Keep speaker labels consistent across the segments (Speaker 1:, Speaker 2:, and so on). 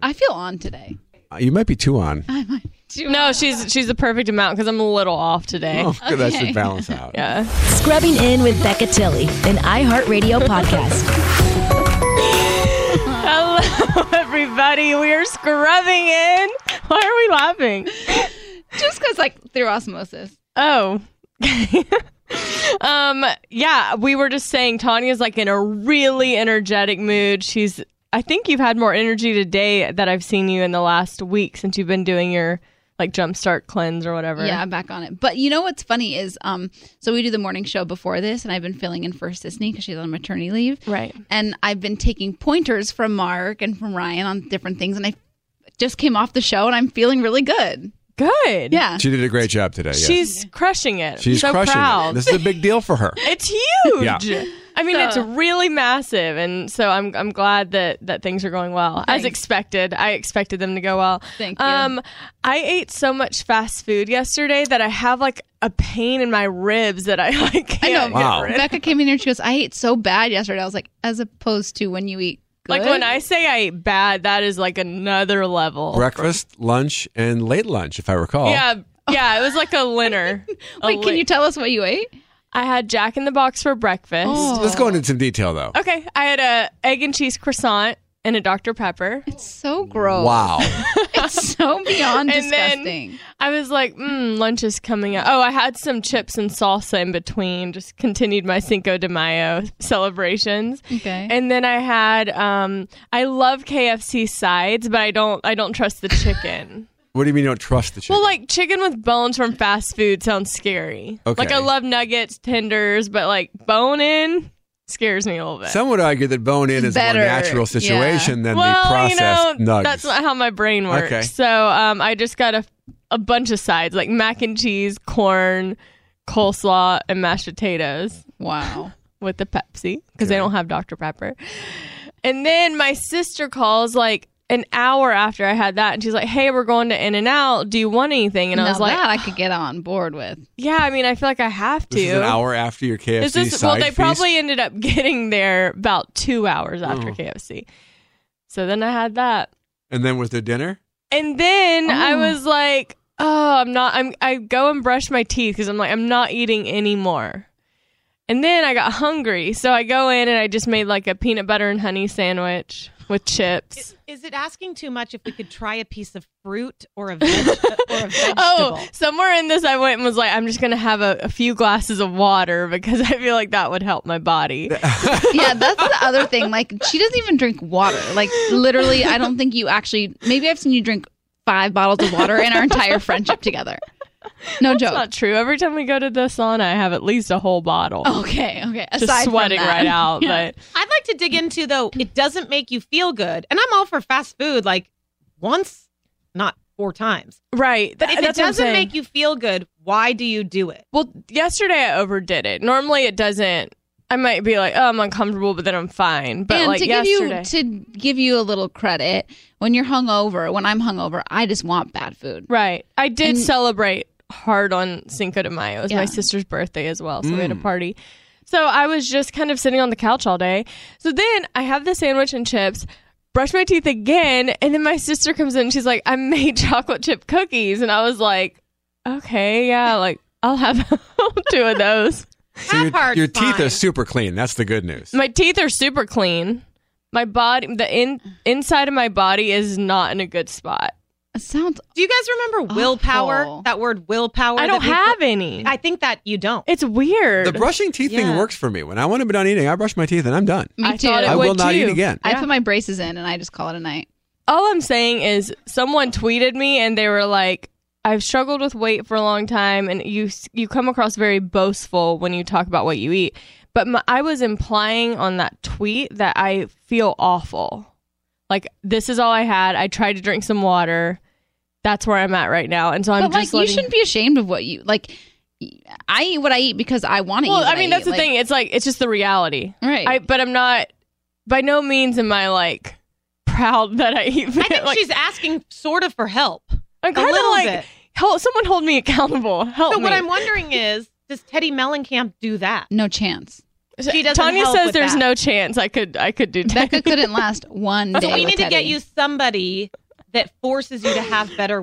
Speaker 1: I feel on today.
Speaker 2: Uh, You might be too on.
Speaker 1: I might be too
Speaker 3: No, she's she's the perfect amount because I'm a little off today.
Speaker 2: Oh, good, that
Speaker 1: Okay.
Speaker 2: should balance out.
Speaker 3: Yeah.
Speaker 4: Scrubbing In with Becca Tilly, an iHeartRadio podcast.
Speaker 3: Hello, everybody. We are scrubbing in. Why are we laughing?
Speaker 1: just because like through osmosis.
Speaker 3: Oh. um. Yeah, we were just saying Tanya's like in a really energetic mood. She's. I think you've had more energy today that I've seen you in the last week since you've been doing your like jumpstart cleanse or whatever.
Speaker 1: Yeah, I'm back on it. But you know what's funny is, um, so we do the morning show before this, and I've been filling in for Sisney because she's on maternity leave,
Speaker 3: Right.
Speaker 1: and I've been taking pointers from Mark and from Ryan on different things, and I just came off the show and I'm feeling really good.
Speaker 3: Good.
Speaker 1: Yeah,
Speaker 2: She did a great job today. yes.
Speaker 3: She's crushing it.
Speaker 2: She's
Speaker 3: so
Speaker 2: crushing
Speaker 3: proud.
Speaker 2: it. This is a big deal for her.
Speaker 3: It's huge.
Speaker 2: Yeah.
Speaker 3: I mean, it's
Speaker 1: So-
Speaker 3: really massive, and so I'm I'm glad that that things are going well as
Speaker 1: Thanks.
Speaker 3: expected. I expected them to go well.
Speaker 1: Thank you.
Speaker 3: Um, I ate so much fast food yesterday that I have like a pain in my ribs that I like
Speaker 1: I know.
Speaker 3: can't
Speaker 2: Wow.
Speaker 3: get rid of.
Speaker 1: Becca came in here and she goes, "I ate so bad yesterday." I was like, as opposed to when you eat. Good.
Speaker 3: Like when I say I ate bad, that is like another level.
Speaker 2: Breakfast, lunch, and late lunch, if I recall.
Speaker 3: Yeah, yeah. It was like a linner. A
Speaker 1: wait, can
Speaker 3: li-
Speaker 1: you tell us what you ate?
Speaker 3: I had Jack in the Box for breakfast.
Speaker 1: Oh.
Speaker 2: Let's go into some detail, though.
Speaker 3: Okay, I had a egg and cheese croissant and a Dr Pepper.
Speaker 1: So
Speaker 3: Oh.
Speaker 1: gross.
Speaker 2: Wow.
Speaker 1: It's so beyond
Speaker 3: And then-
Speaker 1: disgusting.
Speaker 3: I was like, mm, lunch is coming up. Oh, I had some chips and salsa in between. Just continued my Cinco de Mayo celebrations.
Speaker 1: Okay.
Speaker 3: And then I had, um, I love KFC sides, but I don't, I don't trust the chicken.
Speaker 2: what do you mean you don't trust the chicken?
Speaker 3: well, like chicken with bones from fast food sounds scary.
Speaker 2: Okay.
Speaker 3: Like I love nuggets, tenders, but like bone in scares me a little bit.
Speaker 2: Some would argue that bone in is a more
Speaker 1: Better,
Speaker 2: natural situation than
Speaker 3: well,
Speaker 2: the processed
Speaker 3: you know,
Speaker 2: nugs.
Speaker 3: that's not how my brain works.
Speaker 2: Okay.
Speaker 3: So um, I just got a, a bunch of sides like mac and cheese, corn, coleslaw, and mashed potatoes
Speaker 1: Wow.
Speaker 3: with the Pepsi because they don't have Dr. Pepper. And then my sister calls like an hour after I had that, and she's like, "Hey, we're going to In and Out. Do you want anything?" And I
Speaker 1: now
Speaker 3: was like,
Speaker 1: that I could get on board with.
Speaker 3: "Yeah, I mean, I feel like I have to."
Speaker 2: this is an hour after your KFC
Speaker 3: This is
Speaker 2: side
Speaker 3: well, they
Speaker 2: feast?
Speaker 3: probably ended up getting there about two hours
Speaker 2: Oh.
Speaker 3: after KFC. So then I had that.
Speaker 2: And then with their dinner?
Speaker 3: And then I
Speaker 1: Oh.
Speaker 3: was like, oh, I'm not, I'm, I go and brush my teeth because I'm like, I'm not eating anymore. And then I got hungry. So I go in and I just made like a peanut butter and honey sandwich with chips.
Speaker 5: Is it asking too much if we could try a piece of fruit or a, veg- uh, or a vegetable?
Speaker 3: Oh, somewhere in this, I went and was like, I'm just going to have a, a few glasses of water because I feel like that would help my body.
Speaker 1: Yeah, that's the other thing. Like she doesn't even drink water. Like literally, I don't think you actually. Maybe I've seen you drink five bottles of water in our entire friendship together. No
Speaker 3: That's
Speaker 1: joke.
Speaker 3: not true. Every time we go to the sauna, I have at least a whole bottle.
Speaker 5: Oh,
Speaker 1: okay. Okay.
Speaker 3: just
Speaker 1: Aside from
Speaker 3: sweating
Speaker 1: that.
Speaker 3: right out.
Speaker 1: Yeah.
Speaker 3: But
Speaker 5: I'd like to dig into though. It doesn't make you feel good, and I'm all for fast food. Like once, not four times.
Speaker 3: Right.
Speaker 5: But if it doesn't make you feel good, why do you do it?
Speaker 3: Well, yesterday I overdid it. Normally it doesn't. I might be like, oh, I'm uncomfortable, but then I'm fine. But
Speaker 1: and
Speaker 3: like
Speaker 1: to give
Speaker 3: yesterday,
Speaker 1: you to give you a little credit, when you're hungover, when I'm hungover, I just want bad food.
Speaker 3: right? I did
Speaker 1: And-
Speaker 3: celebrate hard on Cinco de Mayo. It was
Speaker 1: Yeah.
Speaker 3: my sister's birthday as well, so we had a party. So I was just kind of sitting on the couch all day. So then I have the sandwich and chips. Brush my teeth again, and then my sister comes in. And she's like, "I made chocolate chip cookies," and I was like, "Okay, yeah, like I'll have two of those."
Speaker 2: So your,
Speaker 5: That part's
Speaker 2: your teeth are
Speaker 5: fine.
Speaker 2: super clean. That's the good news.
Speaker 3: My teeth are super clean. My body, the in, inside of my body is not in a good spot.
Speaker 1: It sounds
Speaker 5: Do you guys remember willpower?
Speaker 1: Awful.
Speaker 5: That word willpower.
Speaker 3: Oh. I don't
Speaker 5: that we-
Speaker 3: have any.
Speaker 5: I think that you don't.
Speaker 3: it's weird.
Speaker 2: the brushing teeth thing
Speaker 5: Yeah.
Speaker 2: works for me. When I want to be done eating, I brush my teeth and I'm done.
Speaker 1: me
Speaker 3: I
Speaker 1: too.
Speaker 3: thought it
Speaker 2: I
Speaker 3: would
Speaker 2: will not
Speaker 3: too.
Speaker 2: eat again.
Speaker 1: I
Speaker 3: Yeah.
Speaker 1: put my braces in and I just call it a night.
Speaker 3: All I'm saying is, someone tweeted me and they were like, "I've struggled with weight for a long time, and you s- you come across very boastful when you talk about what you eat." But my, I was implying on that tweet that I feel awful. Like this is all I had. I tried to drink some water. That's where I'm at right now, and so I'm
Speaker 1: but like
Speaker 3: just
Speaker 1: you
Speaker 3: letting
Speaker 1: shouldn't be ashamed of what you like. I eat what I eat because I want to eat.
Speaker 3: Well,
Speaker 1: what
Speaker 3: I mean, that's
Speaker 1: eat.
Speaker 3: the thing. It's like it's just the reality.
Speaker 1: Right.
Speaker 3: I, but I'm not. By no means am I like proud that I even.
Speaker 5: I think
Speaker 3: like,
Speaker 5: she's asking sort of for help.
Speaker 3: I'm kind of
Speaker 5: little
Speaker 3: like,
Speaker 5: bit.
Speaker 3: help someone hold me accountable. Help
Speaker 5: So
Speaker 3: me.
Speaker 5: what I'm wondering is, does Teddy Mellencamp do that?
Speaker 1: No chance.
Speaker 5: She doesn't
Speaker 3: Tanya
Speaker 5: help
Speaker 3: says
Speaker 5: with
Speaker 3: there's
Speaker 5: that.
Speaker 3: no chance I could I could do ten.
Speaker 1: Becca couldn't last one day.
Speaker 5: So we
Speaker 1: with
Speaker 5: need to get
Speaker 1: Teddy.
Speaker 5: you somebody that forces you to have better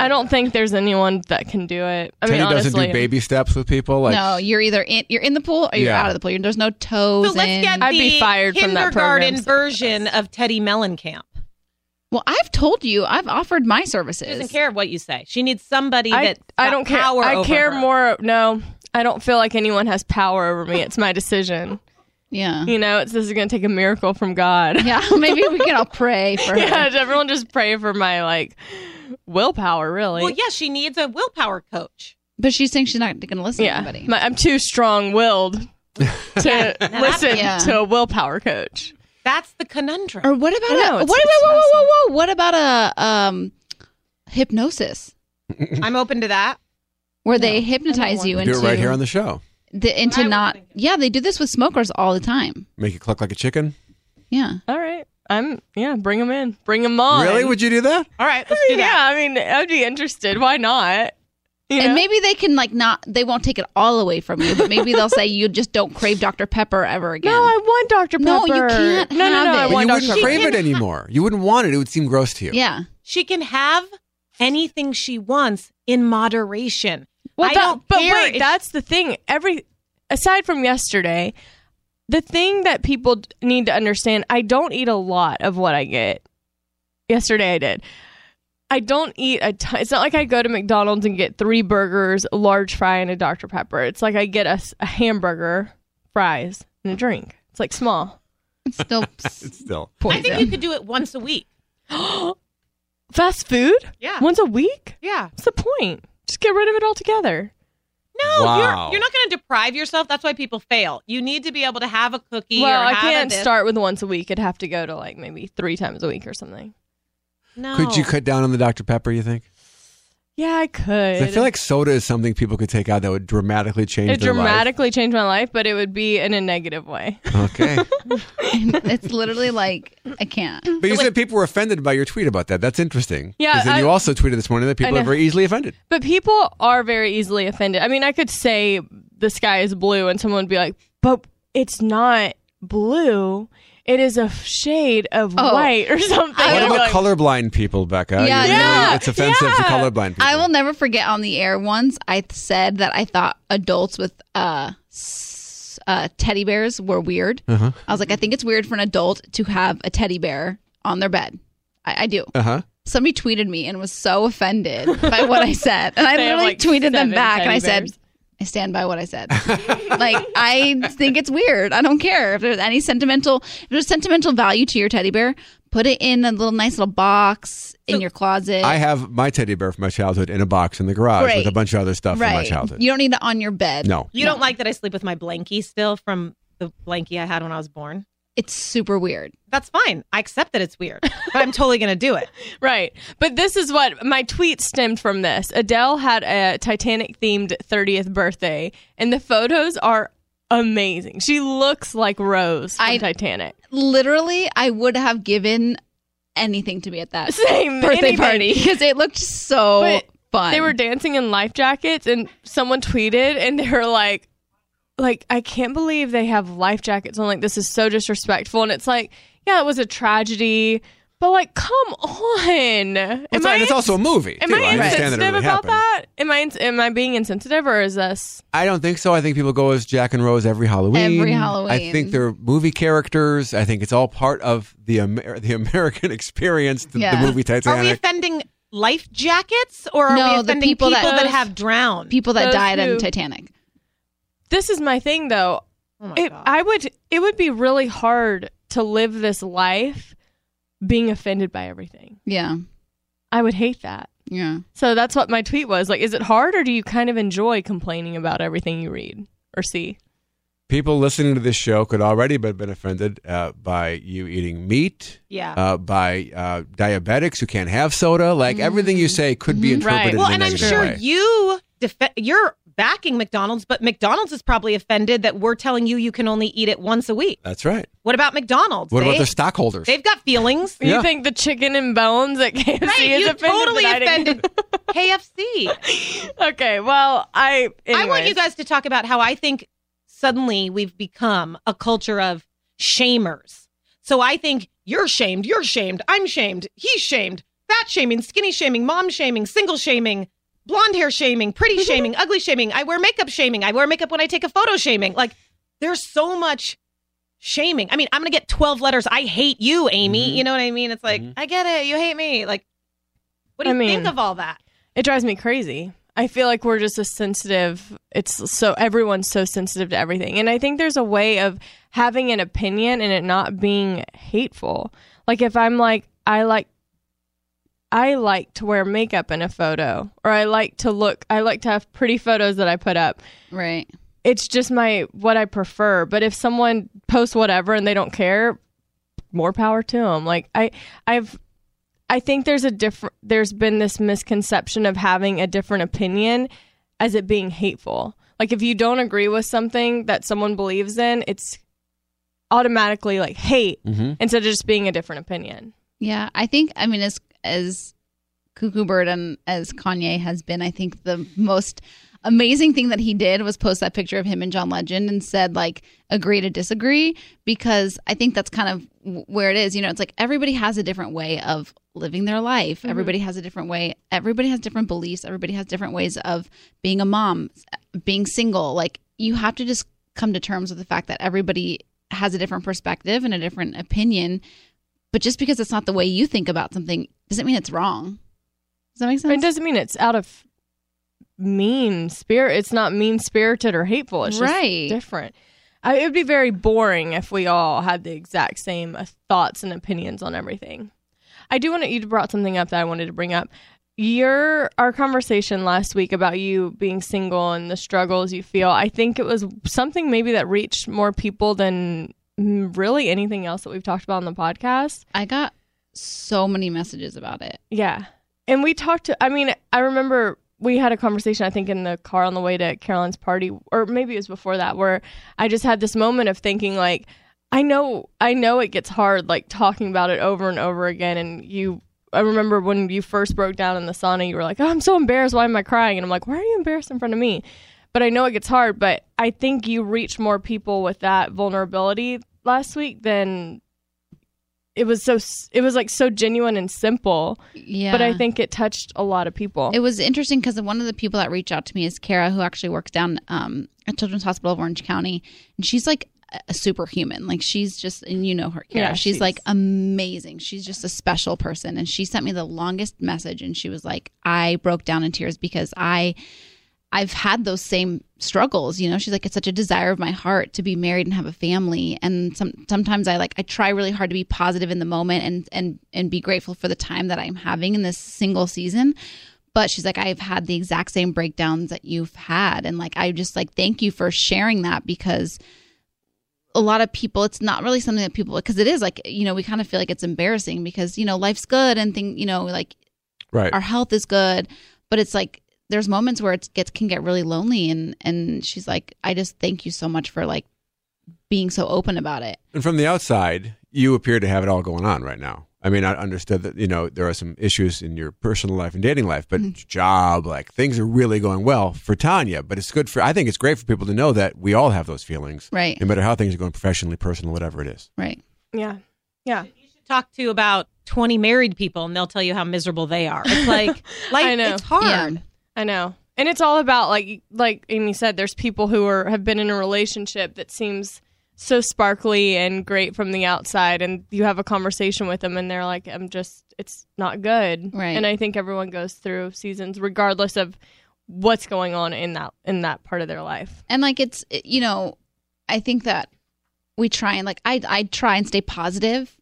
Speaker 3: I don't think there's anyone that can do it. I
Speaker 2: Teddy
Speaker 3: mean,
Speaker 2: doesn't
Speaker 3: honestly,
Speaker 2: do baby steps with people. Like,
Speaker 1: no, you're either in you're in the pool or you're
Speaker 2: Yeah.
Speaker 1: out of the pool. You're- There's no toes.
Speaker 5: So let's get
Speaker 1: in.
Speaker 5: the
Speaker 3: I'd be fired from that
Speaker 5: kindergarten
Speaker 3: program.
Speaker 5: version of Teddy Mellencamp.
Speaker 1: well, I've told you, I've offered my
Speaker 5: She doesn't
Speaker 1: services.
Speaker 5: care what you say. She needs somebody
Speaker 3: I,
Speaker 5: that
Speaker 3: I don't care.
Speaker 5: Power
Speaker 3: I
Speaker 5: over
Speaker 3: care
Speaker 5: her.
Speaker 3: more. No, I don't feel like anyone has power over me. It's my decision.
Speaker 1: Yeah,
Speaker 3: You know, it's this is gonna take a miracle from God.
Speaker 1: yeah. Maybe we can all pray for her.
Speaker 3: yeah, everyone just pray for my like willpower. Really.
Speaker 5: Well, yeah, she needs a willpower coach.
Speaker 1: But she's saying she's not going to listen
Speaker 3: yeah.
Speaker 1: to anybody.
Speaker 3: My, I'm too strong-willed to listen
Speaker 1: Yeah.
Speaker 3: to a willpower coach.
Speaker 5: That's the conundrum.
Speaker 1: or what
Speaker 3: I
Speaker 1: about
Speaker 3: know,
Speaker 1: a,
Speaker 3: it's-
Speaker 1: what about
Speaker 3: it's
Speaker 1: whoa, whoa, whoa, whoa, what about a um hypnosis
Speaker 5: I'm open to that.
Speaker 1: where they hypnotize you
Speaker 2: do
Speaker 1: into
Speaker 2: it right here on the show.
Speaker 1: the, into not yeah they do this with smokers all the time
Speaker 2: Make it cluck like a chicken.
Speaker 1: yeah
Speaker 3: All right. I'm yeah. Bring them in. Bring them on.
Speaker 2: Really? Would you do that?
Speaker 5: All right, let's do
Speaker 3: yeah.
Speaker 5: that.
Speaker 3: I mean, I'd be interested. Why not? You know?
Speaker 1: and maybe they can like not they won't take it all away from you but maybe they'll say you just don't crave Dr Pepper ever again
Speaker 3: No, I want Dr. Pepper.
Speaker 1: No, you can't
Speaker 3: No, no,
Speaker 1: have
Speaker 3: no. I
Speaker 1: it.
Speaker 2: But you
Speaker 3: want Dr.
Speaker 2: wouldn't
Speaker 3: Pepper.
Speaker 2: crave it anymore. You wouldn't want it. It would seem gross to you.
Speaker 1: yeah
Speaker 5: She can have anything she wants in moderation.
Speaker 3: Well,
Speaker 5: I
Speaker 3: that-
Speaker 5: don't
Speaker 3: but
Speaker 5: care
Speaker 3: wait,
Speaker 5: if-
Speaker 3: that's the thing. Every aside from yesterday, the thing that people d- need to understand, I don't eat a lot of what I get. Yesterday I did. I don't eat a ton. It's not like I go to McDonald's and get three burgers, a large fry, and a Dr. Pepper. It's like I get a, s- a hamburger, fries, and a drink. It's like small.
Speaker 1: it's still
Speaker 2: Still.
Speaker 5: I think you
Speaker 1: poison
Speaker 5: could do it once a week.
Speaker 3: Fast food?
Speaker 5: Yeah.
Speaker 3: Once a week?
Speaker 5: Yeah.
Speaker 3: What's the point? Just get rid of it altogether.
Speaker 5: No,
Speaker 2: Wow.
Speaker 5: you're you're not going to deprive yourself. That's why people fail. You need to be able to have a cookie.
Speaker 3: Well,
Speaker 5: or
Speaker 3: I
Speaker 5: have a
Speaker 3: can't
Speaker 5: this.
Speaker 3: start with once a week. I'd have to go to like maybe three times a week or something.
Speaker 5: No.
Speaker 2: Could you cut down on the Dr. Pepper, you think?
Speaker 3: Yeah, I could.
Speaker 2: 'Cause I feel like soda is something people could take out that would dramatically change
Speaker 3: it
Speaker 2: their
Speaker 3: dramatically changed my life, but it would be in a negative way.
Speaker 2: life. Okay.
Speaker 1: it's literally like I can't
Speaker 2: But you said people were offended by your tweet about that. That's interesting.
Speaker 3: Yeah,
Speaker 2: 'Cause then
Speaker 3: I-
Speaker 2: you also tweeted this morning that people
Speaker 3: know.
Speaker 2: are very easily offended.
Speaker 3: But people are very easily offended. I mean, I could say the sky is blue, and someone would be like, "But it's not blue. It is a f- shade of
Speaker 1: Oh.
Speaker 3: white or something."
Speaker 1: I
Speaker 2: What
Speaker 3: I'd be
Speaker 2: about
Speaker 3: like,
Speaker 2: colorblind people, Becca? You
Speaker 1: Yeah,
Speaker 2: really-
Speaker 3: Yeah,
Speaker 2: it's offensive to
Speaker 3: yeah.
Speaker 2: colorblind people.
Speaker 1: I will never forget on the air once I said that I thought adults with uh, s- uh teddy bears were weird.
Speaker 2: Uh-huh.
Speaker 1: I was like, I think it's weird for an adult to have a teddy bear on their bed. I, I do.
Speaker 2: Uh huh.
Speaker 1: Somebody tweeted me and was so offended by what I said, and I
Speaker 3: They have,
Speaker 1: literally
Speaker 3: like,
Speaker 1: tweeted them
Speaker 3: seven
Speaker 1: back and
Speaker 3: teddy
Speaker 1: I said.
Speaker 3: bears.
Speaker 1: I stand by what I said. like I think it's weird. I don't care if there's any sentimental if there's sentimental value to your teddy bear, put it in a little nice little box in your closet.
Speaker 2: I have my teddy bear from my childhood in a box in the garage
Speaker 1: Great.
Speaker 2: with a bunch of other stuff from my
Speaker 1: right.
Speaker 2: childhood.
Speaker 1: You don't need it on your bed.
Speaker 2: no.
Speaker 5: You don't like that I sleep with my blankie still from the blankie I had when I was born.
Speaker 1: It's super weird.
Speaker 5: That's fine. I accept that it's weird, but I'm totally going to do it.
Speaker 3: Right. But this is what my tweet stemmed from this. Adele had a Titanic themed 30th birthday, and the photos are amazing. She looks like Rose from
Speaker 1: I-
Speaker 3: Titanic.
Speaker 1: Literally, I would have given anything to be at that
Speaker 3: Same
Speaker 1: birthday
Speaker 3: anything.
Speaker 1: party because it looked so
Speaker 3: But
Speaker 1: fun.
Speaker 3: They were dancing in life jackets, and someone tweeted, and they were like, like I can't believe they have life jackets on. Like this is so disrespectful, and it's like, yeah, it was a tragedy, but like, come on.
Speaker 2: Well,
Speaker 3: Am
Speaker 2: it's,
Speaker 3: I
Speaker 2: and it's also a movie.
Speaker 3: Am
Speaker 2: too.
Speaker 3: I
Speaker 2: understand
Speaker 3: insensitive
Speaker 2: that it really
Speaker 3: about
Speaker 2: happened.
Speaker 3: that? Am I ins- am I being insensitive or is this?
Speaker 2: I don't think so. I think people go as Jack and Rose every Halloween.
Speaker 1: Every Halloween.
Speaker 2: I think they're movie characters. I think it's all part of the Amer- the American experience. The,
Speaker 1: Yeah.
Speaker 2: the movie
Speaker 5: Are we
Speaker 2: Titanic.
Speaker 5: offending life jackets or are
Speaker 1: No,
Speaker 5: we
Speaker 1: the
Speaker 5: offending people,
Speaker 1: people that-
Speaker 5: that, have drowned?
Speaker 1: people that
Speaker 3: Those
Speaker 1: died
Speaker 3: who-
Speaker 1: on Titanic.
Speaker 3: This is my thing though.
Speaker 5: oh my
Speaker 3: It,
Speaker 5: God.
Speaker 3: I would it would be really hard to live this life being offended by everything.
Speaker 1: Yeah,
Speaker 3: I would hate that.
Speaker 1: yeah.
Speaker 3: So that's what my tweet was. Like is it hard or do you kind of enjoy complaining about everything you read or see?
Speaker 2: people listening to this show could already have been offended uh, by you eating meat.
Speaker 5: yeah.
Speaker 2: Uh, by uh, diabetics who can't have soda, like everything you say could be interpreted
Speaker 3: Right.
Speaker 2: in
Speaker 5: well,
Speaker 2: a
Speaker 5: and I'm
Speaker 2: negative
Speaker 5: sure
Speaker 2: way.
Speaker 5: you def- you're backing McDonald's, but McDonald's is probably offended that we're telling you you can only eat it once a week.
Speaker 2: That's right.
Speaker 5: What about McDonald's?
Speaker 2: What about
Speaker 5: They-
Speaker 2: their stockholders?
Speaker 5: They've got feelings.
Speaker 3: You
Speaker 2: Yeah.
Speaker 3: think the chicken and bones at KFC
Speaker 5: Right,
Speaker 3: is
Speaker 5: you
Speaker 3: offended?
Speaker 5: totally
Speaker 3: that I didn't-
Speaker 5: offended KFC.
Speaker 3: okay, well, I
Speaker 5: I want
Speaker 3: anyways.
Speaker 5: you guys to talk about how I think suddenly we've become a culture of shamers. So I think you're shamed, you're shamed, I'm shamed, he's shamed, fat shaming, skinny shaming, mom shaming, single shaming, blonde hair shaming,
Speaker 3: Mm-hmm.
Speaker 5: pretty shaming, ugly shaming, I wear makeup shaming, I wear makeup when I take a photo shaming. Like there's so much shaming. I mean, I'm going to get 12 letters. I hate you, Amy.
Speaker 3: Mm-hmm.
Speaker 2: Mhm.
Speaker 5: You know what I mean? It's like,
Speaker 2: Mhm.
Speaker 5: I get it. You hate me. Like, what do
Speaker 3: I
Speaker 5: you
Speaker 3: mean-
Speaker 5: think of all that?
Speaker 3: It drives me crazy. I feel like we're just a sensitive. It's so everyone's so sensitive to everything, and I think there's a way of having an opinion and it not being hateful. Like if I'm like I like. I like to wear makeup in a photo, or I like to look, I like to have pretty photos that I put up.
Speaker 1: Right.
Speaker 3: It's just my what I prefer. But if someone posts whatever and they don't care, more power to them. Like I, I've I think there's a different there's been this misconception of having a different opinion as it being hateful. Like if you don't agree with something that someone believes in, it's automatically like hate
Speaker 2: Mm-hmm.
Speaker 3: instead of just being a different opinion.
Speaker 1: Yeah, I think I mean as as Cuckoo Bird and as Kanye has been, I think the most amazing thing that he did was post that picture of him and John Legend and said like agree to disagree because I think that's kind of w- where it is. You know, it's like everybody has a different way of living their life. Everybody has a different way. Everybody has different beliefs. Everybody has different ways of being a mom, being single. Like you have to just come to terms with the fact that everybody has a different perspective and a different opinion but just because it's not the way you think about something doesn't mean it's wrong. Does that make sense?
Speaker 3: It doesn't mean it's out of mean spirit. It's not mean spirited or hateful. It's just
Speaker 1: Right.
Speaker 3: different. I, it would be very boring if we all had the exact same uh, thoughts and opinions on everything. I do want to. You brought something up that I wanted to bring up. Your our conversation last week about you being single and the struggles you feel. I think it was something maybe that reached more people than mm, really anything else that we've talked about on the podcast.
Speaker 1: I got so many messages about it.
Speaker 3: Yeah. And we talked to, I mean, I remember we had a conversation, I think, in the car on the way to Caroline's party, or maybe it was before that, where I just had this moment of thinking, like, I know, I know it gets hard, like, talking about it over and over again. And you, I remember when you first broke down in the sauna, you were like, oh, I'm so embarrassed. Why am I crying? And I'm like, why are you embarrassed in front of me? But I know it gets hard, but I think you reach more people with that vulnerability last week than it was so, s- it was like so genuine and simple
Speaker 1: Yeah.
Speaker 3: but I think it touched a lot of people.
Speaker 1: it was interesting because one of the people that reached out to me is Kara, who actually works down um, at Children's Hospital of Orange County. And she's like a- a superhuman. Like she's just, and you know her, Kara.
Speaker 3: Yeah,
Speaker 1: she's
Speaker 3: she's-
Speaker 1: like amazing. She's just a special person. And she sent me the longest message and she was like, I broke down in tears because I I've had those same struggles, you know. She's like, it's such a desire of my heart to be married and have a family. And some, sometimes I like I try really hard to be positive in the moment and and and be grateful for the time that I'm having in this single season. But she's like, I've had the exact same breakdowns that you've had, and like I just like thank you for sharing that because a lot of people it's not really something that people because it is like you know we kind of feel like it's embarrassing because you know life's good and thing you know like
Speaker 2: Right.
Speaker 1: our health is good but it's like there's moments where it gets can get really lonely and and she's like i just thank you so much for like being so open about it
Speaker 2: And from the outside, you appear to have it all going on right now. I mean, I understood that, you know, there are some issues in your personal life and dating life, but
Speaker 1: Mm-hmm.
Speaker 2: job, like things are really going well for Tanya. But it's good for, I think it's great for people to know that we all have those feelings,
Speaker 1: right
Speaker 2: no matter how things are going professionally, personal, whatever it is.
Speaker 1: right
Speaker 3: yeah. Yeah.
Speaker 5: Talk to about 20 married people and they'll tell you how miserable they are. It's like, like
Speaker 3: I know.
Speaker 5: it's hard.
Speaker 1: Yeah.
Speaker 3: I know. And it's all about like like Amy said there's people who are have been in a relationship that seems so sparkly and great from the outside and you have a conversation with them and they're like I'm just it's not good.
Speaker 1: Right.
Speaker 3: And I think everyone goes through seasons regardless of what's going on in that in that part of their life.
Speaker 1: and like it's it- you know i think that we try and like i i try and stay positive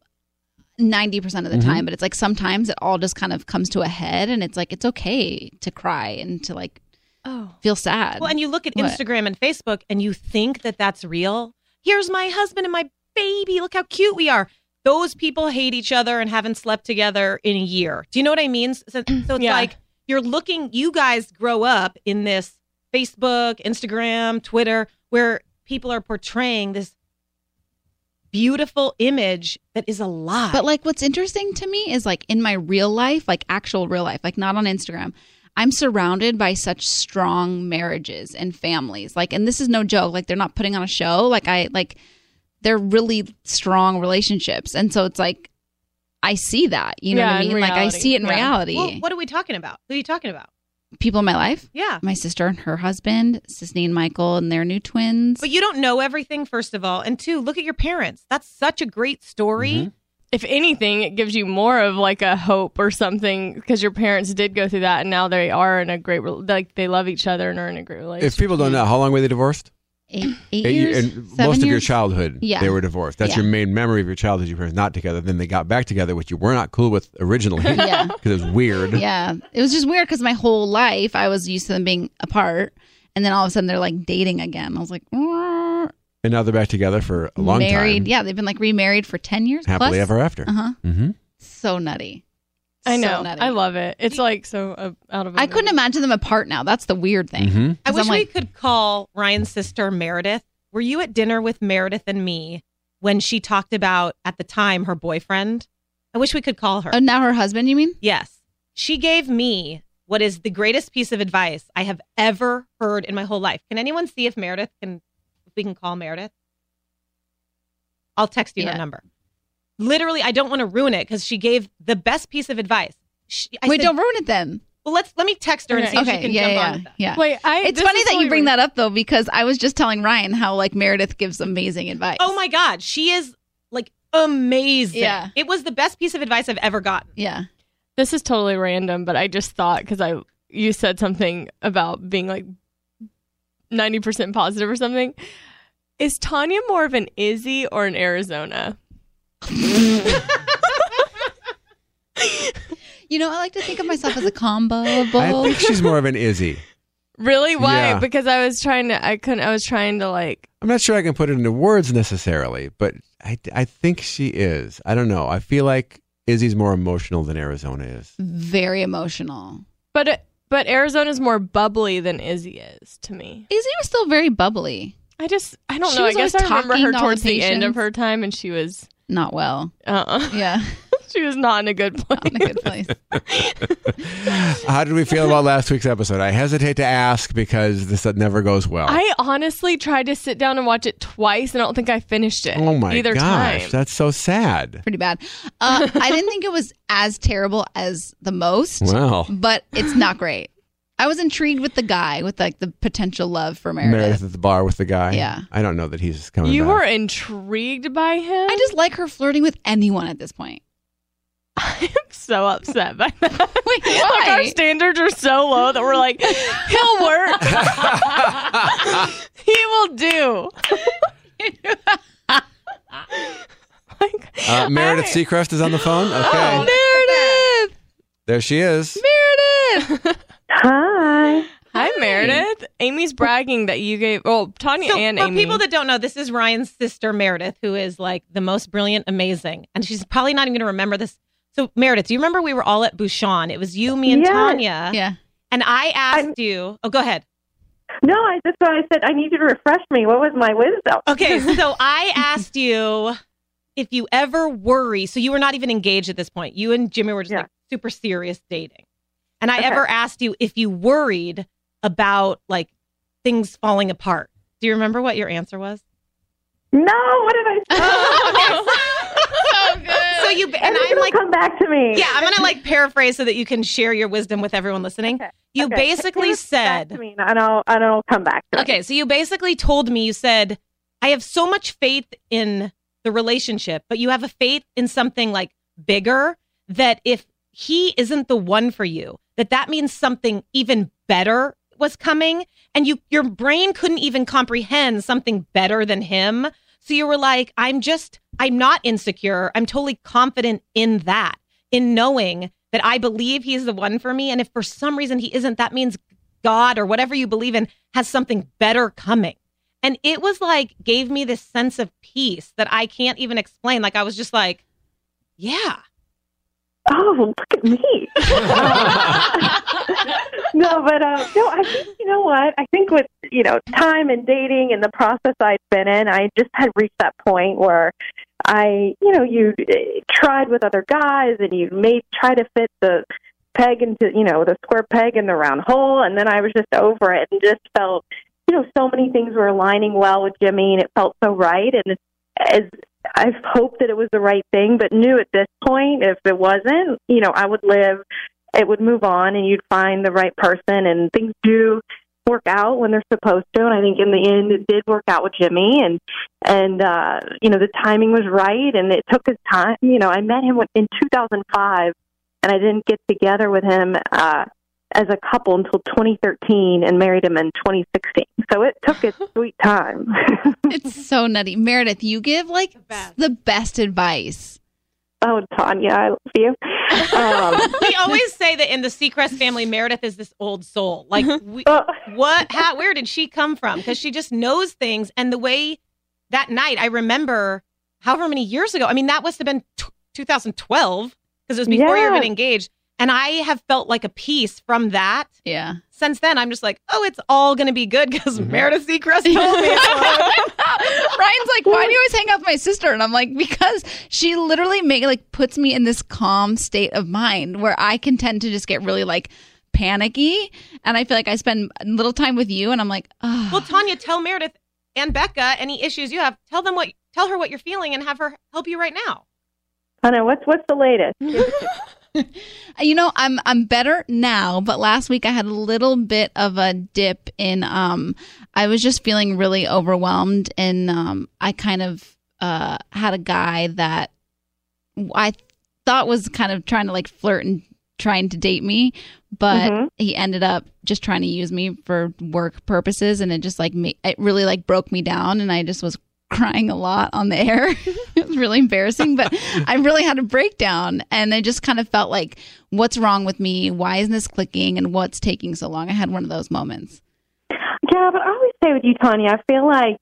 Speaker 1: 90% of the time but it's like sometimes it all just kind of comes to a head and it's like it's okay to cry and to like
Speaker 3: Oh.
Speaker 1: feel sad
Speaker 5: Well, and you look at
Speaker 1: What?
Speaker 5: Instagram and Facebook and you think that that's real. Here's my husband and my baby. Look how cute we are. Those people hate each other and haven't slept together in a year. Do you know what I mean? So, so it's
Speaker 3: Yeah.
Speaker 5: like you're looking, you guys grow up in this Facebook, Instagram, Twitter, where people are portraying this beautiful image that is a lie.
Speaker 1: But like what's interesting to me is like in my real life, like actual real life, like not on Instagram, I'm surrounded by such strong marriages and families. Like, and this is no joke. Like, they're not putting on a show. Like, I like they're really strong relationships, and so it's like I see that. You know
Speaker 3: Yeah,
Speaker 1: what I
Speaker 3: in
Speaker 1: mean? Like, I
Speaker 3: reality.
Speaker 1: see it in
Speaker 3: Yeah.
Speaker 1: reality.
Speaker 5: Well, what are we talking about? Who are you talking about?
Speaker 1: People in my life,
Speaker 5: Yeah.
Speaker 1: my sister and her husband, Sisney and Michael, and their new twins.
Speaker 5: But you don't know everything, first of all. And two, look at your parents. That's such a great story.
Speaker 2: Mhm.
Speaker 3: if anything, it gives you more of like a hope or something because your parents did go through that and now they are in a great, re- like they love each other and are in a great relationship.
Speaker 2: If people don't know, how long were they divorced?
Speaker 1: eight, eight
Speaker 2: Eight
Speaker 1: years,
Speaker 2: and
Speaker 1: seven
Speaker 2: most of your
Speaker 1: years?
Speaker 2: childhood,
Speaker 1: Yeah.
Speaker 2: they were divorced. That's
Speaker 1: Yeah.
Speaker 2: your main memory of your childhood. Your parents not together. Then they got back together, which you were not cool with originally because
Speaker 1: Yeah.
Speaker 2: it was weird.
Speaker 1: yeah it was just weird because my whole life i was used to them being apart and then all of a sudden they're like dating again i was like "Mm."
Speaker 2: And now they're back together for a long
Speaker 1: married
Speaker 2: time.
Speaker 1: yeah they've been like remarried for 10 years
Speaker 2: Happily
Speaker 1: plus.
Speaker 2: ever after.
Speaker 1: uh-huh
Speaker 2: Mm-hmm.
Speaker 1: so nutty
Speaker 3: I
Speaker 1: So
Speaker 3: know,
Speaker 1: nutty.
Speaker 3: I love it. It's like so uh, out of.
Speaker 1: i couldn't imagine them apart now that's the weird thing
Speaker 2: Mm-hmm.
Speaker 5: I
Speaker 1: 'Cause
Speaker 5: wish
Speaker 1: I'm like-
Speaker 5: we could call Ryan's sister Meredith. Were you at dinner with Meredith and me when she talked about at the time her boyfriend? I wish we could call her.
Speaker 1: oh now her husband you mean
Speaker 5: Yes. She gave me what is the greatest piece of advice I have ever heard in my whole life. Can anyone see if Meredith can, if we can call Meredith? I'll text you
Speaker 1: Yeah.
Speaker 5: her number. Literally, I don't want to ruin it because she gave the best piece of advice. She, I
Speaker 1: wait
Speaker 5: said,
Speaker 1: don't ruin it then
Speaker 5: Well, let's let me text her and
Speaker 3: Okay.
Speaker 5: see if she
Speaker 1: okay
Speaker 5: can
Speaker 1: yeah
Speaker 5: jump
Speaker 1: yeah
Speaker 5: on with
Speaker 1: yeah,
Speaker 5: that.
Speaker 1: yeah.
Speaker 3: Wait, I.
Speaker 1: it's funny that you bring that up though because i was just telling ryan how like meredith gives amazing advice
Speaker 5: Oh my God, she is like amazing.
Speaker 1: Yeah.
Speaker 5: It was the best piece of advice I've ever gotten.
Speaker 1: yeah
Speaker 3: This is totally random, but I just thought because I you said something about being like ninety percent positive or something. Is Tanya more of an Izzy or an Arizona?
Speaker 1: you know i like to think of myself as a combo of
Speaker 2: I
Speaker 3: Oh.
Speaker 1: both
Speaker 2: think she's more of an Izzy.
Speaker 3: Really? Why?
Speaker 2: Yeah.
Speaker 3: Because I was trying to. I couldn't. I was trying to like.
Speaker 2: I'm not sure I can put it into words necessarily, but I, I think she is. I don't know. I feel like Izzy's more emotional than Arizona is.
Speaker 1: very emotional
Speaker 3: But it, but Arizona's more bubbly than Izzy is to me.
Speaker 1: izzy was still very bubbly
Speaker 3: I just I don't
Speaker 1: She
Speaker 3: know. I
Speaker 1: was
Speaker 3: guess I
Speaker 1: always
Speaker 3: remember
Speaker 1: talking
Speaker 3: her
Speaker 1: to all the
Speaker 3: towards the end of
Speaker 1: patients.
Speaker 3: her time, and she was
Speaker 1: not well
Speaker 3: uh,
Speaker 1: yeah
Speaker 3: she was not in a good place.
Speaker 1: not in a good place
Speaker 2: How did we feel about last week's episode? I hesitate to ask because this never goes well.
Speaker 3: I honestly tried to sit down and watch it twice, and I don't think I finished it.
Speaker 2: oh my
Speaker 3: either
Speaker 2: gosh,
Speaker 3: time.
Speaker 2: that's so sad.
Speaker 1: pretty bad uh, i didn't think it was as terrible as the most
Speaker 2: Wow.
Speaker 1: but it's not great i was intrigued with the guy with like the potential love for meredith,
Speaker 2: Meredith at the bar with the guy.
Speaker 1: Yeah.
Speaker 2: I don't know that he's coming
Speaker 3: You
Speaker 2: back.
Speaker 3: were intrigued by him.
Speaker 1: i just like her flirting with anyone at this point
Speaker 3: I'm so upset by
Speaker 1: Wait,
Speaker 3: that. Like our
Speaker 1: why?
Speaker 3: standards are so low that we're like, he'll work. he will do. like,
Speaker 2: Uh, Meredith
Speaker 3: I- Oh,
Speaker 2: Seacrest is on the phone. Okay.
Speaker 1: meredith
Speaker 2: There she is.
Speaker 1: meredith
Speaker 6: Hi.
Speaker 3: Hi, Meredith. Amy's bragging that you gave. Oh, Tanya
Speaker 5: So
Speaker 3: and
Speaker 5: for
Speaker 3: Amy.
Speaker 5: people that don't know, this is Ryan's sister Meredith, who is like the most brilliant, amazing, and she's probably not even going to remember this. So Meredith, do you remember we were all at Bouchon? It was you, me, and
Speaker 6: Yes.
Speaker 5: Tanya,
Speaker 1: yeah
Speaker 5: and I asked you. Oh, go ahead.
Speaker 6: No, I, that's why I said I need you to refresh me. What was my wisdom?
Speaker 5: Okay, so I asked you if you ever worry. So you were not even engaged at this point. You and Jimmy were just
Speaker 6: Yeah.
Speaker 5: like super serious dating, and I
Speaker 6: Okay.
Speaker 5: ever asked you if you worried about like things falling apart. Do you remember what your answer was?
Speaker 6: No, what did I say?
Speaker 5: So you and
Speaker 6: Everything
Speaker 5: I'm
Speaker 6: will
Speaker 5: like
Speaker 6: come back to me.
Speaker 5: Yeah, I'm gonna like paraphrase so that you can share your wisdom with everyone listening.
Speaker 6: Okay.
Speaker 5: You
Speaker 6: Okay.
Speaker 5: basically
Speaker 6: Give it
Speaker 5: said,
Speaker 6: back to me, and I'll and I'll come back. To it.
Speaker 5: okay, so you basically told me you said, I have so much faith in the relationship, but you have a faith in something like bigger that if he isn't the one for you, that that means something even better was coming, and you your brain couldn't even comprehend something better than him. So you were like, I'm just, I'm not insecure. I'm totally confident in that, in knowing that I believe he's the one for me. And if for some reason he isn't, that means God or whatever you believe in has something better coming. And it was like, gave me this sense of peace that I can't even explain. Like, I was just like, yeah.
Speaker 6: Oh, look at me. no, but uh, no, I think you know what? I think with you know time and dating and the process I'd been in, I just had reached that point where eh, I, you know, you uh, tried with other guys and you made try to fit the peg into, you know, the square peg in the round hole. And then I was just over it and just felt, you know, so many things were aligning well with Jimmy and it felt so right. And as I've hoped that it was the right thing, but knew at this point, if it wasn't, you know, I would live, it would move on and you'd find the right person and things do work out when they're supposed to. And I think in the end, it did work out with Jimmy, and and uh, you know the timing was right, and it took his time. You know, I met him when- in 2005, and I didn't get together with him uh, as a couple until 2013, and married him in 2016. So it took its sweet time.
Speaker 1: It's so nutty. Meredith, you give like the best,
Speaker 5: best.
Speaker 1: advice.
Speaker 6: oh, Tanya, I love you. Um,
Speaker 5: we always say that in the Seacrest family, Meredith is this old soul. Like, we,
Speaker 6: uh,
Speaker 5: what? How, where did she come from? Because she just knows things. And the way that night, I remember, however many years ago. I mean, that must have been t- 2012 because it was before you were
Speaker 6: Yeah.
Speaker 5: getting engaged. And I have felt like a piece from that
Speaker 1: Yeah.
Speaker 5: since then. I'm just like, oh, it's all gonna be good because Meredith Seacrest told me. it would.
Speaker 1: Ryan's like, why do you always hang out with my sister? And I'm like, because she literally make like puts me in this calm state of mind where I can tend to just get really like panicky, and I feel like I spend little time with you, and I'm like, oh.
Speaker 5: well, Tanya, tell Meredith and Becca any issues you have. Tell them what. Tell her what you're feeling and have her help you right now.
Speaker 6: I know what's what's the latest.
Speaker 1: you know i'm i'm better now but last week i had a little bit of a dip in um i was just feeling really overwhelmed and um i kind of uh had a guy that i thought was kind of trying to like flirt and trying to date me but
Speaker 6: Mhm.
Speaker 1: he ended up just trying to use me for work purposes and it just like ma- it really like broke me down and i just was crying a lot on the air it was really embarrassing but i really had a breakdown and i just kind of felt like what's wrong with me why isn't this clicking and what's taking so long i had one of those moments
Speaker 6: Yeah, but I always say with you, Tanya, I feel like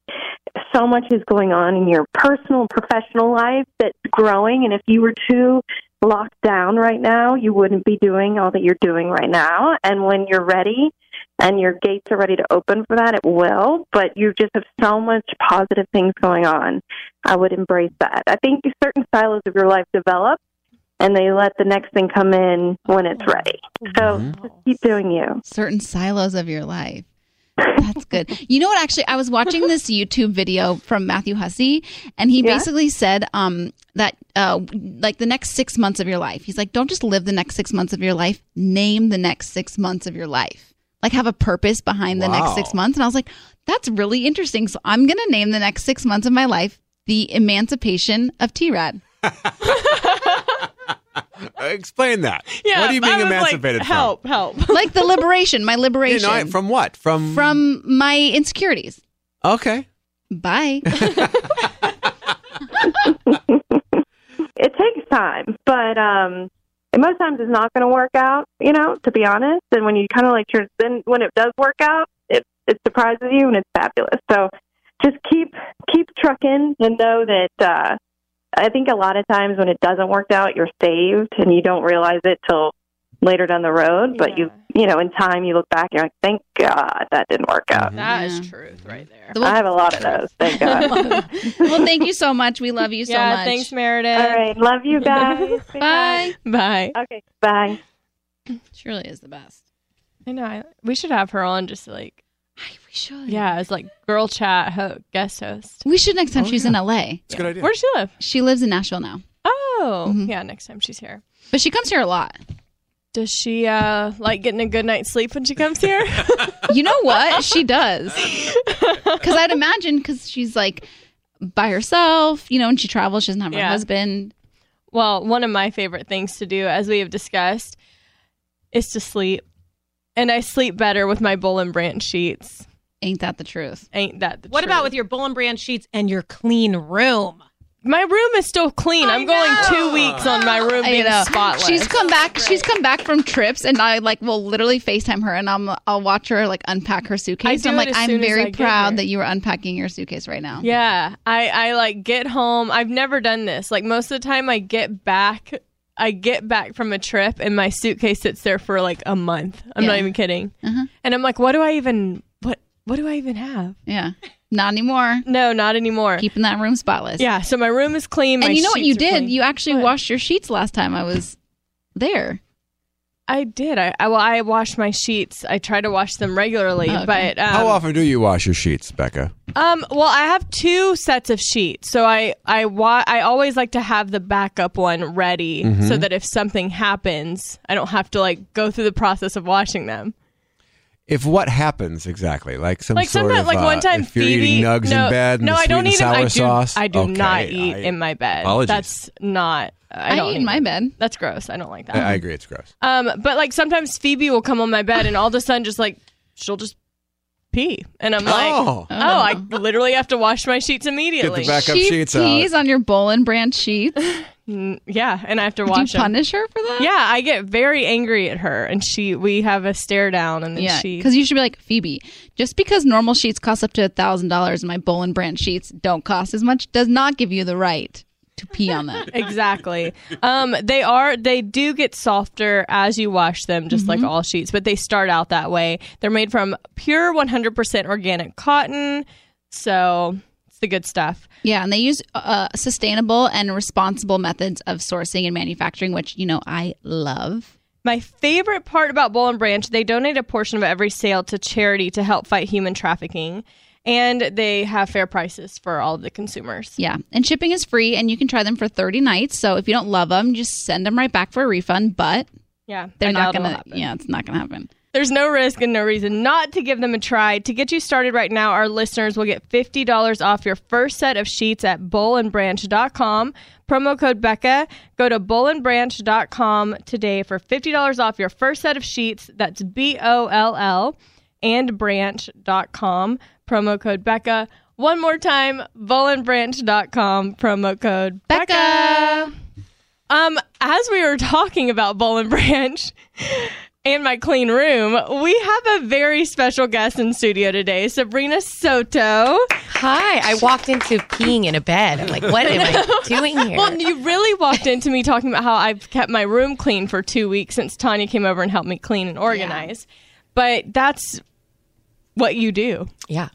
Speaker 6: so much is going on in your personal and professional life that's growing. And if you were too locked down right now, you wouldn't be doing all that you're doing right now. And when you're ready and your gates are ready to open for that, it will. But you just have so much positive things going on. I would embrace that. I think certain silos of your life develop and they let the next thing come in when it's ready. So
Speaker 2: Mhm.
Speaker 6: just keep doing you.
Speaker 1: certain silos of your life that's good you know what actually i was watching this youtube video from matthew hussey and he
Speaker 6: Yeah?
Speaker 1: basically said um that uh like the next six months of your life he's like don't just live the next six months of your life name the next six months of your life like have a purpose behind the next
Speaker 2: Wow.
Speaker 1: six months and i was like that's really interesting so i'm gonna name the next six months of my life the emancipation of t-rad
Speaker 2: Explain that.
Speaker 3: Yeah,
Speaker 2: what are you being
Speaker 3: I was
Speaker 2: emancipated
Speaker 3: like, Help! Help!
Speaker 1: like the liberation my
Speaker 2: from? You
Speaker 1: liberation
Speaker 2: know, I- from what? From
Speaker 1: from my insecurities
Speaker 2: Okay.
Speaker 1: bye
Speaker 6: it takes time, but um, and most times it's not going to work out, you know, to be honest. And when you kind of like, tr- then when it does work out, it it surprises you and it's fabulous. So just keep keep trucking and know that uh, I think a lot of times when it doesn't work out, you're saved and you don't realize it till later down the road. But you you know, in time, you look back, and you're like, thank God that didn't work out.
Speaker 3: That is
Speaker 1: Yeah.
Speaker 3: truth right there.
Speaker 1: The-
Speaker 6: I have a lot of those. Thank God. All
Speaker 1: well, thank you so much. We love you so
Speaker 3: yeah,
Speaker 1: much.
Speaker 3: thanks, Meredith.
Speaker 6: right, love you guys.
Speaker 1: Bye.
Speaker 3: Bye.
Speaker 6: Okay, bye.
Speaker 1: She really is the best.
Speaker 3: I know. I, we should have her on just like
Speaker 1: I, we should.
Speaker 3: yeah, as like girl chat ho- guest host.
Speaker 1: We should next time
Speaker 2: Oh,
Speaker 1: she's
Speaker 2: yeah.
Speaker 1: in LA.
Speaker 2: It's a good idea.
Speaker 3: Where does she live?
Speaker 1: She lives in Nashville now,
Speaker 3: Oh,
Speaker 1: Mhm.
Speaker 3: yeah. Next time she's here,
Speaker 1: but she comes here a lot.
Speaker 3: does she uh like getting a good night's sleep when she comes here?
Speaker 1: You know what? she does. Because I'd imagine, because she's like by herself, you know, and she travels, she doesn't have her
Speaker 3: Yeah.
Speaker 1: husband.
Speaker 3: well, one of my favorite things to do, as we have discussed, is to sleep, and I sleep better with my Bull and Branch sheets.
Speaker 1: Ain't that the truth?
Speaker 3: Ain't that the
Speaker 5: What about
Speaker 3: truth?
Speaker 5: with your Bull and Brand sheets and your clean room?
Speaker 3: my room is still clean?
Speaker 5: I
Speaker 3: I'm going two weeks on my room
Speaker 1: I
Speaker 3: being
Speaker 1: know.
Speaker 3: spotless.
Speaker 1: She's come back. She's come back from trips, and I like will literally Facetime her, and I'm I'll watch her like unpack her suitcase.
Speaker 3: do
Speaker 1: I'm
Speaker 3: it
Speaker 1: like,
Speaker 3: as
Speaker 1: I'm
Speaker 3: soon as I
Speaker 1: very
Speaker 3: get
Speaker 1: proud
Speaker 3: here.
Speaker 1: that you are unpacking your suitcase right now.
Speaker 3: Yeah, I I like get home. I've never done this. Like most of the time, I get back. I get back from a trip and my suitcase sits there for like a month. I'm not
Speaker 1: Yeah.
Speaker 3: even kidding.
Speaker 1: Uh-huh.
Speaker 3: And I'm like, what do I even what what do I even have?
Speaker 1: yeah. Not anymore.
Speaker 3: No, not anymore.
Speaker 1: Keeping that room spotless.
Speaker 3: yeah, so my room is clean. my
Speaker 1: and you know what
Speaker 3: sheets
Speaker 1: you
Speaker 3: are
Speaker 1: did?
Speaker 3: clean.
Speaker 1: You actually
Speaker 3: What?
Speaker 1: washed your sheets last time I was there.
Speaker 3: I did. I, I well, I wash my sheets. I try to wash them regularly,
Speaker 1: Oh, okay.
Speaker 3: but um,
Speaker 2: How often do you wash your sheets, Becca?
Speaker 3: Um, well, I have two sets of sheets, so I I wa- I always like to have the backup one ready so
Speaker 2: Mm-hmm.
Speaker 3: that if something happens, I don't have to like go through the process of washing them.
Speaker 2: If what happens exactly, like some
Speaker 3: Like
Speaker 2: sort
Speaker 3: sometimes,
Speaker 2: of,
Speaker 3: like
Speaker 2: uh,
Speaker 3: one time,
Speaker 2: if you're
Speaker 3: Phoebe,
Speaker 2: eating nugs
Speaker 3: no,
Speaker 2: in bed, and
Speaker 3: no,
Speaker 2: the
Speaker 3: I don't
Speaker 2: sweet
Speaker 3: eat.
Speaker 2: and
Speaker 3: I
Speaker 2: sour
Speaker 3: do.
Speaker 2: sauce.
Speaker 3: I do
Speaker 2: Okay,
Speaker 3: not eat
Speaker 2: I-
Speaker 3: in my bed.
Speaker 2: Apologies.
Speaker 3: That's not. I,
Speaker 1: I,
Speaker 3: don't
Speaker 1: eat in my bed.
Speaker 3: That's gross. I don't like that.
Speaker 2: I, I agree, it's gross.
Speaker 3: Um, but like sometimes Phoebe will come on my bed and all of a sudden just like she'll just pee, and I'm like, oh,
Speaker 2: oh,
Speaker 3: I literally have to wash my sheets
Speaker 2: get
Speaker 3: immediately.
Speaker 2: the backup
Speaker 1: she
Speaker 2: sheets
Speaker 1: pees
Speaker 2: out.
Speaker 1: on your Bolin branch sheets. Do
Speaker 3: Mm, yeah, and I have to
Speaker 1: you
Speaker 3: wash them.
Speaker 1: punish her for that?
Speaker 3: Yeah, I get very angry at her, and she we have a stare down, and then
Speaker 1: Yeah,
Speaker 3: she
Speaker 1: because you should be like Phoebe. Just because normal sheets cost up to a thousand dollars, and my Bolin Branch sheets don't cost as much, does not give you the right to pee on them.
Speaker 3: exactly. Um, they are they do get softer as you wash them, just
Speaker 1: Mm-hmm.
Speaker 3: like all sheets, but they start out that way. They're made from pure 100% organic cotton, so it's the good stuff.
Speaker 1: yeah, and they use uh, sustainable and responsible methods of sourcing and manufacturing, which you know I love.
Speaker 3: My favorite part about Bowl and Branch, they donate a portion of every sale to charity to help fight human trafficking, and they have fair prices for all of the consumers.
Speaker 1: Yeah, and shipping is free, and you can try them for thirty nights. So if you don't love them, just send them right back for a refund. But
Speaker 3: Yeah,
Speaker 1: they're
Speaker 3: I doubt
Speaker 1: not
Speaker 3: it'll
Speaker 1: gonna.
Speaker 3: happen.
Speaker 1: Yeah, it's not gonna happen.
Speaker 3: There's no risk and no reason not to give them a try. To get you started right now, our listeners will get $50 off your first set of sheets at bowlandbranch.com. Promo code Becca. Go to bowlandbranch.com today for $50 off your first set of sheets. That's B O L L and branch.com. Promo code Becca. One more time, bowlandbranch.com. Promo code
Speaker 1: Becca.
Speaker 3: um, as we were talking about Bowl and Branch and my clean room, we have a very special guest in studio today, Sabrina Soto.
Speaker 7: Hi, I walked into peeing in a bed. I'm like, what am I doing here?
Speaker 3: Well, you really walked into me talking about how I've kept my room clean for two weeks since Tanya came over and helped me clean and organize. But that's what you do.
Speaker 7: yeah,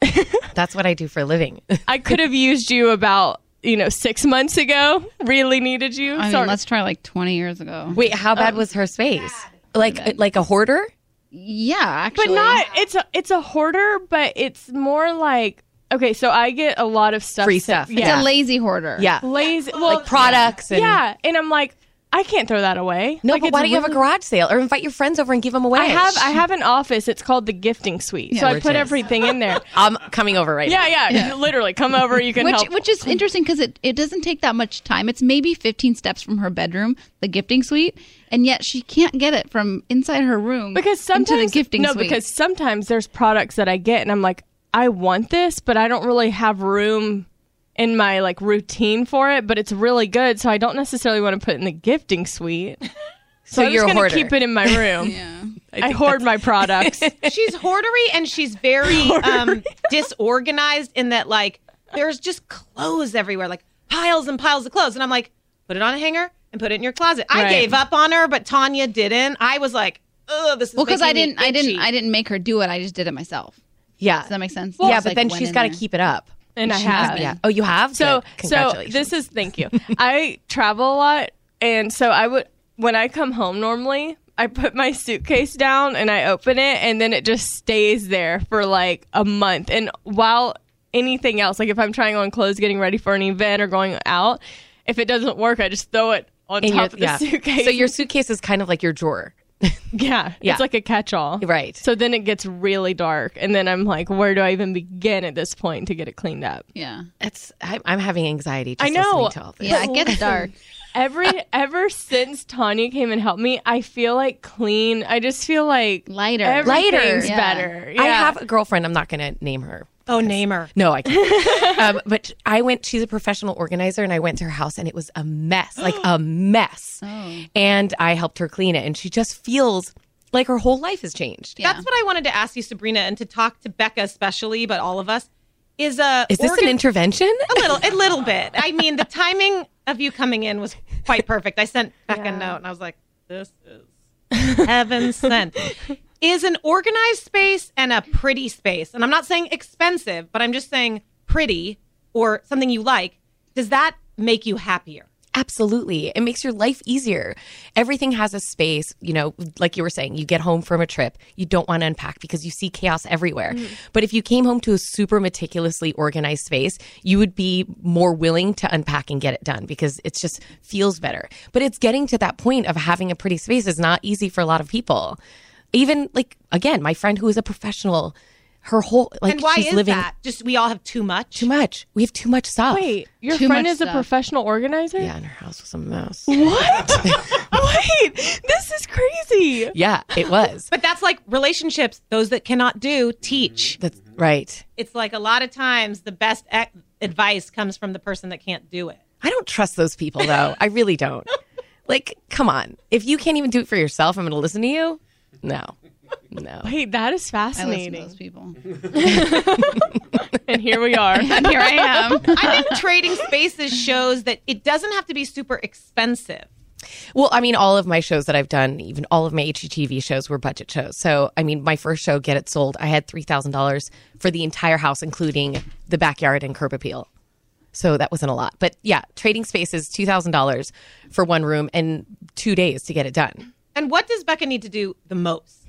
Speaker 7: that's what I do for a living.
Speaker 3: I could have used you about, you know, six months ago. Really needed you.
Speaker 1: I mean,
Speaker 3: Sorry.
Speaker 1: let's try like twenty years ago.
Speaker 7: Wait, how
Speaker 3: Oh,
Speaker 7: bad was her space? Like, like a hoarder?
Speaker 1: Yeah, actually,
Speaker 3: but not it's a it's a hoarder but it's more like okay so i get a lot of stuff
Speaker 7: Free
Speaker 3: sent-
Speaker 7: stuff.
Speaker 1: It's
Speaker 3: yeah
Speaker 1: a lazy hoarder.
Speaker 7: Yeah,
Speaker 3: lazy well
Speaker 7: like products. And,
Speaker 3: yeah and i'm like i can't throw that away
Speaker 7: No,
Speaker 3: Like,
Speaker 7: but
Speaker 3: it's
Speaker 7: why don't you have a
Speaker 3: really-
Speaker 7: garage sale or invite your friends over and give them away?
Speaker 3: i have i have an office it's called the gifting suite so i put
Speaker 7: Gorgeous.
Speaker 3: everything in there
Speaker 7: I'm coming over right
Speaker 3: yeah yeah, literally come over you can
Speaker 1: which
Speaker 3: help
Speaker 1: which is interesting because it, it doesn't take that much time it's maybe 15 steps from her bedroom the gifting suite and yet she can't get it from inside her room
Speaker 3: because sometimes
Speaker 1: into the gifting
Speaker 3: no
Speaker 1: suite
Speaker 3: because sometimes there's products that i get and i'm like i want this but i don't really have room in my like routine for it but it's really good so i don't necessarily want to put it in the gifting suite
Speaker 7: So
Speaker 3: I'm just
Speaker 7: you're a
Speaker 3: gonna
Speaker 7: hoarder.
Speaker 3: keep it in my room
Speaker 1: yeah
Speaker 3: i, hoard my products
Speaker 5: she's hoardery and she's very um, disorganized in that like there's just clothes everywhere, like piles and piles of clothes. And I'm like, put it on a hanger and put it in your closet. I
Speaker 3: Right.
Speaker 5: gave up on her, but Tanya didn't. I was like, oh, this is
Speaker 1: well because i
Speaker 5: making me
Speaker 1: didn't i didn't
Speaker 5: itchy.
Speaker 1: i didn't make her do it i just did it myself
Speaker 7: yeah,
Speaker 1: does that make sense
Speaker 7: yeah, but then she's got to keep it up.
Speaker 3: and i have
Speaker 7: Yeah. Oh, you have.
Speaker 3: so
Speaker 7: Good.
Speaker 3: so
Speaker 7: Congratulations.
Speaker 3: this is thank you i travel a lot and so i would when i come home normally i put my suitcase down and i open it and then it just stays there for like a month and while anything else like if i'm trying on clothes getting ready for an event or going out if it doesn't work i just throw it on
Speaker 7: In
Speaker 3: top
Speaker 7: your-
Speaker 3: of the suitcase
Speaker 7: So your suitcase is kind of like your drawer,
Speaker 3: yeah,
Speaker 7: Yeah.
Speaker 3: it's like a catch-all
Speaker 7: right?
Speaker 3: so then it gets really dark and then i'm like where do i even begin at this point to get it cleaned up
Speaker 1: yeah
Speaker 7: It's I, I'm having anxiety. Just
Speaker 3: I know.
Speaker 7: listening to all this.
Speaker 1: yeah it gets dark
Speaker 3: Every ever since Tanya came and helped me, I feel like clean. I just feel like
Speaker 1: lighter
Speaker 3: everything's
Speaker 1: Yeah.
Speaker 3: better.
Speaker 7: I
Speaker 3: Yeah.
Speaker 7: have a girlfriend. I'm not going to name her.
Speaker 5: Oh, name her.
Speaker 7: No, I can't. um, but I went. She's a professional organizer, and I went to her house, and it was a mess, like a mess. And I helped her clean it, and she just feels like her whole life has changed.
Speaker 1: Yeah.
Speaker 5: That's what I wanted to ask you, Sabrina, and to talk to Becca especially, but all of us. Is uh, a
Speaker 7: Is this an intervention?
Speaker 5: A little, a little bit. I mean, the timing of you coming in was quite perfect. I sent Becca a note, and I was like, "This is heaven sent." Is an organized space and a pretty space, and I'm not saying expensive, but I'm just saying pretty or something you like. Does that make you happier?
Speaker 7: Absolutely. It makes your life easier. Everything has a space, you know, like you were saying, you get home from a trip, you don't want to unpack because you see chaos everywhere.
Speaker 5: Mm-hmm.
Speaker 7: But if you came home to a super meticulously organized space, you would be more willing to unpack and get it done because it just feels better. But it's getting to that point of having a pretty space is not easy for a lot of people. Even like again, my friend who is a professional, her whole like
Speaker 5: and why
Speaker 7: she's
Speaker 5: is
Speaker 7: living
Speaker 5: that? Just we all have too much.
Speaker 7: too much. We have too much stuff.
Speaker 3: Wait, your
Speaker 1: Too
Speaker 3: friend
Speaker 1: much
Speaker 3: is a
Speaker 1: stuff.
Speaker 3: professional organizer?
Speaker 7: Yeah, and her house was a mess.
Speaker 3: What? Wait, this is crazy.
Speaker 7: yeah, it was.
Speaker 5: But that's like relationships. Those that cannot do, teach.
Speaker 7: That's right.
Speaker 5: It's like a lot of times the best ac- advice comes from the person that can't do it.
Speaker 7: I don't trust those people though. I really don't. Like, come on. If you can't even do it for yourself, I'm going to listen to you. No, no.
Speaker 3: Wait, that is
Speaker 1: I listen to those
Speaker 3: fascinating.
Speaker 1: people.
Speaker 3: And here we are.
Speaker 1: And here I am.
Speaker 5: I think trading spaces shows that it doesn't have to be super expensive.
Speaker 7: Well, I mean, all of my shows that I've done, even all of my HGTV shows, were budget shows. So, I mean, my first show, Get It Sold, I had three thousand dollars for the entire house, including the backyard and curb appeal. So that wasn't a lot, but yeah, trading spaces, two thousand dollars for one room and two days to get it done.
Speaker 5: And what does Becca need to do the most?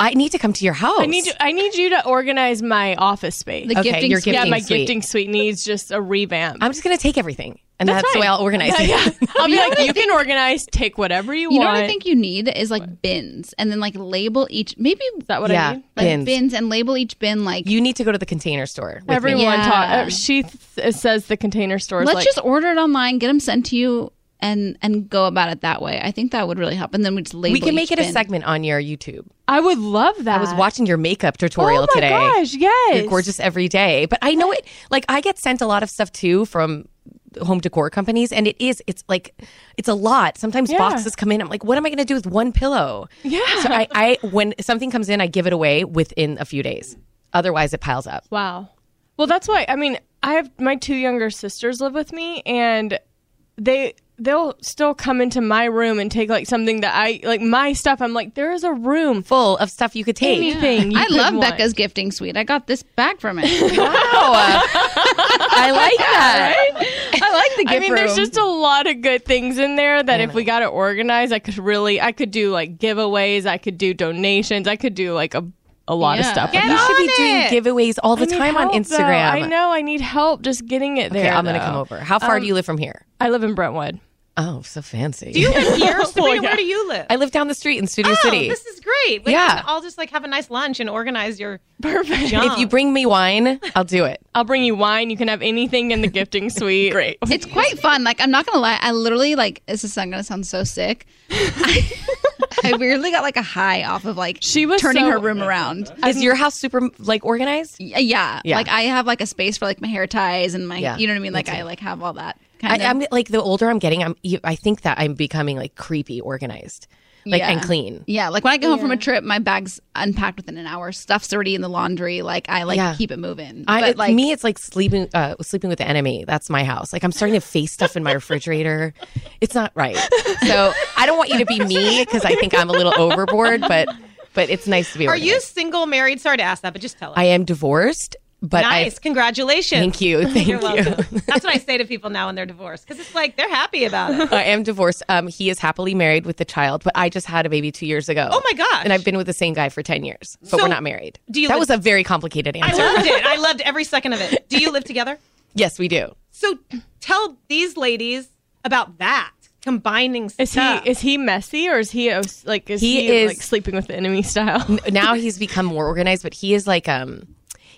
Speaker 7: I need to come to your house.
Speaker 3: I need you. I need you to organize my office space.
Speaker 1: The
Speaker 7: Okay,
Speaker 1: gifting
Speaker 7: you're
Speaker 1: suite.
Speaker 7: giving-
Speaker 3: yeah, my
Speaker 7: suite.
Speaker 3: gifting suite needs just a revamp.
Speaker 7: I'm just gonna take everything, and that's, the way I'll organize it.
Speaker 3: yeah, I'll be like, you can organize, take whatever you,
Speaker 1: You know
Speaker 3: want.
Speaker 1: what I think you need is like bins and then like label each maybe
Speaker 3: Is that what
Speaker 7: Yeah.
Speaker 3: I mean?
Speaker 1: like
Speaker 7: Bins.
Speaker 1: bins. and label each bin like
Speaker 7: You need to go to the container store. With
Speaker 3: Everyone
Speaker 7: me.
Speaker 1: Yeah.
Speaker 3: talk. uh, She th- says the container store is
Speaker 1: let's
Speaker 3: like
Speaker 1: just order it online, get them sent to you and and go about it that way. I think that would really help. And then we just label
Speaker 7: We can make
Speaker 1: each
Speaker 7: it a
Speaker 1: bin.
Speaker 7: segment on your YouTube.
Speaker 3: I would love that.
Speaker 7: I was watching your makeup tutorial
Speaker 3: Uh, oh my
Speaker 7: today.
Speaker 3: gosh, yes,
Speaker 7: You're gorgeous every day. But I know it. Like I get sent a lot of stuff too from home decor companies, and it is. It's like it's a lot. Sometimes
Speaker 3: Yeah.
Speaker 7: boxes come in. I'm like, what am I going to do with one pillow?
Speaker 3: Yeah.
Speaker 7: So I, I when something comes in, I give it away within a few days. Otherwise, it piles up.
Speaker 3: Wow. Well, that's why I mean, I have my two younger sisters live with me and they they'll still come into my room and take like something that I like my stuff. I'm like, there is a room.
Speaker 7: Full of stuff you could take.
Speaker 3: Anything. you
Speaker 1: I
Speaker 3: could
Speaker 1: love
Speaker 3: want.
Speaker 1: Becca's gifting suite. I got this back from it.
Speaker 7: I like that.
Speaker 1: I like the gift
Speaker 3: I mean, there's just a lot of good things in there that if we got it organized, I could really, I could do like giveaways, I could do donations, I could do like a, a lot of
Speaker 1: Yeah.
Speaker 3: stuff.
Speaker 5: Get
Speaker 3: with
Speaker 7: You
Speaker 3: that.
Speaker 7: should be
Speaker 5: On
Speaker 7: doing
Speaker 5: it.
Speaker 7: giveaways all the
Speaker 3: I need
Speaker 7: time on
Speaker 3: help, though.
Speaker 7: Instagram.
Speaker 3: I know. I need help just getting it there.
Speaker 7: Okay, I'm gonna
Speaker 3: though.
Speaker 7: come over. How far do you live from here?
Speaker 3: I live in Brentwood.
Speaker 7: Oh, so fancy.
Speaker 5: Do you live here, Sabrina?
Speaker 3: yeah.
Speaker 5: Where do you live?
Speaker 7: I live down the street in Studio
Speaker 5: oh,
Speaker 7: City.
Speaker 5: this is great. We
Speaker 7: Yeah.
Speaker 5: can all just like have a nice lunch and organize your.
Speaker 3: Perfect.
Speaker 7: if you bring me wine, I'll do it.
Speaker 3: I'll bring you wine. You can have anything in the gifting suite. Great.
Speaker 1: it's quite fun. Like I'm not gonna lie, I literally like this is not gonna sound so sick. I, I weirdly got like a high off of like
Speaker 3: She was
Speaker 1: turning
Speaker 3: so-
Speaker 1: her room around.
Speaker 7: Is your house super like organized?
Speaker 1: Y- Uh, Yeah.
Speaker 7: Yeah.
Speaker 1: Like I have like a space for like my hair ties and my
Speaker 7: Yeah,
Speaker 1: you know what I mean? Like I like have all that kind
Speaker 7: I,
Speaker 1: of
Speaker 7: I'm like the older I'm getting, I'm e- I think that I'm becoming like creepy organized, like
Speaker 1: Yeah.
Speaker 7: and clean.
Speaker 1: Yeah. Like when I get home from a trip, my bag's unpacked within an hour. Stuff's already in the laundry. Like I like
Speaker 7: Yeah.
Speaker 1: keep it moving.
Speaker 7: I,
Speaker 1: but
Speaker 7: it-
Speaker 1: like
Speaker 7: me, it's like sleeping uh, sleeping with the enemy. That's my house. Like I'm starting to face stuff in my refrigerator. It's not right. So I don't want you to be me because I think I'm a little overboard. But but it's nice to be.
Speaker 5: Are you
Speaker 7: organized.
Speaker 5: single, married? Sorry to ask that, but just tell us.
Speaker 7: I am divorced, but I
Speaker 5: nice. Congratulations.
Speaker 7: Thank you. Thank
Speaker 5: You're
Speaker 7: you.
Speaker 5: welcome. That's what I say to people now when they're divorced because it's like they're happy about it.
Speaker 7: I am divorced. Um, he is happily married with a child, but I just had a baby two years ago.
Speaker 5: Oh my gosh.
Speaker 7: And I've been with the same guy for ten years, but
Speaker 5: So,
Speaker 7: we're not married.
Speaker 5: do you
Speaker 7: that
Speaker 5: live-
Speaker 7: was a very complicated
Speaker 5: I
Speaker 7: answer.
Speaker 5: loved it. I loved every second of it. Do you live together?
Speaker 7: yes, we do.
Speaker 5: So tell these ladies about that combining
Speaker 3: Is he
Speaker 5: stuff.
Speaker 3: is he messy or is he uh, like is
Speaker 7: He
Speaker 3: he,
Speaker 7: is-
Speaker 3: like sleeping with the enemy style?
Speaker 7: Now he's become more organized, but he is like um,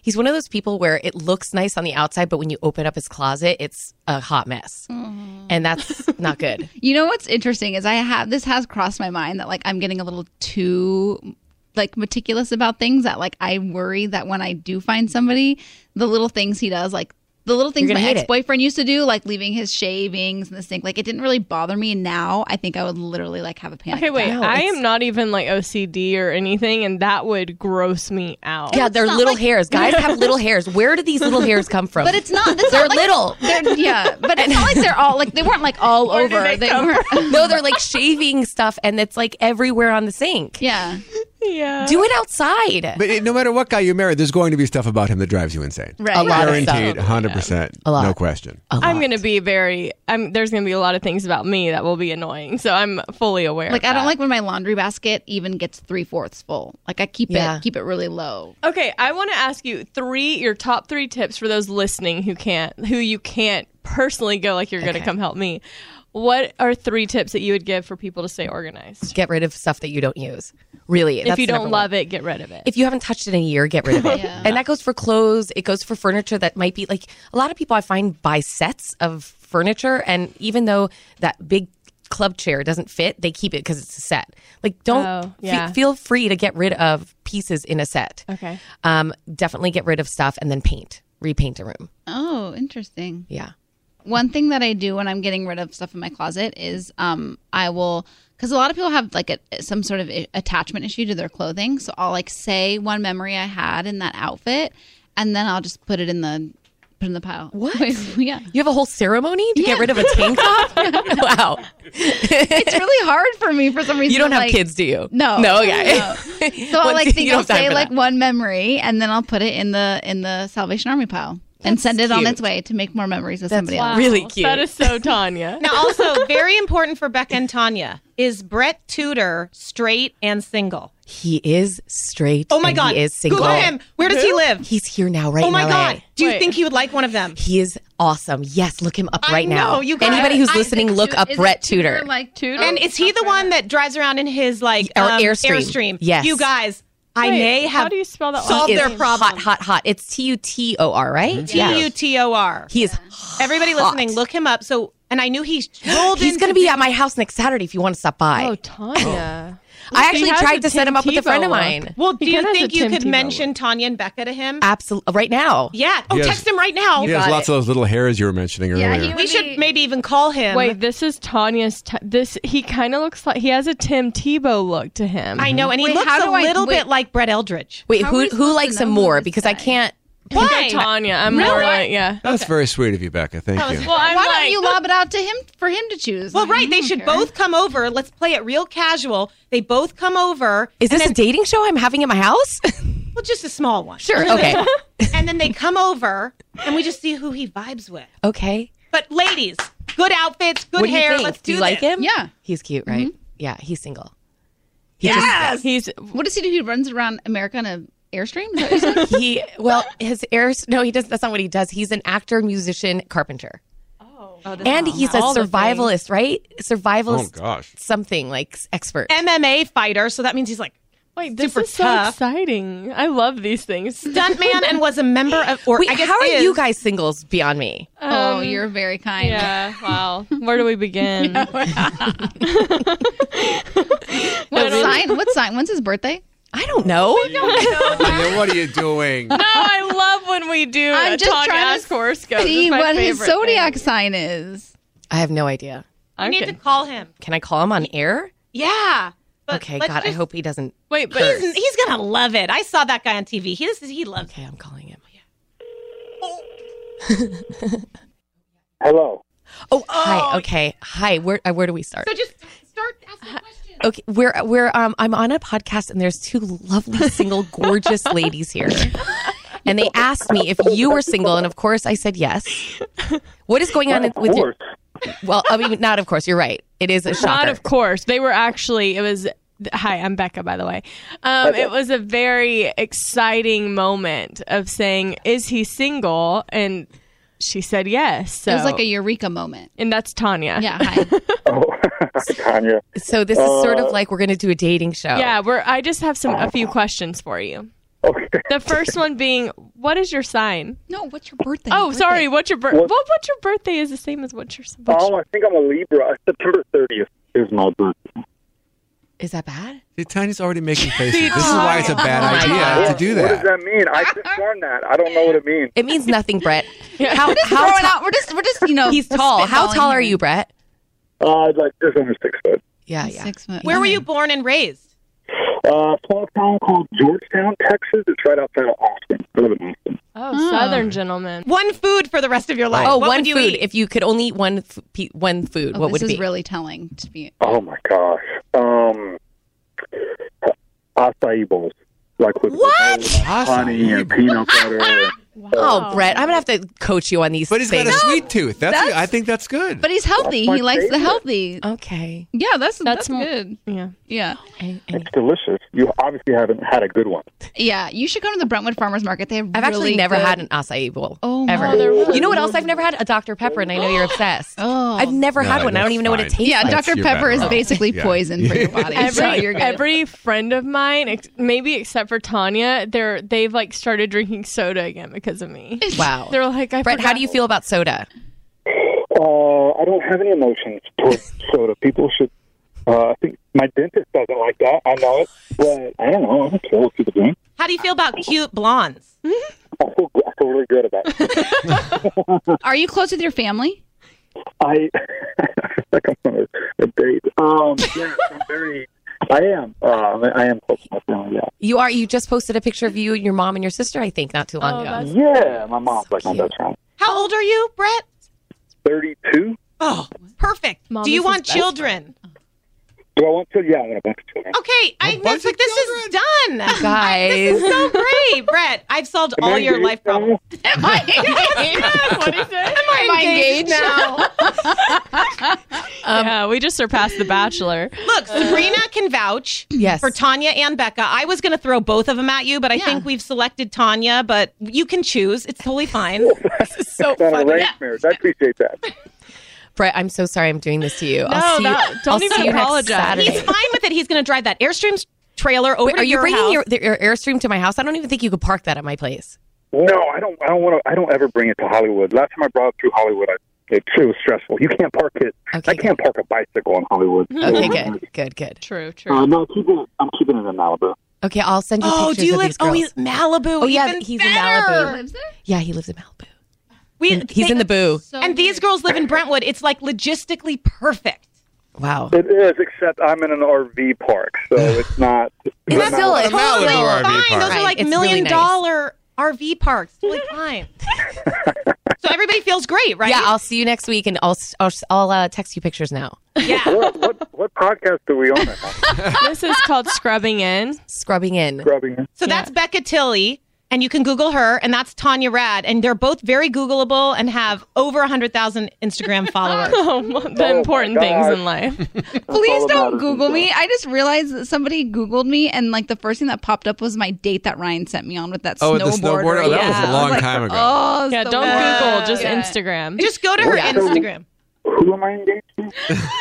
Speaker 7: he's one of those people where it looks nice on the outside, but when you open up his closet, it's a hot mess,
Speaker 5: Mm-hmm.
Speaker 7: and that's not good.
Speaker 1: You know what's interesting is I have this has crossed my mind that like I'm getting a little too like meticulous about things that like I worry that when I do find somebody, the little things he does like the little things
Speaker 7: gonna
Speaker 1: my
Speaker 7: hate it.
Speaker 1: ex boyfriend used to do, like leaving his shavings in the sink, like it didn't really bother me. And now I think I would literally like have a panic.
Speaker 3: Okay, wait.
Speaker 7: No,
Speaker 3: I
Speaker 7: it's-
Speaker 3: am not even like OCD or anything, and that would gross me out.
Speaker 7: yeah, they're little hairs. Guys have little hairs. Where do these little hairs come from?
Speaker 1: But it's not. It's
Speaker 7: they're
Speaker 1: not like,
Speaker 7: little.
Speaker 1: They're, yeah, but it's not like they're all like they weren't like all over. They, weren't.
Speaker 7: no, they're like shaving stuff, and it's like everywhere on the sink.
Speaker 1: Yeah,
Speaker 3: Yeah.
Speaker 7: Do it outside.
Speaker 2: But it- no matter what guy you marry, there's going to be stuff about him that drives you insane.
Speaker 1: Right.
Speaker 7: A lot of stuff.
Speaker 2: Guaranteed, 100%.
Speaker 7: A lot.
Speaker 2: No question.
Speaker 7: A
Speaker 3: I'm
Speaker 7: lot.
Speaker 3: gonna be very. I'm. There's gonna be a lot of things about me that will be annoying. So I'm fully aware.
Speaker 1: Like
Speaker 3: of
Speaker 1: I don't
Speaker 3: that.
Speaker 1: like when my laundry basket even gets three fourths full. Like I keep
Speaker 7: Yeah.
Speaker 1: it keep it really low.
Speaker 3: Okay, I want to ask you three your top three tips for those listening who can't who you can't personally go like you're going to
Speaker 7: Okay.
Speaker 3: come help me. What are three tips that you would give for people to stay organized?
Speaker 7: get rid of stuff that you don't use. Really,
Speaker 3: if you don't love it, get rid of it.
Speaker 7: if you haven't touched it in a year, get rid of it.
Speaker 1: Yeah.
Speaker 7: And that goes for clothes. It goes for furniture that might be like a lot of people I find buy sets of furniture, and even though that big club chair doesn't fit, they keep it because it's a set. Like, don't
Speaker 3: Oh,
Speaker 7: fe-
Speaker 3: yeah.
Speaker 7: feel free to get rid of pieces in a set.
Speaker 3: okay.
Speaker 7: Um, definitely get rid of stuff and then paint, repaint a room.
Speaker 1: Oh, interesting.
Speaker 7: Yeah.
Speaker 1: one thing that I do when I'm getting rid of stuff in my closet is um I will because a lot of people have like a, some sort of i- attachment issue to their clothing, so I'll like say one memory I had in that outfit, and then I'll just put it in the put it in the pile. What? yeah,
Speaker 7: You have a whole ceremony to
Speaker 1: Yeah.
Speaker 7: get rid of a tank top? wow.
Speaker 1: it's really hard for me for some reason.
Speaker 7: You don't have
Speaker 1: like-
Speaker 7: kids, do you?
Speaker 1: No.
Speaker 7: No, okay.
Speaker 1: No. So I'll
Speaker 7: Once-
Speaker 1: like think
Speaker 7: you
Speaker 1: I'll
Speaker 7: don't have time
Speaker 1: say
Speaker 7: for
Speaker 1: like
Speaker 7: that.
Speaker 1: one memory, and then I'll put it in the in the Salvation Army pile and
Speaker 7: That's
Speaker 1: send it on
Speaker 7: cute.
Speaker 1: its way to make more memories with
Speaker 7: That's
Speaker 1: somebody else.
Speaker 7: Really
Speaker 3: Wow,
Speaker 7: cute.
Speaker 3: That is so Tanya.
Speaker 5: Now, also very important for Becca and Tanya is Brett Tudor straight and single.
Speaker 7: He is straight.
Speaker 5: Oh my
Speaker 7: and
Speaker 5: God,
Speaker 7: He is single.
Speaker 5: Google him. Where does he live?
Speaker 7: He's here now, right?
Speaker 5: Oh my
Speaker 7: in LA.
Speaker 5: God, do you
Speaker 3: Wait.
Speaker 5: think he would like one of them?
Speaker 7: He is awesome. Yes, look him up
Speaker 5: I
Speaker 7: right now.
Speaker 5: know, you guys-
Speaker 7: Anybody who's
Speaker 1: I
Speaker 7: listening,
Speaker 1: think
Speaker 7: look
Speaker 1: Tu-
Speaker 7: up
Speaker 1: is it
Speaker 7: Brett Tudor.
Speaker 1: like Tudor,
Speaker 5: And is he the one that drives around in his like
Speaker 7: Or
Speaker 5: um,
Speaker 7: Airstream. Yes.
Speaker 5: You guys, I
Speaker 3: Wait,
Speaker 5: may
Speaker 3: How
Speaker 5: have
Speaker 3: do you spell that? last
Speaker 5: solved
Speaker 7: He
Speaker 5: their
Speaker 7: is
Speaker 5: problem. Mm-hmm.
Speaker 7: Hot, hot, hot. It's T U T O R, right?
Speaker 5: T U T O R.
Speaker 7: He is.
Speaker 5: Everybody listening, look him up. So, and I knew he rolled
Speaker 7: He's
Speaker 5: into
Speaker 7: going to be at my house next Saturday if you want to stop by.
Speaker 3: name? Oh, Tanya.
Speaker 7: I
Speaker 3: He
Speaker 7: actually
Speaker 3: has
Speaker 7: tried
Speaker 3: a
Speaker 7: to set
Speaker 3: Tim
Speaker 7: him up with a
Speaker 3: Tebow
Speaker 7: friend of
Speaker 3: look.
Speaker 7: mine.
Speaker 5: Well, do
Speaker 3: He
Speaker 5: you
Speaker 3: kinda has
Speaker 5: think
Speaker 3: a
Speaker 5: you
Speaker 3: Tim
Speaker 5: could
Speaker 3: Tebow
Speaker 5: mention Tanya and Becca to him?
Speaker 7: Absolutely. Oh, uh, Right now.
Speaker 5: yeah. Oh,
Speaker 2: He has-
Speaker 5: text him right now.
Speaker 2: He has lots of those little hairs you were mentioning
Speaker 1: Yeah,
Speaker 2: earlier.
Speaker 1: he
Speaker 5: We
Speaker 1: would
Speaker 5: should
Speaker 1: be-
Speaker 5: maybe even call him.
Speaker 3: Wait, this is Tanya's. T- this he kind of looks like he has a Tim Tebow look to him.
Speaker 5: I know, and he
Speaker 1: Wait,
Speaker 5: looks
Speaker 1: how
Speaker 5: a
Speaker 1: do I-
Speaker 5: little
Speaker 1: wait.
Speaker 5: bit like Brett Eldridge.
Speaker 7: Wait,
Speaker 1: How are we
Speaker 7: who
Speaker 1: supposed
Speaker 7: who
Speaker 1: to
Speaker 7: likes him
Speaker 1: know who
Speaker 7: more?
Speaker 1: this
Speaker 7: Because I
Speaker 1: guy
Speaker 7: can't.
Speaker 5: Why?
Speaker 3: Go Tanya. I'm more like yeah.
Speaker 2: That's very sweet of you, Becca. Thank
Speaker 5: That was-
Speaker 2: you.
Speaker 3: Well, I'm
Speaker 1: Why
Speaker 3: like
Speaker 1: don't you lob it out to him for him to choose?
Speaker 5: Well,
Speaker 1: I mean,
Speaker 5: right. They
Speaker 1: I
Speaker 5: should
Speaker 1: don't care.
Speaker 5: both come over. Let's play it real casual. They both come over.
Speaker 7: Is this a dating show I'm having at my house?
Speaker 5: Well, just a small one.
Speaker 7: sure. Okay.
Speaker 5: and then they come over, and we just see who he vibes with.
Speaker 7: okay.
Speaker 5: But ladies, good outfits, good
Speaker 7: what do you
Speaker 5: hair.
Speaker 7: think?
Speaker 5: Let's
Speaker 7: do
Speaker 5: do
Speaker 7: you like
Speaker 5: this.
Speaker 7: him?
Speaker 1: Yeah.
Speaker 7: He's cute, right? Yeah, he's single.
Speaker 5: Yes.
Speaker 3: he's
Speaker 1: What does he do? He runs around America on a airstream. Is that what you said?
Speaker 7: he well his heirs no he does that's not what he does he's an actor musician carpenter
Speaker 5: Oh.
Speaker 7: and he's a
Speaker 3: All the
Speaker 7: survivalist right
Speaker 2: Oh,
Speaker 7: survivalist
Speaker 2: gosh.
Speaker 7: something like s- expert
Speaker 5: MMA fighter, so that means he's like
Speaker 3: wait. This
Speaker 5: super
Speaker 3: is so
Speaker 5: tough.
Speaker 3: exciting. I love these things.
Speaker 5: stuntman and was a member of. Or
Speaker 7: Wait,
Speaker 5: I guess
Speaker 7: how are
Speaker 5: is-
Speaker 7: you guys singles beyond me
Speaker 1: oh, you're very kind.
Speaker 3: Yeah, wow. Where do we begin?
Speaker 1: What sign? What sign? When's his birthday?
Speaker 7: i don't know
Speaker 2: Tanya, what are you doing?
Speaker 3: No, Oh, I love when we do
Speaker 1: I'm
Speaker 3: a
Speaker 1: just
Speaker 3: Tanya
Speaker 1: trying to
Speaker 3: Ask Horoscope. This
Speaker 1: See
Speaker 3: is my
Speaker 1: what his
Speaker 3: favorite
Speaker 1: zodiac
Speaker 3: thing.
Speaker 1: sign is.
Speaker 7: i have no idea
Speaker 5: We
Speaker 3: I'm
Speaker 5: need to
Speaker 3: kidding.
Speaker 5: call him.
Speaker 7: can i call him on air
Speaker 5: Yeah. But
Speaker 7: okay
Speaker 5: let's
Speaker 7: god i
Speaker 5: just-
Speaker 7: hope he doesn't
Speaker 3: Wait, but
Speaker 5: He's, he's gonna love it. I saw that guy on TV. He this is he loves.
Speaker 7: okay i'm calling him
Speaker 8: Hello.
Speaker 7: oh, hi okay hi where uh, where do we start
Speaker 5: So just start asking questions.
Speaker 7: okay we're we're um i'm on a podcast and there's two lovely single gorgeous ladies here and they asked me if you were single and of course i said yes what is going on
Speaker 8: Of
Speaker 7: with your
Speaker 8: course.
Speaker 7: well i mean not of course you're right it is a
Speaker 3: not
Speaker 7: shocker
Speaker 3: of course. They were actually it was Hi, I'm Becca, by the way. Um, it was a very exciting moment of saying, Is he single? And she said yes. So,
Speaker 1: It was like a eureka moment.
Speaker 3: and that's Tanya.
Speaker 1: Yeah. Hi.
Speaker 8: Oh, Tanya.
Speaker 7: so this is sort of like we're going to do a dating show
Speaker 3: Yeah, we're, I just have some a few questions for you.
Speaker 8: Okay.
Speaker 3: The first one being, What is your sign?
Speaker 1: no. What's your birthday?
Speaker 3: Oh,
Speaker 1: Birthday.
Speaker 3: sorry. What's your birthday?
Speaker 8: What-
Speaker 3: Well, what's your birthday is the same as what's your. What's
Speaker 8: Oh, I think I'm a Libra. September 30th is my birthday.
Speaker 7: is that bad
Speaker 2: See, Tanya's already making faces. This is why it's a bad idea to do
Speaker 8: What does
Speaker 2: that.
Speaker 8: that mean? I just learned that. I don't know what it means.
Speaker 7: it means nothing brett how,
Speaker 1: Just
Speaker 7: how
Speaker 1: throwing
Speaker 7: ta- Oh,
Speaker 1: out- We're just. We're just. You know.
Speaker 7: he's tall how
Speaker 1: spitballing
Speaker 7: tall are
Speaker 1: here.
Speaker 7: you brett
Speaker 8: Uh, like just under six foot.
Speaker 7: yeah yeah
Speaker 1: Six foot.
Speaker 5: Where were you born and raised?
Speaker 8: Uh, small town called Georgetown, Texas. It's right outside of Austin. I live in Austin.
Speaker 3: Oh,
Speaker 1: Hmm.
Speaker 3: Southern gentleman.
Speaker 5: One food for the rest of your life.
Speaker 7: Oh,
Speaker 5: What
Speaker 7: one
Speaker 5: would you
Speaker 7: food.
Speaker 5: eat?
Speaker 7: If you could only eat one f- pe- one food,
Speaker 1: Oh,
Speaker 7: what
Speaker 1: this
Speaker 7: would it
Speaker 1: is
Speaker 7: be?
Speaker 1: really telling to me.
Speaker 8: Oh my gosh. Um, acai bowls, like with
Speaker 7: What?
Speaker 8: with honey and peanut butter. and-
Speaker 7: Oh, Brett, I'm gonna have to coach you on these
Speaker 2: But he's got
Speaker 7: things.
Speaker 2: a sweet tooth. That's,
Speaker 1: that's-
Speaker 2: I think that's good.
Speaker 1: But he's healthy.
Speaker 8: my
Speaker 1: He likes the
Speaker 8: favorite.
Speaker 1: healthy.
Speaker 7: okay.
Speaker 1: Yeah, that's that's,
Speaker 3: That's more-
Speaker 1: good.
Speaker 3: Yeah.
Speaker 1: Yeah,
Speaker 7: I- I-
Speaker 8: It's delicious. You obviously haven't had a good one.
Speaker 1: yeah. You should come to the Brentwood Farmers Market. They have.
Speaker 7: I've actually
Speaker 1: really
Speaker 7: never
Speaker 1: good-
Speaker 7: had an acai bowl.
Speaker 1: Oh, my-
Speaker 7: ever.
Speaker 1: Oh, they're
Speaker 7: you know what else I've never had? A Dr. Pepper, and I know you're obsessed.
Speaker 1: Oh.
Speaker 7: I've never
Speaker 2: No,
Speaker 7: had one. I don't
Speaker 2: that's
Speaker 7: even know what
Speaker 2: fine.
Speaker 7: it tastes
Speaker 1: Yeah,
Speaker 7: like.
Speaker 2: That's-
Speaker 1: Dr
Speaker 2: you're
Speaker 1: Pepper
Speaker 2: better
Speaker 1: is
Speaker 2: off.
Speaker 1: basically
Speaker 2: Yeah.
Speaker 1: poison for your body. so
Speaker 3: Every,
Speaker 1: you're good.
Speaker 3: every friend of mine, ex- maybe except for Tanya, they're they've like started drinking soda again because of me.
Speaker 7: Wow.
Speaker 3: They're like, I
Speaker 7: Brett, how
Speaker 3: forgot-
Speaker 7: do you feel about soda?
Speaker 8: Uh, I don't have any emotions towards soda. People should. Uh, I think my dentist doesn't like that. I know it, but I don't know. I don't care what people drink.
Speaker 5: How do you feel about cute blondes?
Speaker 8: I feel, I feel really good about it.
Speaker 1: Are you close with your family?
Speaker 8: I like I'm on a, a date. Um, yeah, I'm very. I am. Uh, I am close to my family. Yeah.
Speaker 7: You are. You just posted a picture of you and your mom and your sister, I think, not too long
Speaker 3: Oh,
Speaker 7: ago.
Speaker 3: that's-
Speaker 8: Yeah, my mom's like my
Speaker 7: cute.
Speaker 8: best friend.
Speaker 7: Oh.
Speaker 5: How old are you, Brett?
Speaker 8: Thirty-two.
Speaker 5: Oh, perfect.
Speaker 3: Mom
Speaker 5: do you
Speaker 3: is
Speaker 5: want
Speaker 3: his best
Speaker 5: children?
Speaker 8: Do I want to? Yeah, I want a bunch of children.
Speaker 5: Okay, I
Speaker 2: bunch
Speaker 5: was like,
Speaker 2: of
Speaker 5: this is done.
Speaker 7: Guys.
Speaker 5: This is so great, Brett. I've solved
Speaker 8: Am
Speaker 5: all
Speaker 8: I
Speaker 5: your
Speaker 8: engaged
Speaker 5: life problems.
Speaker 1: Am I engaged?
Speaker 3: What is it?
Speaker 1: Am I engaged?
Speaker 5: now?
Speaker 3: yeah, Um, we just surpassed The Bachelor.
Speaker 5: Look, Sabrina can vouch
Speaker 7: Yes.
Speaker 5: for Tanya and Becca. I was going to throw both of them at you, but I
Speaker 1: Yeah.
Speaker 5: think we've selected Tanya, but you can choose. It's totally fine.
Speaker 7: so
Speaker 8: It's not a arranged marriage. I appreciate that.
Speaker 7: Brett, I'm so sorry I'm doing this to you.
Speaker 3: No,
Speaker 7: I'll see
Speaker 3: that-
Speaker 7: you.
Speaker 3: don't
Speaker 7: I'll
Speaker 3: even
Speaker 7: see you
Speaker 3: apologize.
Speaker 7: Next
Speaker 5: He's
Speaker 7: Saturday.
Speaker 5: fine with it. He's going to drive that Airstream's trailer over
Speaker 7: Wait,
Speaker 5: to
Speaker 7: are you
Speaker 5: your
Speaker 7: bringing
Speaker 5: house.
Speaker 7: your, the- your airstream to my house? I don't even think you could park that at my place.
Speaker 8: No, I don't. I don't want to. I don't ever bring it to Hollywood. Last time I brought it through Hollywood, I, it, it was stressful. You can't park it.
Speaker 7: Okay,
Speaker 8: I can't park a bicycle in Hollywood.
Speaker 7: Okay, good, good, good.
Speaker 3: True,
Speaker 8: Uh,
Speaker 3: true.
Speaker 8: no, keep it. I'm keeping it in Malibu.
Speaker 7: Okay, I'll send you
Speaker 5: Oh,
Speaker 7: pictures
Speaker 5: do you
Speaker 7: of
Speaker 5: live?
Speaker 7: these girls.
Speaker 5: Oh, he's Malibu.
Speaker 7: Oh, yeah,
Speaker 5: even
Speaker 7: he's in
Speaker 5: better.
Speaker 7: Malibu.
Speaker 1: Lives there?
Speaker 7: yeah, he lives in Malibu.
Speaker 5: We,
Speaker 7: And he's in the boo.
Speaker 1: So
Speaker 5: And these girls live in Brentwood. It's like logistically perfect.
Speaker 7: Wow.
Speaker 8: It is, except I'm in an RV park, so it's not.
Speaker 7: It's
Speaker 8: not
Speaker 7: still
Speaker 8: Malibu.
Speaker 7: a Malibu
Speaker 2: RV
Speaker 5: fine.
Speaker 2: park.
Speaker 5: Those are
Speaker 7: Right,
Speaker 5: like
Speaker 7: it's really
Speaker 5: million
Speaker 7: nice.
Speaker 5: dollar RV parks. Totally fine. so everybody feels great, right?
Speaker 7: Yeah, I'll see you next week, and I'll I'll, I'll uh, text you pictures now.
Speaker 5: yeah.
Speaker 8: What, what what podcast do we own? right now?
Speaker 3: this is called Scrubbing In.
Speaker 7: Scrubbing in.
Speaker 8: Scrubbing.
Speaker 5: So that's Becca Tilly, and you can Google her, and that's Tanya Rad, and they're both very Googleable and have over hundred thousand Instagram followers.
Speaker 3: Oh, well, the
Speaker 8: Oh my
Speaker 3: important things
Speaker 8: God.
Speaker 3: in life.
Speaker 1: Please
Speaker 8: all that
Speaker 1: don't
Speaker 8: matters
Speaker 1: Google
Speaker 8: is
Speaker 1: me.
Speaker 8: that-
Speaker 1: I just realized that somebody Googled me, and like the first thing that popped up was my date that Ryan sent me on with that
Speaker 2: Oh,
Speaker 1: snowboarder.
Speaker 2: the snowboarder? Oh, that
Speaker 5: was a
Speaker 1: I
Speaker 2: long
Speaker 1: like,
Speaker 2: time ago.
Speaker 1: Oh, it's
Speaker 3: Yeah,
Speaker 1: the
Speaker 3: don't
Speaker 1: worst.
Speaker 3: Google, just
Speaker 1: Yeah.
Speaker 3: Instagram.
Speaker 5: Just go to her
Speaker 7: Yeah.
Speaker 5: Instagram.
Speaker 8: Who am I engaged to?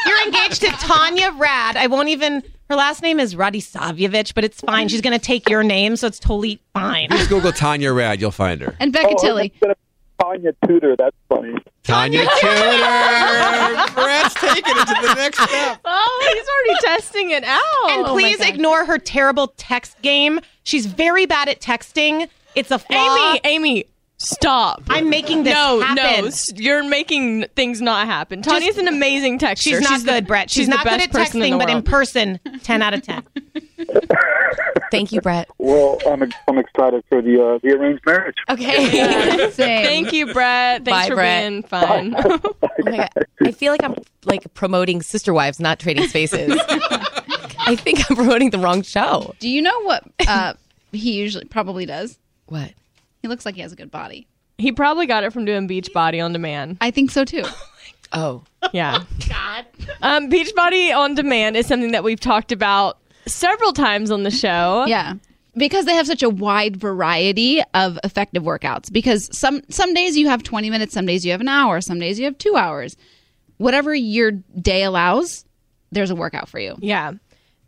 Speaker 5: You're engaged to Tanya Rad. I won't even. Her last name is Radisavjevic, but it's fine. She's going to take your name, so it's totally fine.
Speaker 3: Oh
Speaker 2: Just Google Tanya Rad. You'll find her.
Speaker 1: And Becca Tilly.
Speaker 8: Oh, Tanya Tudor. That's funny.
Speaker 2: Tanya Tudor. Brett's taking it to the next step.
Speaker 3: oh, he's already testing it out. Oh
Speaker 5: And please ignore her terrible text game. She's very bad at texting. It's a flaw.
Speaker 3: Amy, Amy, stop.
Speaker 5: I'm making this
Speaker 3: no,
Speaker 5: happen.
Speaker 3: no, s- you're making things not happen. Tanya's an amazing texter.
Speaker 5: She's not
Speaker 3: the-
Speaker 5: good, Brett. She's,
Speaker 3: the
Speaker 5: not good
Speaker 3: best
Speaker 5: at
Speaker 3: person
Speaker 5: texting,
Speaker 3: in the
Speaker 5: but in
Speaker 3: world.
Speaker 5: person, 10 out of 10.
Speaker 7: Thank you, Brett.
Speaker 8: Well, I'm I'm excited for the uh, the arranged marriage.
Speaker 7: Okay.
Speaker 1: Same.
Speaker 3: Thank you, Brett. Thanks
Speaker 7: Bye,
Speaker 3: for
Speaker 7: Brett.
Speaker 3: being fun.
Speaker 7: Oh my God. I feel like I'm like promoting Sister Wives, not Trading Spaces. I think I'm promoting the wrong show.
Speaker 1: Do you know what uh, he usually probably does?
Speaker 7: What?
Speaker 1: He looks like he has a good body.
Speaker 3: he probably got it from doing Beachbody on demand.
Speaker 1: I think so too.
Speaker 7: Oh,
Speaker 3: Yeah. God. Um, Beachbody on demand is something that we've talked about several times on the show.
Speaker 1: Yeah. Because they have such a wide variety of effective workouts. Because some some days you have 20 minutes, some days you have an hour, some days you have 2 hours. Whatever your day allows, there's a workout for you.
Speaker 3: Yeah.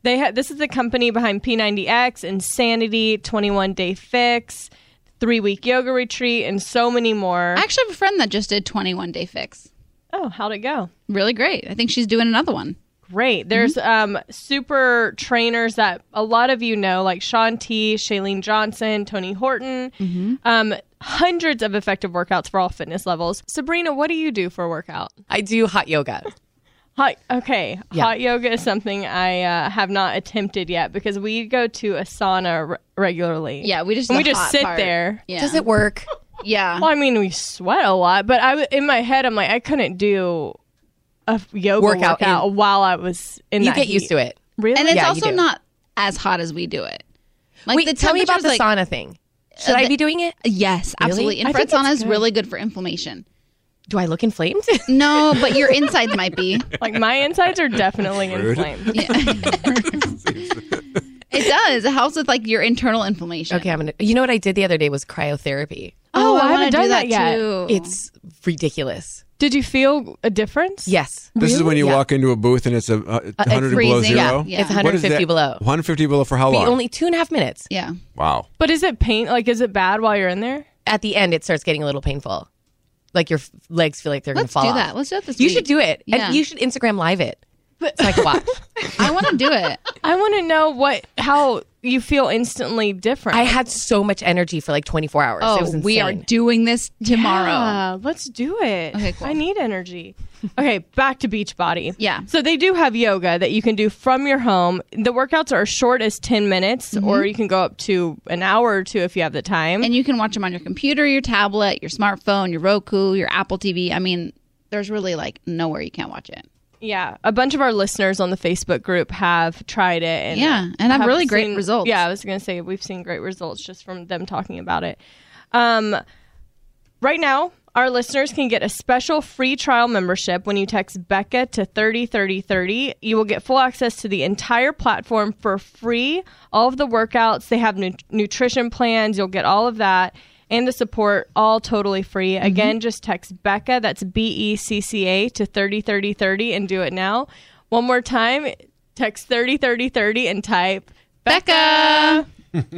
Speaker 3: They ha- this is the company behind P90X, Insanity, 21 Day Fix, 3 Week Yoga Retreat, and so many more.
Speaker 1: I actually have a friend that just did 21 day fix.
Speaker 3: oh, how'd it go?
Speaker 1: Really great. I think she's doing another one.
Speaker 3: Great. There's um, super trainers that a lot of you know, like Sean T, Shailene Johnson, Tony Horton. Um, hundreds of effective workouts for all fitness levels. Sabrina, what do you do for a workout?
Speaker 7: I do hot yoga.
Speaker 3: Hot. Okay.
Speaker 7: Yeah.
Speaker 3: Hot yoga is something I uh, have not attempted yet because we go to a sauna re- regularly.
Speaker 1: Yeah, we just
Speaker 3: And
Speaker 1: do
Speaker 3: we
Speaker 1: the
Speaker 3: just
Speaker 1: hot
Speaker 3: sit
Speaker 1: part.
Speaker 3: there.
Speaker 1: Yeah.
Speaker 7: Does it work?
Speaker 1: yeah.
Speaker 3: Well, I mean, we sweat a lot, but I w- in my head, I'm like, I couldn't do a f- yoga
Speaker 7: Workout
Speaker 3: workout,
Speaker 7: in-
Speaker 3: while I was in.
Speaker 7: You
Speaker 3: that
Speaker 7: get used
Speaker 3: heat.
Speaker 7: to it.
Speaker 3: Really?
Speaker 1: And it's
Speaker 7: Yeah, you
Speaker 1: also
Speaker 7: do.
Speaker 1: not as hot as we do it. Like
Speaker 7: Wait, tell me about the uh,
Speaker 1: temperature's, like-
Speaker 7: sauna thing. Should I
Speaker 1: the-
Speaker 7: be doing it?
Speaker 1: Yes,
Speaker 7: Really?
Speaker 1: absolutely.
Speaker 7: I
Speaker 1: And
Speaker 7: think
Speaker 1: red sauna
Speaker 7: it's
Speaker 1: is
Speaker 7: good.
Speaker 1: really good for inflammation.
Speaker 7: Do I look inflamed?
Speaker 1: No, but your insides might be.
Speaker 3: Like my insides are definitely
Speaker 2: Rude.
Speaker 3: inflamed.
Speaker 1: Yeah. it does. It helps with like your internal inflammation.
Speaker 7: okay, I'm gonna. You know what I did the other day was cryotherapy.
Speaker 1: Oh, I,
Speaker 3: I
Speaker 1: haven't
Speaker 3: haven't
Speaker 1: done
Speaker 3: done
Speaker 1: that,
Speaker 3: that yet.
Speaker 7: Oh.
Speaker 1: too.
Speaker 7: It's ridiculous.
Speaker 3: Did you feel a difference?
Speaker 7: Yes.
Speaker 2: This is
Speaker 7: Really?
Speaker 2: when you
Speaker 7: Yeah.
Speaker 2: walk into a booth and it's a uh, 100 below
Speaker 1: freezing.
Speaker 2: zero.
Speaker 1: Yeah, yeah.
Speaker 7: It's
Speaker 1: What is
Speaker 7: 150 below.
Speaker 2: 150 below for how
Speaker 7: Be
Speaker 2: long?
Speaker 7: only two and a half minutes.
Speaker 1: yeah.
Speaker 2: wow.
Speaker 3: But is it pain? Like, is it bad while you're in there?
Speaker 7: At the end, it starts getting a little painful. Like your f- legs feel like they're
Speaker 1: Let's
Speaker 7: gonna fall
Speaker 1: do
Speaker 7: off.
Speaker 1: that. Let's do it this
Speaker 7: you
Speaker 1: week.
Speaker 7: should do it.
Speaker 1: Yeah.
Speaker 7: And you should Instagram live it. It's like watch.
Speaker 1: I want to do it.
Speaker 3: I want to know what how you feel instantly different.
Speaker 7: I had so much energy for like 24 hours. it was
Speaker 1: Oh,
Speaker 7: insane.
Speaker 1: we are doing this tomorrow.
Speaker 3: Yeah, let's do it.
Speaker 1: Okay, cool.
Speaker 3: I need energy. Okay, back to Beachbody.
Speaker 1: Yeah.
Speaker 3: So they do have yoga that you can do from your home. The workouts are as short as 10 minutes, or you can go up to an hour or two if you have the time.
Speaker 1: Mm-hmm. And you can watch them on your computer, your tablet, your smartphone, your Roku, your Apple TV. I mean, there's really like nowhere you can't watch it.
Speaker 3: yeah. A bunch of our listeners on the Facebook group have tried it. And
Speaker 1: Yeah, and have really great
Speaker 3: seen-
Speaker 1: results.
Speaker 3: Yeah, I was going to say we've seen great results just from them talking about it. Um, right now, our listeners can get a special free trial membership when you text Becca to 303030. You will get full access to the entire platform for free. All of the workouts, they have nu- nutrition plans, you'll get all of that and the support all totally free. Again, just text Becca, that's B E C C A to 303030 and do it now. One more time, text 303030 and type Becca.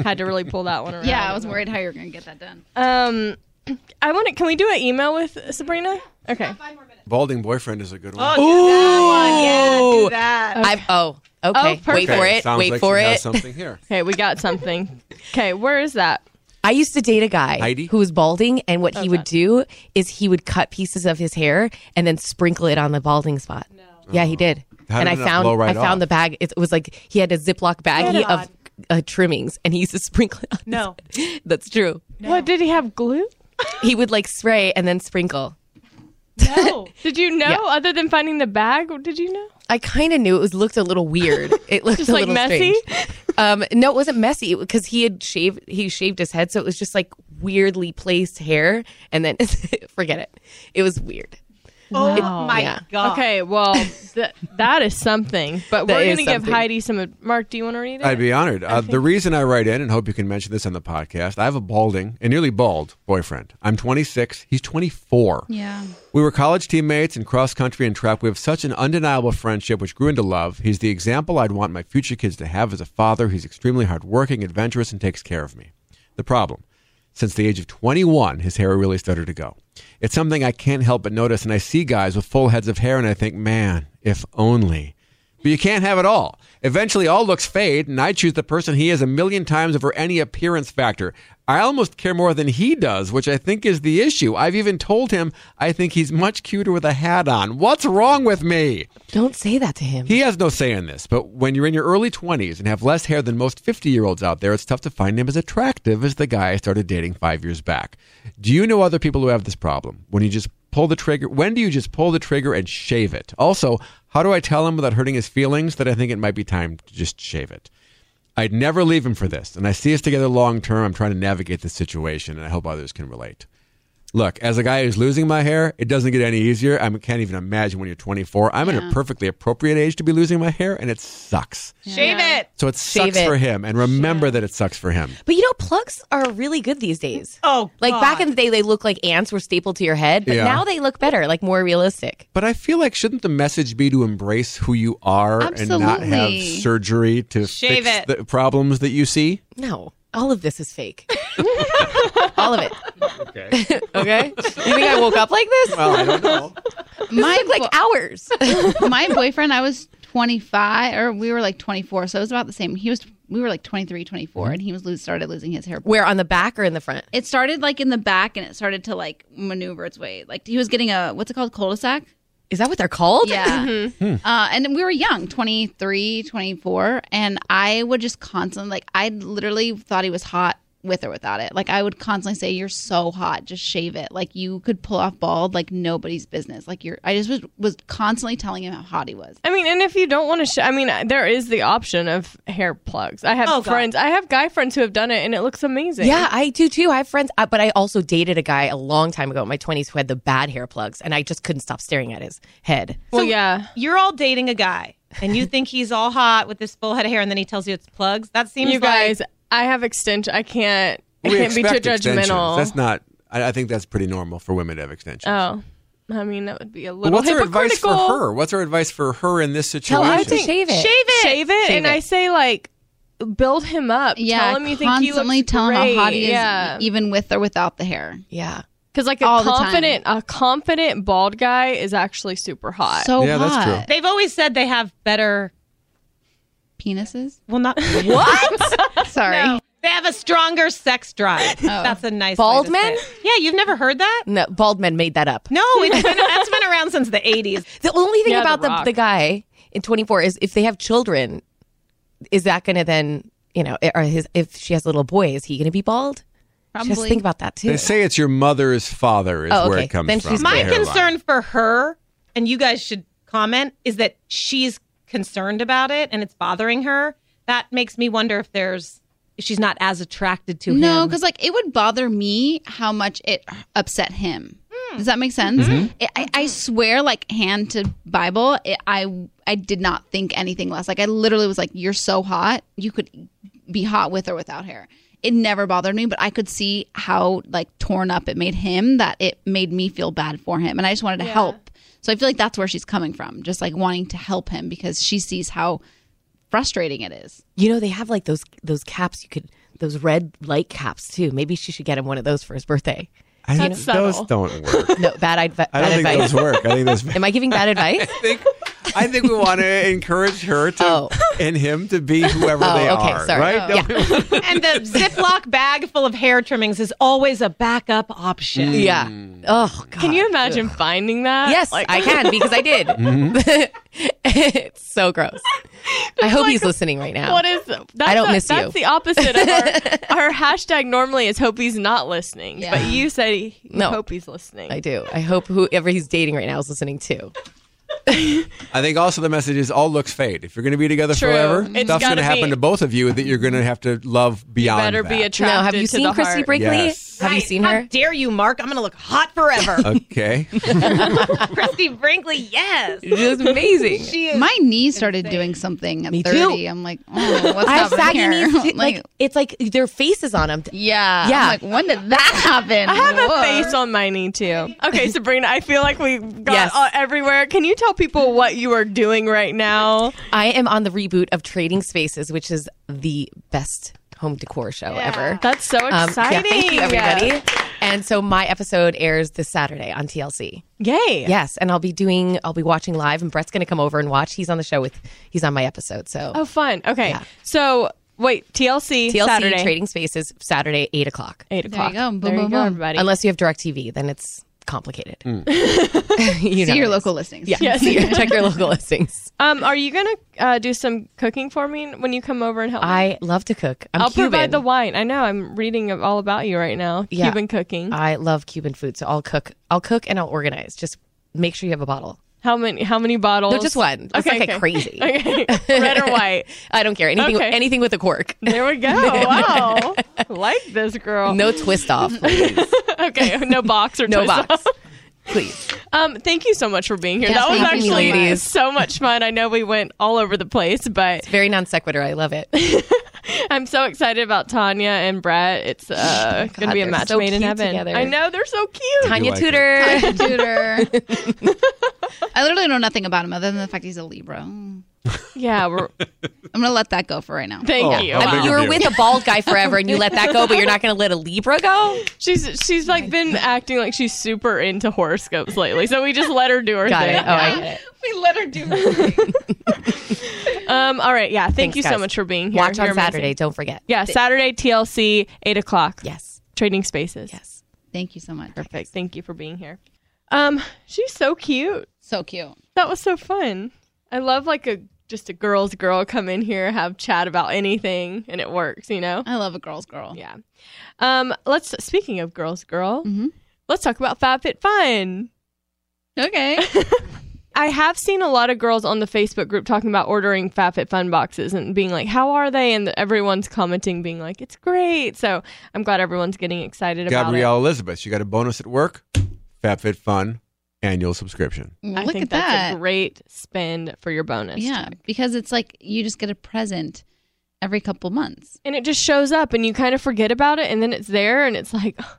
Speaker 3: Had to really pull that one around.
Speaker 1: Yeah, I was worried how you were going to get that done.
Speaker 3: Um, I want to. Can we do an email with Sabrina? Okay.
Speaker 2: Balding boyfriend is a good one.
Speaker 5: Oh, do that one. Yeah, do that.
Speaker 7: I've, oh, okay.
Speaker 3: Oh,
Speaker 7: Wait
Speaker 3: perfect.
Speaker 7: for it.
Speaker 2: Sounds
Speaker 7: Wait
Speaker 2: like
Speaker 7: for
Speaker 2: she has
Speaker 7: it.
Speaker 2: something here.
Speaker 3: Okay, we got something. Okay, where is that?
Speaker 7: I used to date a guy
Speaker 2: Heidi?
Speaker 7: who was balding, and what he would do is he would cut pieces of his hair and then sprinkle it on the balding spot. Yeah, he did.
Speaker 2: How
Speaker 7: and
Speaker 2: did
Speaker 7: I
Speaker 2: it not blow
Speaker 7: found
Speaker 2: right
Speaker 7: I found
Speaker 2: off?
Speaker 7: the bag. It was like he had a Ziploc baggie
Speaker 5: Get
Speaker 7: of uh, trimmings, and he used to sprinkle it on. his-
Speaker 5: No.
Speaker 7: that's true.
Speaker 3: What did he have glue?
Speaker 7: He would like spray and then sprinkle.
Speaker 5: No.
Speaker 3: Did you know? Other than finding the bag, did you know?
Speaker 7: I kind of knew it was looked a little weird. It looked
Speaker 3: Just
Speaker 7: a
Speaker 3: like
Speaker 7: little
Speaker 3: messy?
Speaker 7: strange. Um, no, it wasn't messy because he had shaved. He shaved his head, so it was just like weirdly placed hair. And then forget it. It was weird.
Speaker 5: Oh my
Speaker 7: Yeah.
Speaker 5: god.
Speaker 3: Okay, well th- that is something. But
Speaker 7: That
Speaker 3: we're
Speaker 7: is
Speaker 3: gonna give
Speaker 7: something.
Speaker 3: Heidi some. Mark, do you want to read it?
Speaker 2: I'd be honored. Uh, the reason I write in, and hope you can mention this on the podcast, I have a balding and nearly bald boyfriend. I'm 26. He's 24.
Speaker 1: Yeah.
Speaker 2: We were college teammates in cross country and track. We have such an undeniable friendship, which grew into love. He's the example I'd want my future kids to have as a father. He's extremely hardworking, adventurous, and takes care of me. The problem since the age of 21, his hair really started to go. It's something I can't help but notice, and I see guys with full heads of hair, and I think, man, if only. But you can't have it all. Eventually, all looks fade, and I choose the person he is a million times over any appearance factor. I almost care more than he does, which I think is the issue. I've even told him I think he's much cuter with a hat on. What's wrong with me?
Speaker 7: Don't say that to him.
Speaker 2: He has no say in this, but when you're in your early 20s and have less hair than most 50 year olds out there, it's tough to find him as attractive as the guy I started dating five years back. Do you know other people who have this problem? When you just pull the trigger, when do you just pull the trigger and shave it? Also, how do I tell him without hurting his feelings that I think it might be time to just shave it? I'd never leave him for this, and I see us together long term. I'm trying to navigate this situation, and I hope others can relate. Look, as a guy who's losing my hair, it doesn't get any easier. I can't even imagine when you're 24. I'm in a perfectly appropriate age to be losing my hair, and it sucks.
Speaker 5: Shave it.
Speaker 2: So it sucks
Speaker 7: it.
Speaker 2: for him, and remember that it sucks for him.
Speaker 7: But you know, plugs are really good these days.
Speaker 5: Oh,
Speaker 7: like
Speaker 5: God.
Speaker 7: back in the day, they looked like ants were stapled to your head, but
Speaker 2: Yeah.
Speaker 7: now they look better, like more realistic.
Speaker 2: But I feel like shouldn't the message be to embrace who you are and not have
Speaker 1: Absolutely.
Speaker 2: surgery to
Speaker 5: Shave
Speaker 2: fix
Speaker 5: it.
Speaker 2: the problems that you see?
Speaker 7: No, all of this is fake. all of it. Okay. okay. You think I woke up like this?
Speaker 2: Well, I don't know.
Speaker 1: My,
Speaker 7: like hours.
Speaker 1: bo- my boyfriend, I was 25, or we were like 24, so it was about the same. He was, we were like 23, 24, and he was lo- started losing his hair.
Speaker 7: Where on the back or in the front?
Speaker 1: It started like in the back, and it started to like maneuver its way. Like he was getting a what's it called, cul-de-sac?
Speaker 7: Is that what they're called?
Speaker 1: Yeah.
Speaker 3: Mm-hmm.
Speaker 2: Hmm.
Speaker 1: Uh, and we were young, 23, 24. And I would just constantly, like, I literally thought he was hot with or without it. Like I would constantly say, "You're so hot, just shave it." Like you could pull off bald like nobody's business. Like you're, I just was was constantly telling him how hot he was.
Speaker 3: I mean, and if you don't want to, sh- I mean, uh, there is the option of hair plugs. I have
Speaker 5: Oh, God.
Speaker 3: friends, I have guy friends who have done it, and it looks amazing.
Speaker 7: Yeah, I do too. I have friends, uh, but I also dated a guy a long time ago in my 20s who had the bad hair plugs, and I just couldn't stop staring at his head.
Speaker 3: Well, yeah.
Speaker 5: You're all dating a guy and you think he's all hot with this full head of hair and then he tells you it's plugs. That seems
Speaker 3: You
Speaker 5: like
Speaker 3: guys, I have extension. I can't. I
Speaker 2: We
Speaker 3: can't be too
Speaker 2: expect extensions.
Speaker 3: judgmental.
Speaker 2: That's not. I, I think that's pretty normal for women to have extensions.
Speaker 3: oh, I mean, that would be a
Speaker 2: But
Speaker 3: little
Speaker 2: what's our advice
Speaker 3: hypocritical.
Speaker 2: for her? What's our advice for her in this
Speaker 7: Tell
Speaker 2: situation?
Speaker 7: her to shave it.
Speaker 5: shave it.
Speaker 3: Shave it, and I say like, build him up.
Speaker 1: Yeah,
Speaker 3: tell him you think he
Speaker 1: constantly
Speaker 3: looks
Speaker 1: tell him how hot
Speaker 3: great.
Speaker 1: he is,
Speaker 3: Yeah.
Speaker 1: even with or without the hair.
Speaker 7: Yeah.
Speaker 3: Because like a
Speaker 1: All the time.
Speaker 3: confident, a confident bald guy is actually super hot.
Speaker 1: So
Speaker 2: Yeah, that's
Speaker 1: hot.
Speaker 2: true.
Speaker 5: They've always said they have better
Speaker 1: Penises.
Speaker 5: well not what?
Speaker 1: Sorry.
Speaker 5: They have a stronger sex drive. That's a nice way
Speaker 7: Bald
Speaker 5: to say
Speaker 7: men?
Speaker 5: it. Yeah, you've never heard that?
Speaker 7: No, bald men made that up.
Speaker 5: No, it's been, that's been around since the 80s.
Speaker 7: The only thing
Speaker 3: Yeah, The
Speaker 7: about the,
Speaker 3: Rock.
Speaker 7: the guy in 24 is if they have children, is that going to then, you know, or his, if she has a little boy, is he going to be bald?
Speaker 1: Probably.
Speaker 7: Just think about that too.
Speaker 2: They say it's your mother's father is
Speaker 7: Oh,
Speaker 2: where
Speaker 7: okay.
Speaker 2: it comes
Speaker 7: Then
Speaker 2: from.
Speaker 7: she's
Speaker 2: the
Speaker 5: My
Speaker 2: hairline.
Speaker 5: concern for her, and you guys should comment, is that she's concerned about it and it's bothering her. That makes me wonder if there's if she's not as attracted to him.
Speaker 1: No, because like it would bother me how much it upset him. Does that make sense?
Speaker 5: Mm-hmm.
Speaker 1: It, I, I swear, like hand to Bible, it, I I did not think anything less. Like I literally was like, "You're so hot, you could be hot with or without hair." It never bothered me, but I could see how like torn up it made him. That it made me feel bad for him, and I just wanted to help. So I feel like that's where she's coming from, just like wanting to help him because she sees how frustrating it is.
Speaker 7: You know, they have like those those caps you could those red light caps too. Maybe she should get him one of those for his birthday.
Speaker 2: I think
Speaker 3: That's
Speaker 2: those
Speaker 3: subtle.
Speaker 2: don't work.
Speaker 7: No, bad, idv-
Speaker 2: I don't
Speaker 7: bad
Speaker 2: think
Speaker 7: advice.
Speaker 2: those work. I think those.
Speaker 7: Am I giving bad advice?
Speaker 2: I think I think we want to encourage her to
Speaker 7: Oh.
Speaker 2: and him to be whoever
Speaker 7: Oh,
Speaker 2: they
Speaker 7: okay,
Speaker 2: are,
Speaker 7: sorry.
Speaker 2: right?
Speaker 7: Oh.
Speaker 2: Don't we want-
Speaker 5: and the Ziploc bag full of hair trimmings is always a backup option.
Speaker 2: Mm.
Speaker 7: yeah. Oh God.
Speaker 3: Can you imagine finding that?
Speaker 7: Yes,
Speaker 3: Like,
Speaker 7: I can because I did.
Speaker 2: Mm-hmm.
Speaker 7: it's so gross. I hope he's listening right now.
Speaker 3: What is that's
Speaker 7: I don't
Speaker 3: a-
Speaker 7: miss you.
Speaker 3: That's the opposite of our, our hashtag. Normally is hope he's not listening,
Speaker 1: Yeah.
Speaker 3: but you said he, you
Speaker 7: No.
Speaker 3: hope he's listening.
Speaker 7: I do. I hope whoever he's dating right now is listening too.
Speaker 2: I think also the message is all looks fade. If you're going to be together
Speaker 3: True.
Speaker 2: forever,
Speaker 3: It's
Speaker 2: stuff's
Speaker 3: gotta
Speaker 2: gonna happen
Speaker 3: be-
Speaker 2: to both of you that you're going to have to love beyond.
Speaker 3: Better be
Speaker 2: that.
Speaker 3: attracted
Speaker 7: now, have you
Speaker 3: to
Speaker 7: seen
Speaker 3: the
Speaker 7: Christy
Speaker 3: heart.
Speaker 7: Brinkley?
Speaker 2: Yes.
Speaker 7: Have you
Speaker 5: Right.
Speaker 7: seen
Speaker 5: How
Speaker 7: her?
Speaker 5: dare you, Mark? I'm gonna look hot forever.
Speaker 2: okay.
Speaker 5: Christy Brinkley, yes.
Speaker 7: She's amazing.
Speaker 5: She is
Speaker 1: My knee started doing something at
Speaker 7: Me too.
Speaker 1: 30. I'm like, oh, what's
Speaker 7: I have
Speaker 1: happening
Speaker 7: saggy
Speaker 1: here?
Speaker 7: knees. too.
Speaker 1: like,
Speaker 7: Like it's like their faces on them.
Speaker 1: yeah. I'm
Speaker 7: Yeah.
Speaker 1: like, when did that happen?
Speaker 3: I have
Speaker 1: Whoa.
Speaker 3: a face on my knee too. Okay, Sabrina, I feel like we got
Speaker 7: Yes.
Speaker 3: all- everywhere. Can you tell people what you are doing right now?
Speaker 7: I am on the reboot of Trading Spaces, which is the best home decor show ever.
Speaker 3: That's so
Speaker 7: Um,
Speaker 3: exciting.
Speaker 7: yeah, thank you, everybody. And so my episode airs this Saturday on TLC.
Speaker 3: Yay.
Speaker 7: Yes, and I'll be doing. I'll be watching live, and Brett's going to come over and watch. He's on the show with. He's on my episode. So
Speaker 3: Oh, fun. Okay. So wait, TLC,
Speaker 7: TLC
Speaker 3: Saturday,
Speaker 7: Trading Spaces Saturday eight o'clock.
Speaker 3: eight
Speaker 1: There
Speaker 3: o'clock.
Speaker 1: you go. Boom,
Speaker 3: there you
Speaker 1: boom,
Speaker 3: go,
Speaker 1: boom.
Speaker 3: everybody.
Speaker 7: Unless you have DirecTV, then it's complicated. you
Speaker 1: See
Speaker 7: know
Speaker 1: your
Speaker 7: it is.
Speaker 1: local listings.
Speaker 7: Yeah, see your- check your local listings.
Speaker 3: um, are you gonna uh, do some cooking for me when you come over and help? me?
Speaker 7: I love to cook. I'm
Speaker 3: I'll
Speaker 7: Cuban.
Speaker 3: provide the wine. I know. I'm reading all about you right now.
Speaker 7: Yeah. Uh,
Speaker 3: Cuban cooking.
Speaker 7: I love Cuban food, so I'll cook. I'll cook and I'll organize. Just make sure you have a bottle.
Speaker 3: How many? How many bottles?
Speaker 7: No, just one. It's like a crazy.
Speaker 3: Okay. Red or white.
Speaker 7: I don't care anything.
Speaker 3: Okay.
Speaker 7: Anything with a cork.
Speaker 3: There we go. Wow. like this girl.
Speaker 7: No twist off.
Speaker 3: Okay. No box or
Speaker 7: No
Speaker 3: twist
Speaker 7: box.
Speaker 3: off.
Speaker 7: Please.
Speaker 3: Um, thank you so much for being here.
Speaker 1: Yes,
Speaker 3: that was
Speaker 1: thank
Speaker 3: actually
Speaker 1: you, ladies.
Speaker 3: so much fun. I know we went all over the place, but
Speaker 7: Very non sequitur. I love it.
Speaker 3: I'm so excited about Tanya and Brett. It's uh, gonna be a
Speaker 7: they're
Speaker 3: match
Speaker 7: so
Speaker 3: made in
Speaker 7: cute
Speaker 3: heaven.
Speaker 7: together.
Speaker 3: I know they're so cute.
Speaker 7: Tanya
Speaker 2: like it.
Speaker 7: Tudor.
Speaker 1: Tutor. I literally know nothing about him other than the fact he's a Libra. Mm.
Speaker 3: Yeah. We're,
Speaker 1: I'm gonna let that go for right now.
Speaker 3: thank
Speaker 2: Oh,
Speaker 3: you.
Speaker 2: how
Speaker 7: I
Speaker 2: big
Speaker 7: mean,
Speaker 2: of
Speaker 7: you were
Speaker 2: you.
Speaker 7: with a bald guy forever and you let that go, but you're not going to let a Libra go?
Speaker 3: She's she's like been acting like she's super into horoscopes lately. So we just let her do her
Speaker 7: Got
Speaker 3: thing.
Speaker 7: it. Oh, I get
Speaker 5: we
Speaker 7: it.
Speaker 5: let her do
Speaker 3: Um. All right. Yeah. Thank
Speaker 7: Thanks,
Speaker 3: you so
Speaker 7: guys.
Speaker 3: much for being here.
Speaker 7: Watch
Speaker 3: You're
Speaker 7: on
Speaker 3: amazing.
Speaker 7: Saturday. Don't forget.
Speaker 3: Yeah. Saturday TLC eight o'clock.
Speaker 7: Yes.
Speaker 3: Trading spaces.
Speaker 7: Yes.
Speaker 1: Thank you so much.
Speaker 3: Perfect. Thank you for being here. Um. She's so cute.
Speaker 1: So cute.
Speaker 3: That was so fun. I love like a just a girl's girl come in here, have chat about anything, and it works, you know?
Speaker 1: I love a girl's girl.
Speaker 3: Yeah. Um, let's speaking of girls girl,
Speaker 1: Mhm.
Speaker 3: let's talk about Fab Fit Fun.
Speaker 1: Okay.
Speaker 3: I have seen a lot of girls on the Facebook group talking about ordering FabFitFun boxes and being like, "How are they?" And everyone's commenting, being like, "It's great." So I'm glad everyone's getting excited
Speaker 2: Gabrielle Elizabeth, she got a bonus at work, FabFitFun annual subscription.
Speaker 3: about it. I
Speaker 1: Look
Speaker 3: think
Speaker 1: at
Speaker 3: that's
Speaker 1: that.
Speaker 3: a great spend for your bonus.
Speaker 1: yeah,
Speaker 3: check.
Speaker 1: because it's like you just get a present every couple months.
Speaker 3: and it just shows up, and you kind of forget about it, and then it's there, and it's like,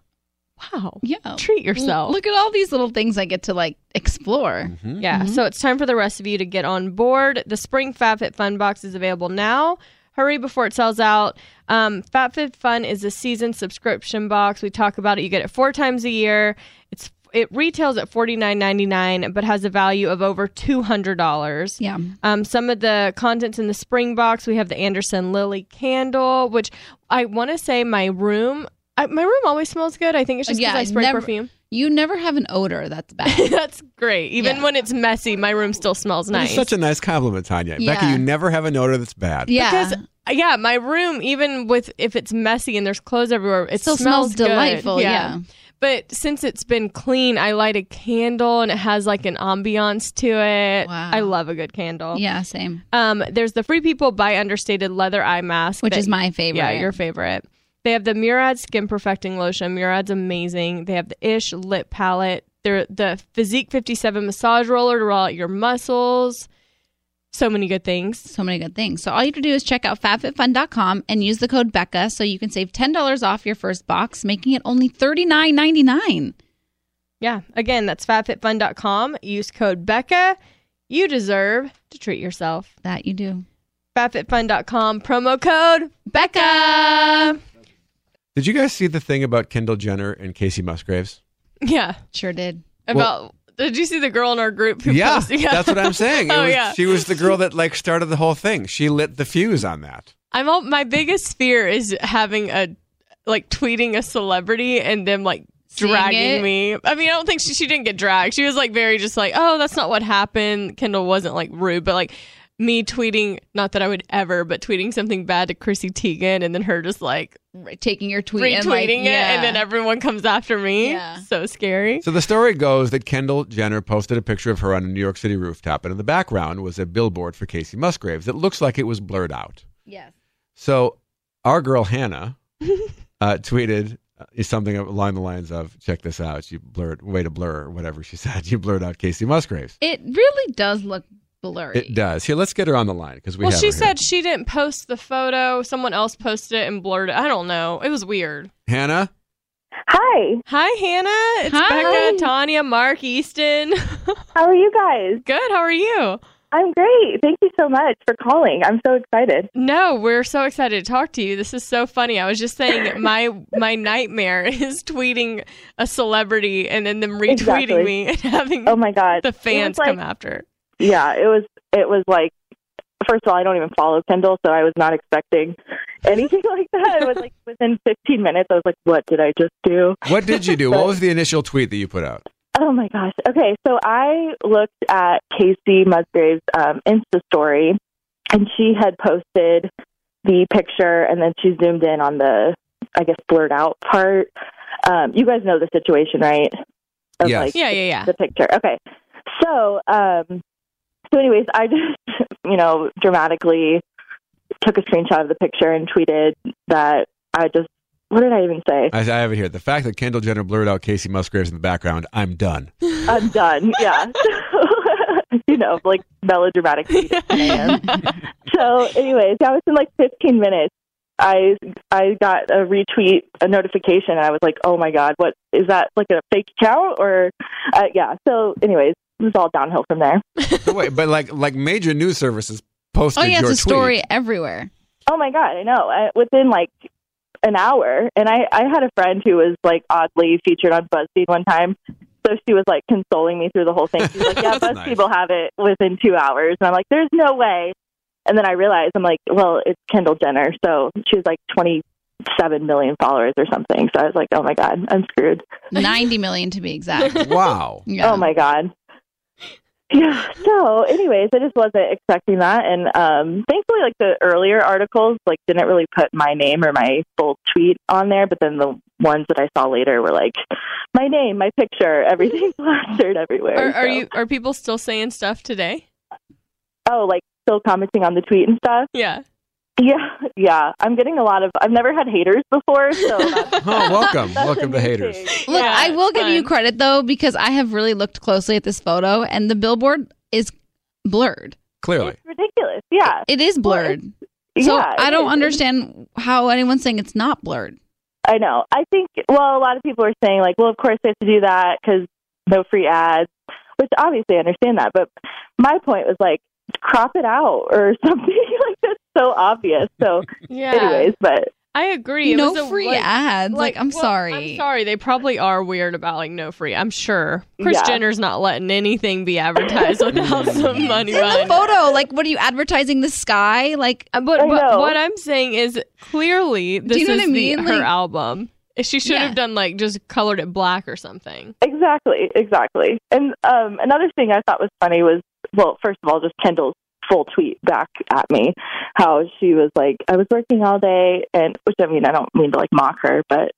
Speaker 3: "Wow,
Speaker 1: Yeah.
Speaker 3: treat yourself."
Speaker 1: L- Look at all these little things I get to like explore.
Speaker 2: Mm-hmm.
Speaker 3: Yeah,
Speaker 1: Mhm.
Speaker 3: so it's time for the rest of you to get on board. The spring FabFit Fun box is available now. Hurry before it sells out. Um, FabFit Fun is a season subscription box. We talk about it. You get it four times a year. It's it retails at forty nine ninety nine, but has a value of over two hundred dollars.
Speaker 1: Yeah.
Speaker 3: Um, some of the contents in the spring box, we have the Anderson Lily candle, which I want to say my room. I, my room always smells good. I think it's just because
Speaker 1: Yeah,
Speaker 3: I spray
Speaker 1: never-
Speaker 3: perfume.
Speaker 1: You never have an odor that's bad.
Speaker 3: That's great. Even
Speaker 1: Yeah.
Speaker 3: when it's messy, my room still smells
Speaker 2: That is
Speaker 3: nice.
Speaker 2: such a nice compliment, Tanya.
Speaker 1: Yeah.
Speaker 2: Becky, you never have an odor that's bad.
Speaker 1: yeah.
Speaker 3: Because yeah, my room, even with if it's messy and there's clothes everywhere, it
Speaker 1: still smells,
Speaker 3: good.
Speaker 1: delightful. Yeah.
Speaker 3: But since it's been clean, I light a candle and it has like an ambiance to it.
Speaker 1: Wow.
Speaker 3: I love a good
Speaker 1: yeah.
Speaker 3: candle.
Speaker 1: same.
Speaker 3: Um, there's the Free People by Understated leather eye mask,
Speaker 1: Which
Speaker 3: that-
Speaker 1: is my favorite.
Speaker 3: yeah your favorite. They have the Murad skin perfecting lotion. Murad's amazing. They have the Ish lip palette. They're the Physique 57 massage roller to roll out your muscles. So many good things.
Speaker 1: so many good things. So all you have to do is check out fabfitfun.com and use the code Becca so you can save $10 off your first box, making it only $39.99.
Speaker 3: Yeah. Again, that's fatfitfun.com. Use code Becca. You deserve to treat yourself.
Speaker 1: That you do.
Speaker 3: Fatfitfun.com, promo code
Speaker 1: Becca.
Speaker 2: Did you guys see the thing about Kendall Jenner and Casey Musgraves?
Speaker 3: Yeah.
Speaker 1: Sure did.
Speaker 3: About did you see the girl in our group who
Speaker 2: yeah,
Speaker 3: posted? Yeah.
Speaker 2: that's what I'm saying. It
Speaker 3: oh
Speaker 2: was-
Speaker 3: yeah.
Speaker 2: She was the girl that like started the whole thing. She lit the fuse on that.
Speaker 3: I'm all, my biggest fear is having a like tweeting a celebrity and them like
Speaker 1: Seeing
Speaker 3: dragging
Speaker 1: it.
Speaker 3: me. I mean, I don't think she she didn't get dragged. She was like very just like, "Oh, that's not what happened." Kendall wasn't like rude, but like me tweeting, not that I would ever, but tweeting something bad to Chrissy Teigen and then her just like
Speaker 1: Right, taking your tweet
Speaker 3: retweeting
Speaker 1: and like,
Speaker 3: it and then
Speaker 1: yeah.
Speaker 3: everyone comes after me.
Speaker 1: Yeah.
Speaker 3: So scary.
Speaker 2: So the story goes that Kendall Jenner posted a picture of her on a New York City rooftop, and in the background was a billboard for Casey Musgraves that looks like it was blurred out.
Speaker 1: Yes.
Speaker 2: So our girl Hannah uh, tweeted uh, something along the lines of, "Check this out. You blurred way to blur or whatever she said. You blurred out Casey Musgraves.
Speaker 1: It really does look blurry.
Speaker 2: It does. Here, let's get her on the line because we.
Speaker 3: well,
Speaker 2: have
Speaker 3: she
Speaker 2: her here.
Speaker 3: said she didn't post the photo. Someone else posted it and blurred it. I don't know. It was weird.
Speaker 2: Hannah.
Speaker 6: Hi,
Speaker 3: Hi, Hannah. It's
Speaker 1: Hi.
Speaker 3: Becca, Tanya, Mark, Easton.
Speaker 6: how are you guys?
Speaker 3: Good. How are you?
Speaker 6: I'm great. Thank you so much for calling. I'm so excited.
Speaker 3: No, we're so excited to talk to you. This is so funny. I was just saying my my nightmare is tweeting a celebrity and then them retweeting
Speaker 6: Exactly.
Speaker 3: me and having
Speaker 6: Oh my god,
Speaker 3: the fans
Speaker 6: It was like-
Speaker 3: come after.
Speaker 6: Yeah, it was. It was like. First of all, I don't even follow Kendall, so I was not expecting anything like that. It was like within 15 minutes, I was like, "What did I just do?"
Speaker 2: What did you do? what was the initial tweet that you put out?
Speaker 6: Oh my gosh. Okay, so I looked at Casey Musgrave's um, Insta story, and she had posted the picture, and then she zoomed in on the, I guess, blurred out part. Um, you guys know the situation, right?
Speaker 2: Yes.
Speaker 6: like,
Speaker 3: Yeah, yeah, yeah.
Speaker 6: the picture. Okay. So, um, so anyways, I just, you know, dramatically took a screenshot of the picture and tweeted that I just, what did I even say?
Speaker 2: I, I have it here. The fact that Kendall Jenner blurred out Casey Musgraves in the background. I'm done.
Speaker 6: I'm done. Yeah. you know, like melodramatic. So, anyways, that was in like 15 minutes. I I got a retweet, a notification, and I was like, "Oh my god, what is that? Like a fake account?" Or, uh, yeah. So, anyways, it was all downhill from there.
Speaker 2: But wait, but like like major news services posted
Speaker 1: oh, yeah,
Speaker 2: your
Speaker 1: it's a
Speaker 2: tweet.
Speaker 1: story everywhere.
Speaker 6: Oh my god, I know. I, within like an hour, and I I had a friend who was like oddly featured on BuzzFeed one time. So she was like consoling me through the whole thing. She was like, "Yeah,
Speaker 2: That's
Speaker 6: BuzzFeed
Speaker 2: nice.
Speaker 6: will have it within two hours," and I'm like, "There's no way." And then I realized I'm like, "Well, it's Kendall Jenner, so she was like 27 million followers or something." So I was like, "Oh my god, I'm screwed."
Speaker 1: 90 million to be exact.
Speaker 2: Wow.
Speaker 1: Yeah.
Speaker 6: Oh my god. Oh Yeah. So, anyways, I just wasn't expecting that, and um, thankfully, like the earlier articles, like didn't really put my name or my full tweet on there. But then the ones that I saw later were like my name, my picture, everything plastered everywhere.
Speaker 3: Are, are
Speaker 6: So-
Speaker 3: you are people still saying stuff today?
Speaker 6: Oh, like still commenting on the tweet and stuff.
Speaker 3: Yeah.
Speaker 6: Yeah, yeah. I'm getting a lot of. I've never had haters before, so that's,
Speaker 2: Oh, welcome,
Speaker 6: that's
Speaker 2: welcome
Speaker 6: a
Speaker 2: to
Speaker 6: new
Speaker 2: haters.
Speaker 6: thing.
Speaker 1: Look,
Speaker 3: Yeah,
Speaker 1: I will
Speaker 3: it's
Speaker 1: give you
Speaker 3: fun.
Speaker 1: credit though because I have really looked closely at this photo and the billboard is blurred.
Speaker 2: Clearly,
Speaker 6: It's ridiculous. Yeah,
Speaker 1: It is
Speaker 6: Well, it's-
Speaker 1: blurred. so
Speaker 6: yeah,
Speaker 1: I
Speaker 6: it
Speaker 1: don't
Speaker 6: is.
Speaker 1: understand how anyone's saying it's not blurred.
Speaker 6: I know. I think. Well, a lot of people are saying like, well, of course they have to do that because no free ads, which obviously I understand that. But my point was like, crop it out or something. like that's so obvious. So,
Speaker 3: Yeah.
Speaker 6: anyways, but
Speaker 3: I agree. It
Speaker 1: no
Speaker 3: was a
Speaker 1: free
Speaker 3: like-
Speaker 1: ads. Like, I'm
Speaker 3: well,
Speaker 1: sorry.
Speaker 3: I'm sorry. They probably are weird about like no free. I'm sure. Chris
Speaker 6: Yeah.
Speaker 3: Jenner's not letting anything be advertised without some money
Speaker 1: It's in the
Speaker 3: behind it.
Speaker 1: photo. Like, what are you advertising? The sky? Like,
Speaker 3: Uh, But,
Speaker 6: I
Speaker 3: but
Speaker 6: know.
Speaker 3: what I'm saying is clearly this
Speaker 1: know
Speaker 3: is
Speaker 1: what I
Speaker 3: the-
Speaker 1: mean?
Speaker 3: her
Speaker 1: Like-
Speaker 3: album. She should
Speaker 1: Yeah.
Speaker 3: have done like just colored it black or something.
Speaker 6: Exactly, exactly. And um, another thing I thought was funny was, well, first of all, just Kendall's full tweet back at me, how she was like, I was working all day, and which I mean, I don't mean to like mock her, but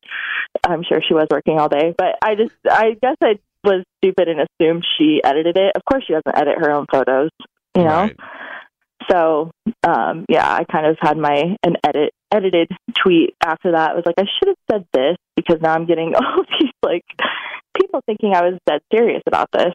Speaker 6: I'm sure she was working all day. But I just, I guess I was stupid and assumed she edited it. Of course, she doesn't edit her own photos, you know.
Speaker 2: Right.
Speaker 6: So um, yeah, I kind of had my an edit edited tweet after that. It was like I should have said this because now I'm getting all these like people thinking I was dead serious about this.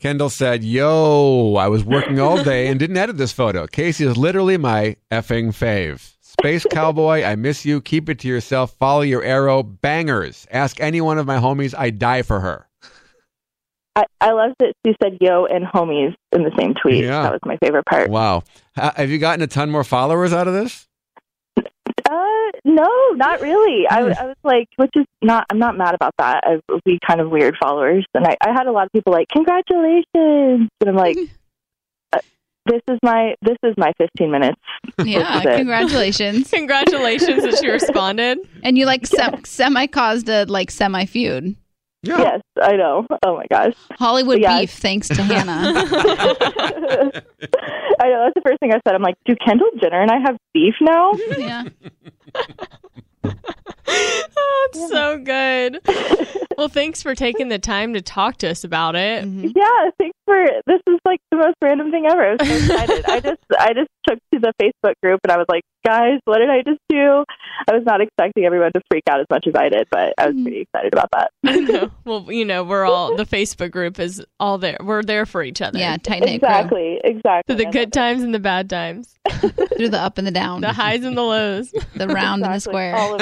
Speaker 2: Kendall said, "Yo, I was working all day and didn't edit this photo. Casey is literally my effing fave. Space cowboy, I miss you. Keep it to yourself. Follow your arrow. Bangers. Ask any one of my homies. I die for her.
Speaker 6: I, I loved that she said yo and homies in the same tweet.
Speaker 2: Yeah.
Speaker 6: That was my favorite part.
Speaker 2: Wow. Ha- Have you gotten a ton more followers out of this?
Speaker 6: Uh, no, not really. I, I was like, which is not. I'm not mad about that. I would be kind of weird followers, and I, I had a lot of people like, congratulations, and I'm like, uh, this is my this is my 15 minutes.
Speaker 1: yeah,
Speaker 6: This is it.
Speaker 1: congratulations.
Speaker 3: Congratulations that she responded.
Speaker 1: and you like sem- semi caused a like semi feud.
Speaker 6: Yes, I know. Oh my gosh.
Speaker 1: Hollywood
Speaker 6: Yeah.
Speaker 1: beef, thanks to Hannah.
Speaker 6: I know that's the first thing I said. I'm like, do Kendall Jenner and I have beef now?
Speaker 1: yeah.
Speaker 3: oh, it's so good. Well, thanks for taking the time to talk to us about it.
Speaker 6: yeah, thanks for this is like the most random thing ever. I was so excited. I just I just took to the Facebook group and I was like, guys, what did I just do? I was not expecting everyone to freak out as much as I did, but I was
Speaker 1: Mhm.
Speaker 6: pretty excited about that.
Speaker 3: I know.
Speaker 1: Mm-hmm.
Speaker 3: Well, you know, we're all the Facebook group is all there. We're there for each other.
Speaker 1: Yeah, tight knit crew
Speaker 6: exactly, exactly.
Speaker 3: Through the
Speaker 6: I
Speaker 3: good times and the bad times,
Speaker 1: through the up and the down,
Speaker 3: the
Speaker 1: the,
Speaker 3: highs and the lows,
Speaker 6: love-
Speaker 1: round and the
Speaker 6: exactly,
Speaker 1: square.
Speaker 6: All of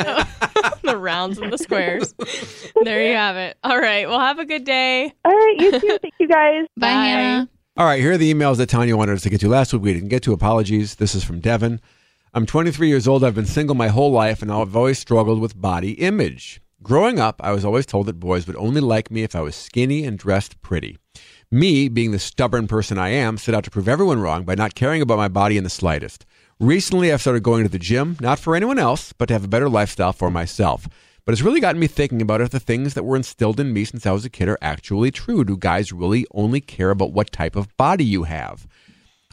Speaker 6: it.
Speaker 3: the rounds and the squares. There you have it. All right. Well, have a good day.
Speaker 6: All right, you too. Thank you guys.
Speaker 1: Bye,
Speaker 3: Bye.
Speaker 1: Hannah.
Speaker 2: All right, here are the emails that Tanya wanted us to get to last week. We didn't get to. Apologies. This is from Devin. I'm 23 years old. I've been single my whole life, and I've always struggled with body image. Growing up, I was always told that boys would only like me if I was skinny and dressed pretty. Me, being the stubborn person I am, set out to prove everyone wrong by not caring about my body in the slightest. Recently, I've started going to the gym, not for anyone else, but to have a better lifestyle for myself. But it's really gotten me thinking about if the things that were instilled in me since I was a kid are actually true. Do guys really only care about what type of body you have?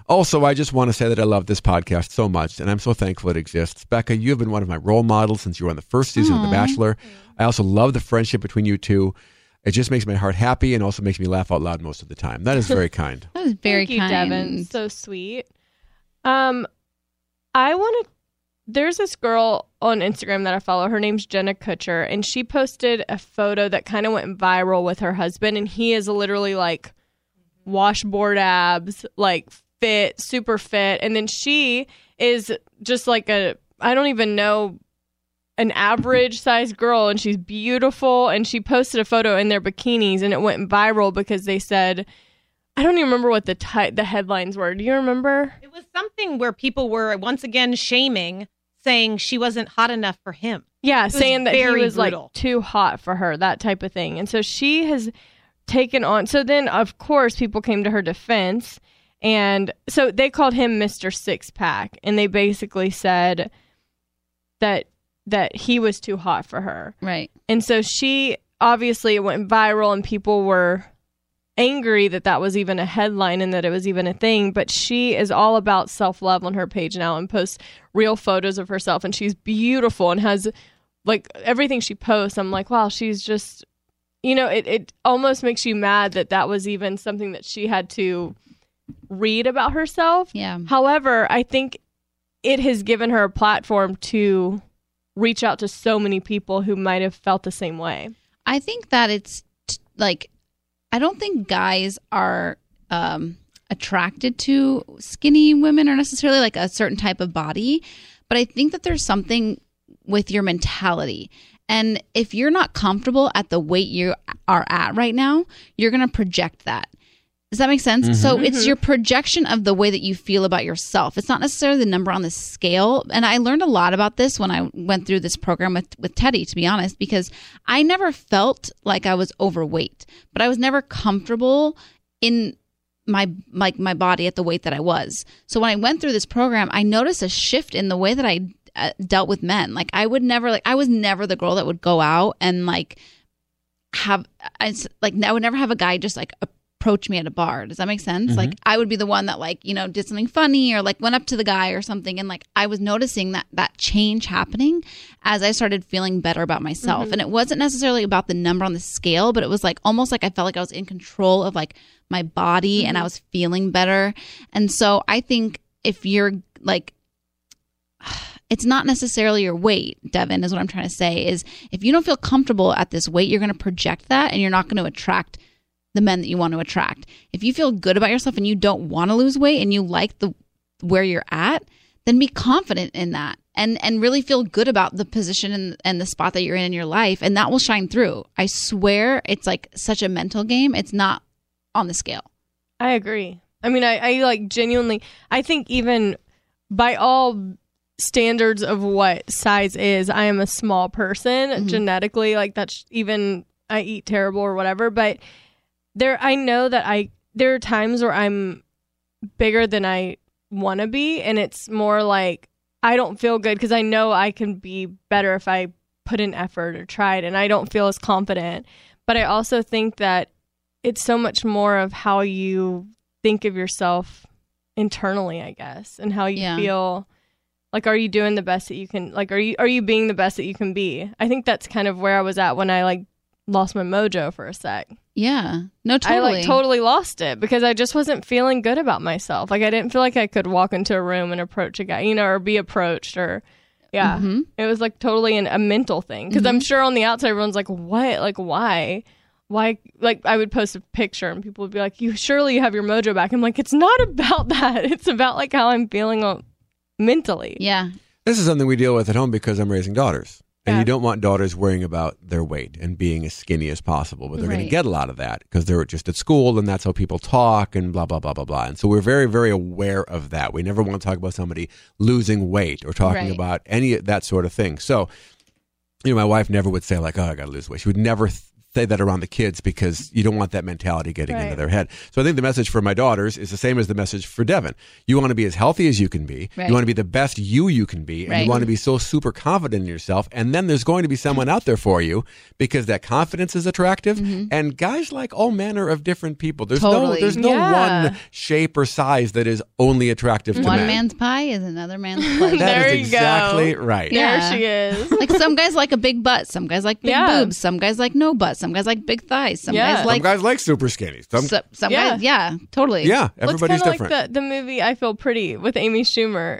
Speaker 2: Also, I just want to say that I love this podcast so much, and I'm so thankful it exists. Becca, you have been one of my role models since you were on the first season of The Bachelor. I also love the friendship between you two. It just makes my heart happy and also makes me laugh out loud most of the time. That is very kind.
Speaker 1: That was very
Speaker 3: Thank you,
Speaker 1: kind.
Speaker 3: Devin. So sweet. Um, I want to. There's this girl on Instagram that I follow. Her name's Jenna Kutcher, and she posted a photo that kind of went viral with her husband, and he is literally like washboard abs, like fit, super fit, and then she is just like a I don't even know an average sized girl and she's beautiful and she posted a photo in their bikinis and it went viral because they said I don't even remember what the ti- the headlines were. Do you remember?
Speaker 5: It was something where people were once again shaming, saying she wasn't hot enough for him.
Speaker 3: Yeah,
Speaker 5: was
Speaker 3: saying that he
Speaker 5: very
Speaker 3: was
Speaker 5: brutal.
Speaker 3: like too hot for her, that type of thing. And so she has taken on. So then, of course, people came to her defense, and so they called him Mister Six Pack, and they basically said that that he was too hot for her.
Speaker 1: Right.
Speaker 3: And so she obviously it went viral and people were angry that that was even a headline and that it was even a thing. But she is all about self love on her page now and posts real photos of herself. And she's beautiful and has like everything she posts. I'm like, wow, she's just, you know, it, it almost makes you mad that that was even something that she had to read about herself.
Speaker 1: Yeah.
Speaker 3: However, I think it has given her a platform to reach out to so many people who might have felt the same way.
Speaker 1: I think that it's t- like I don't think guys are um attracted to skinny women or necessarily like a certain type of body, but I think that there's something with your mentality. And if you're not comfortable at the weight you are at right now, you're going to project that. Does that make sense? So it's your projection of the way that you feel about yourself. It's not necessarily the number on the scale. And I learned a lot about this when I went through this program with, with Teddy, to be honest, because I never felt like I was overweight, but I was never comfortable in my like my body at the weight that I was. So when I went through this program, I noticed a shift in the way that I uh, dealt with men. Like I would never like I was never the girl that would go out and like have I s- like I would never have a guy just like approach me at a bar. Does that make sense? Like I would be the one that like you know did something funny or like went up to the guy or something. And like I was noticing that that change happening as I started feeling better about myself. And it wasn't necessarily about the number on the scale, but it was like almost like I felt like I was in control of like my body and I was feeling better. And so I think if you're like it's not necessarily your weight, Devin, is what I'm trying to say. Is if you don't feel comfortable at this weight, you're going to project that and you're not going to attract the men that you want to attract. If you feel good about yourself and you don't want to lose weight and you like the where you're at, then be confident in that and and really feel good about the position and, and the spot that you're in in your life and that will shine through. I swear it's like such a mental game. It's not on the scale.
Speaker 3: I agree. I mean, I, I like genuinely, I think even by all standards of what size is, I am a small person genetically. Like, that's even, I eat terrible or whatever. But there, I know that I, there are times where I'm bigger than I want to be. And it's more like, I don't feel good because I know I can be better if I put in effort or tried. And I don't feel as confident. But I also think that it's so much more of how you think of yourself internally, I guess, and how you
Speaker 1: Yeah.
Speaker 3: feel. Like, are you doing the best that you can? Like, are you are you being the best that you can be? I think that's kind of where I was at when I like lost my mojo for a sec.
Speaker 1: Yeah. No, totally.
Speaker 3: I like totally lost it because I just wasn't feeling good about myself. Like, I didn't feel like I could walk into a room and approach a guy, you know, or be approached or. Yeah,
Speaker 1: Mhm.
Speaker 3: it was like totally an, a mental thing because
Speaker 1: Mm-hmm.
Speaker 3: I'm sure on the outside everyone's like, "What? Like, why? why like I would post a picture and people would be like, You surely you have your mojo back. I'm like, it's not about that. It's about like how I'm feeling uh, mentally.
Speaker 1: Yeah.
Speaker 2: This is something we deal with at home because I'm raising daughters. And
Speaker 3: Yeah.
Speaker 2: you don't want daughters worrying about their weight and being as skinny as possible, but they're going
Speaker 1: Right.
Speaker 2: to get a lot of that because they're just at school and that's how people talk and blah, blah, blah, blah, blah. And so we're very, very aware of that. We never want to talk about somebody losing weight or talking
Speaker 1: Right.
Speaker 2: about any of that sort of thing. So, you know, my wife never would say, like, oh, I got to lose weight. She would never th- say that around the kids because you don't want that mentality getting into
Speaker 3: Right.
Speaker 2: their head. So I think the message for my daughters is the same as the message for Devin. You want to be as healthy as you can be,
Speaker 1: Right.
Speaker 2: you want to be the best you you can be, and
Speaker 1: Right.
Speaker 2: you want to be so super confident in yourself. And then there's going to be someone out there for you because that confidence is attractive. And guys like all manner of different people. There's
Speaker 1: Totally.
Speaker 2: no there's no
Speaker 3: Yeah.
Speaker 2: one shape or size that is only attractive to
Speaker 1: One
Speaker 2: men.
Speaker 1: man's pie is another man's plate.
Speaker 2: That is
Speaker 3: There you go.
Speaker 2: exactly right.
Speaker 1: Yeah.
Speaker 3: There she is.
Speaker 1: like some guys like a big butt, some guys like big
Speaker 3: Yeah.
Speaker 1: boobs, some guys like no butt, some guys like big thighs, some
Speaker 3: Yeah.
Speaker 1: guys
Speaker 2: Some
Speaker 1: like
Speaker 2: guys like super skinny. Some,
Speaker 1: so- some
Speaker 3: Yeah.
Speaker 1: guys, yeah, totally,
Speaker 2: yeah,
Speaker 3: Well,
Speaker 2: everybody's
Speaker 3: it's kind of
Speaker 2: different.
Speaker 3: like the, the movie I Feel Pretty with Amy Schumer.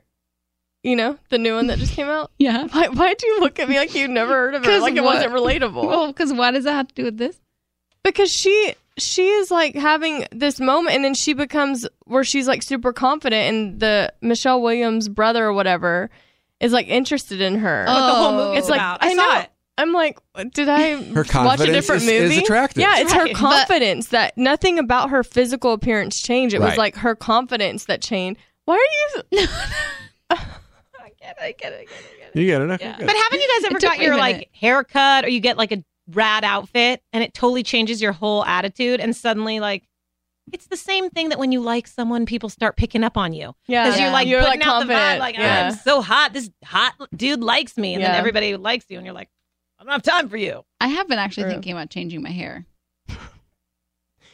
Speaker 3: You know, the new one that just came out.
Speaker 1: yeah.
Speaker 3: Why, why'd you look at me like you never heard of her?
Speaker 1: 'Cause
Speaker 3: Like it
Speaker 1: what?
Speaker 3: wasn't relatable.
Speaker 1: Well, because what does that have to do with this?
Speaker 3: because she she is like having this moment and then she becomes where she's like super confident and the Michelle Williams brother or whatever is like interested in her.
Speaker 1: Oh.
Speaker 5: the whole movie
Speaker 1: It's
Speaker 5: it's
Speaker 1: like,
Speaker 5: like I,
Speaker 3: I
Speaker 5: saw
Speaker 3: know.
Speaker 5: it.
Speaker 3: I'm like, did I watch a
Speaker 2: confidence
Speaker 3: different
Speaker 2: is- is
Speaker 3: movie?
Speaker 2: attractive.
Speaker 3: Yeah, it's her
Speaker 5: Right.
Speaker 3: confidence that nothing about her physical appearance changed. It was
Speaker 2: Right.
Speaker 3: like her confidence that changed. Why are you?
Speaker 2: you get it? Okay, good.
Speaker 5: But haven't you guys ever
Speaker 1: It took
Speaker 5: got
Speaker 1: me a
Speaker 5: your
Speaker 1: minute.
Speaker 5: like haircut or you get like a rad outfit and it totally changes your whole attitude and suddenly like it's the same thing that when you like someone, people start picking up on you
Speaker 3: Yeah,
Speaker 5: because you're like
Speaker 3: you're
Speaker 5: putting
Speaker 3: like
Speaker 5: out
Speaker 3: confident.
Speaker 5: the vibe, like "Oh,
Speaker 3: yeah.
Speaker 5: I'm so hot. This hot dude likes me, and
Speaker 3: Yeah.
Speaker 5: then everybody likes you, and you're like, I don't have time for you.
Speaker 1: I have been actually
Speaker 3: True.
Speaker 1: thinking about changing my hair.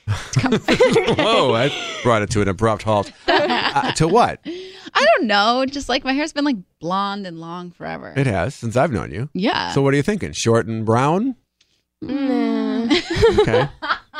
Speaker 2: Whoa, I brought it to an abrupt halt. Uh, to what?
Speaker 1: I don't know. Just like my hair's been like blonde and long forever.
Speaker 2: It has since I've known you.
Speaker 1: yeah.
Speaker 2: So what are you thinking? Short and brown?
Speaker 1: Mm.
Speaker 2: Okay.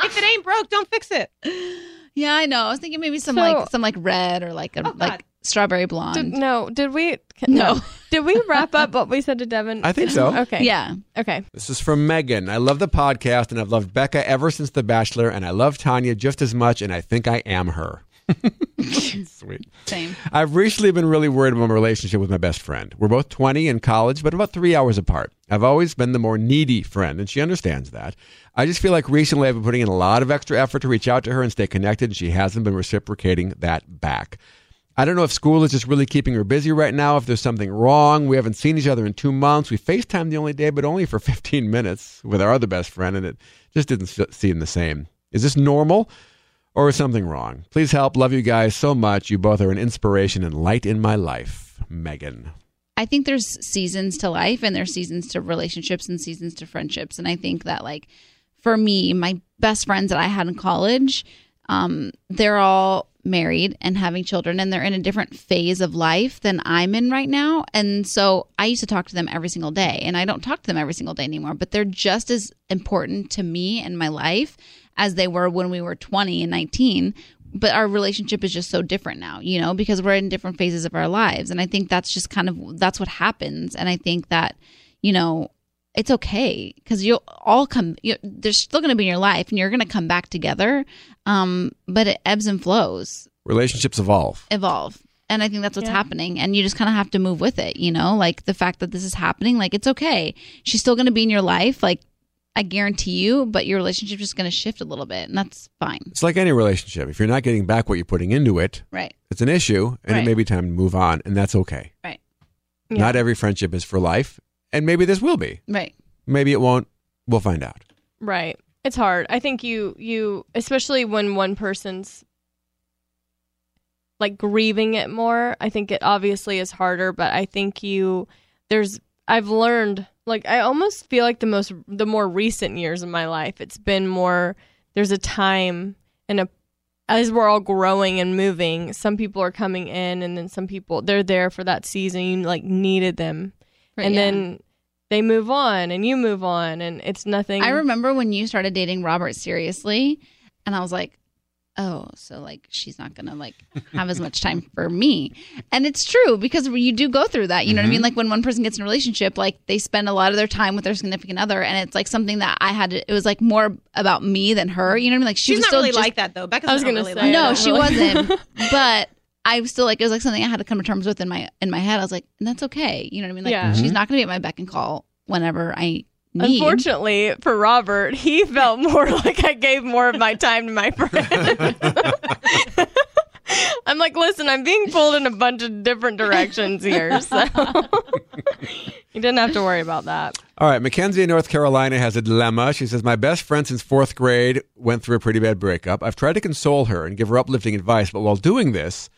Speaker 5: If it ain't broke, don't fix it.
Speaker 1: yeah, I know. I was thinking maybe some
Speaker 3: So-
Speaker 1: like some like red or like a
Speaker 5: Oh, God.
Speaker 1: like strawberry
Speaker 3: Did,
Speaker 1: blonde.
Speaker 3: no, did we?
Speaker 1: No.
Speaker 3: Did we wrap up what we said to Devin?
Speaker 2: I think so.
Speaker 3: Okay.
Speaker 1: Yeah.
Speaker 3: Okay.
Speaker 2: This is from Megan. I love the podcast and I've loved Becca ever since The Bachelor and I love Tanya just as much and I think I am her. Sweet.
Speaker 1: Same.
Speaker 2: I've recently been really worried about my relationship with my best friend. We're both 20 in college, but about three hours apart. I've always been the more needy friend, and she understands that. I just feel like recently I've been putting in a lot of extra effort to reach out to her and stay connected, and she hasn't been reciprocating that back. I don't know if school is just really keeping her busy right now, if there's something wrong. We haven't seen each other in two months. We FaceTimed the only day, but only for 15 minutes with our other best friend, and it just didn't s- seem the same. Is this normal? or is something wrong? Please help. Love you guys so much. You both are an inspiration and light in my life. Megan.
Speaker 1: I think there's seasons to life and there's seasons to relationships and seasons to friendships. And I think that like for me, my best friends that I had in college, um, they're all married and having children and they're in a different phase of life than I'm in right now. And so I used to talk to them every single day and I don't talk to them every single day anymore, but they're just as important to me and my life as they were when we were 20 and 19 but our relationship is just so different now you know because we're in different phases of our lives and i think that's just kind of that's what happens and i think that you know it's okay because you'll all come you they're still going to be in your life and you're going to come back together um but it ebbs and flows
Speaker 2: Relationships evolve.
Speaker 1: evolve and i think that's what's happening and you just kind of have to move with it you know like the fact that this is happening like it's okay she's still going to be in your life like i guarantee you but your relationship's just going to shift a little bit and that's fine
Speaker 2: It's like any relationship. If you're not getting back what you're putting into it,
Speaker 1: right
Speaker 2: it's an issue and it
Speaker 1: Right.
Speaker 2: may be time to move on, and that's okay.
Speaker 1: right
Speaker 3: Yeah.
Speaker 2: Not every friendship is for life, and maybe this will be.
Speaker 1: right
Speaker 2: Maybe it won't. We'll find out.
Speaker 3: Right. It's hard. I think you you especially when one person's like grieving it more, I think it obviously is harder, but I think you there's I've learned like I almost feel like the most the more recent years of my life, it's been more there's a time and a as we're all growing and moving, some people are coming in and then some people they're there for that season, you like needed them.
Speaker 1: Right,
Speaker 3: and
Speaker 1: yeah.
Speaker 3: then they move on and you move on and it's nothing
Speaker 1: I remember when you started dating Robert seriously, and I was like, oh, so like she's not gonna like have as much time for me. And it's true because you do go through that. You know what I
Speaker 5: Mm-hmm.
Speaker 1: mean? Like when one person gets in a relationship, like they spend a lot of their time with their significant other, and it's like something that I had. To, it was like more about me than her. You know what I mean? Like she
Speaker 5: She's
Speaker 1: was
Speaker 5: not
Speaker 1: still
Speaker 5: really
Speaker 1: just-
Speaker 5: like that though. Becca's
Speaker 3: I was
Speaker 5: not
Speaker 3: gonna
Speaker 5: really
Speaker 3: say
Speaker 5: like
Speaker 1: no,
Speaker 5: that.
Speaker 1: she
Speaker 3: really.
Speaker 1: wasn't. But I was still like it was like something I had to come to terms with in my in my head. I was like, and that's okay. You know what I mean? Like
Speaker 3: Yeah.
Speaker 1: she's
Speaker 5: Mm-hmm.
Speaker 1: not gonna be at my beck and call whenever I need.
Speaker 3: Unfortunately for Robert, he felt more like I gave more of my time to my friend. I'm like, listen, I'm being pulled in a bunch of different directions here, so you didn't have to worry about that.
Speaker 2: All right, Mackenzie in North Carolina has a dilemma. She says, My best friend since fourth grade went through a pretty bad breakup. I've tried to console her and give her uplifting advice, but while doing this,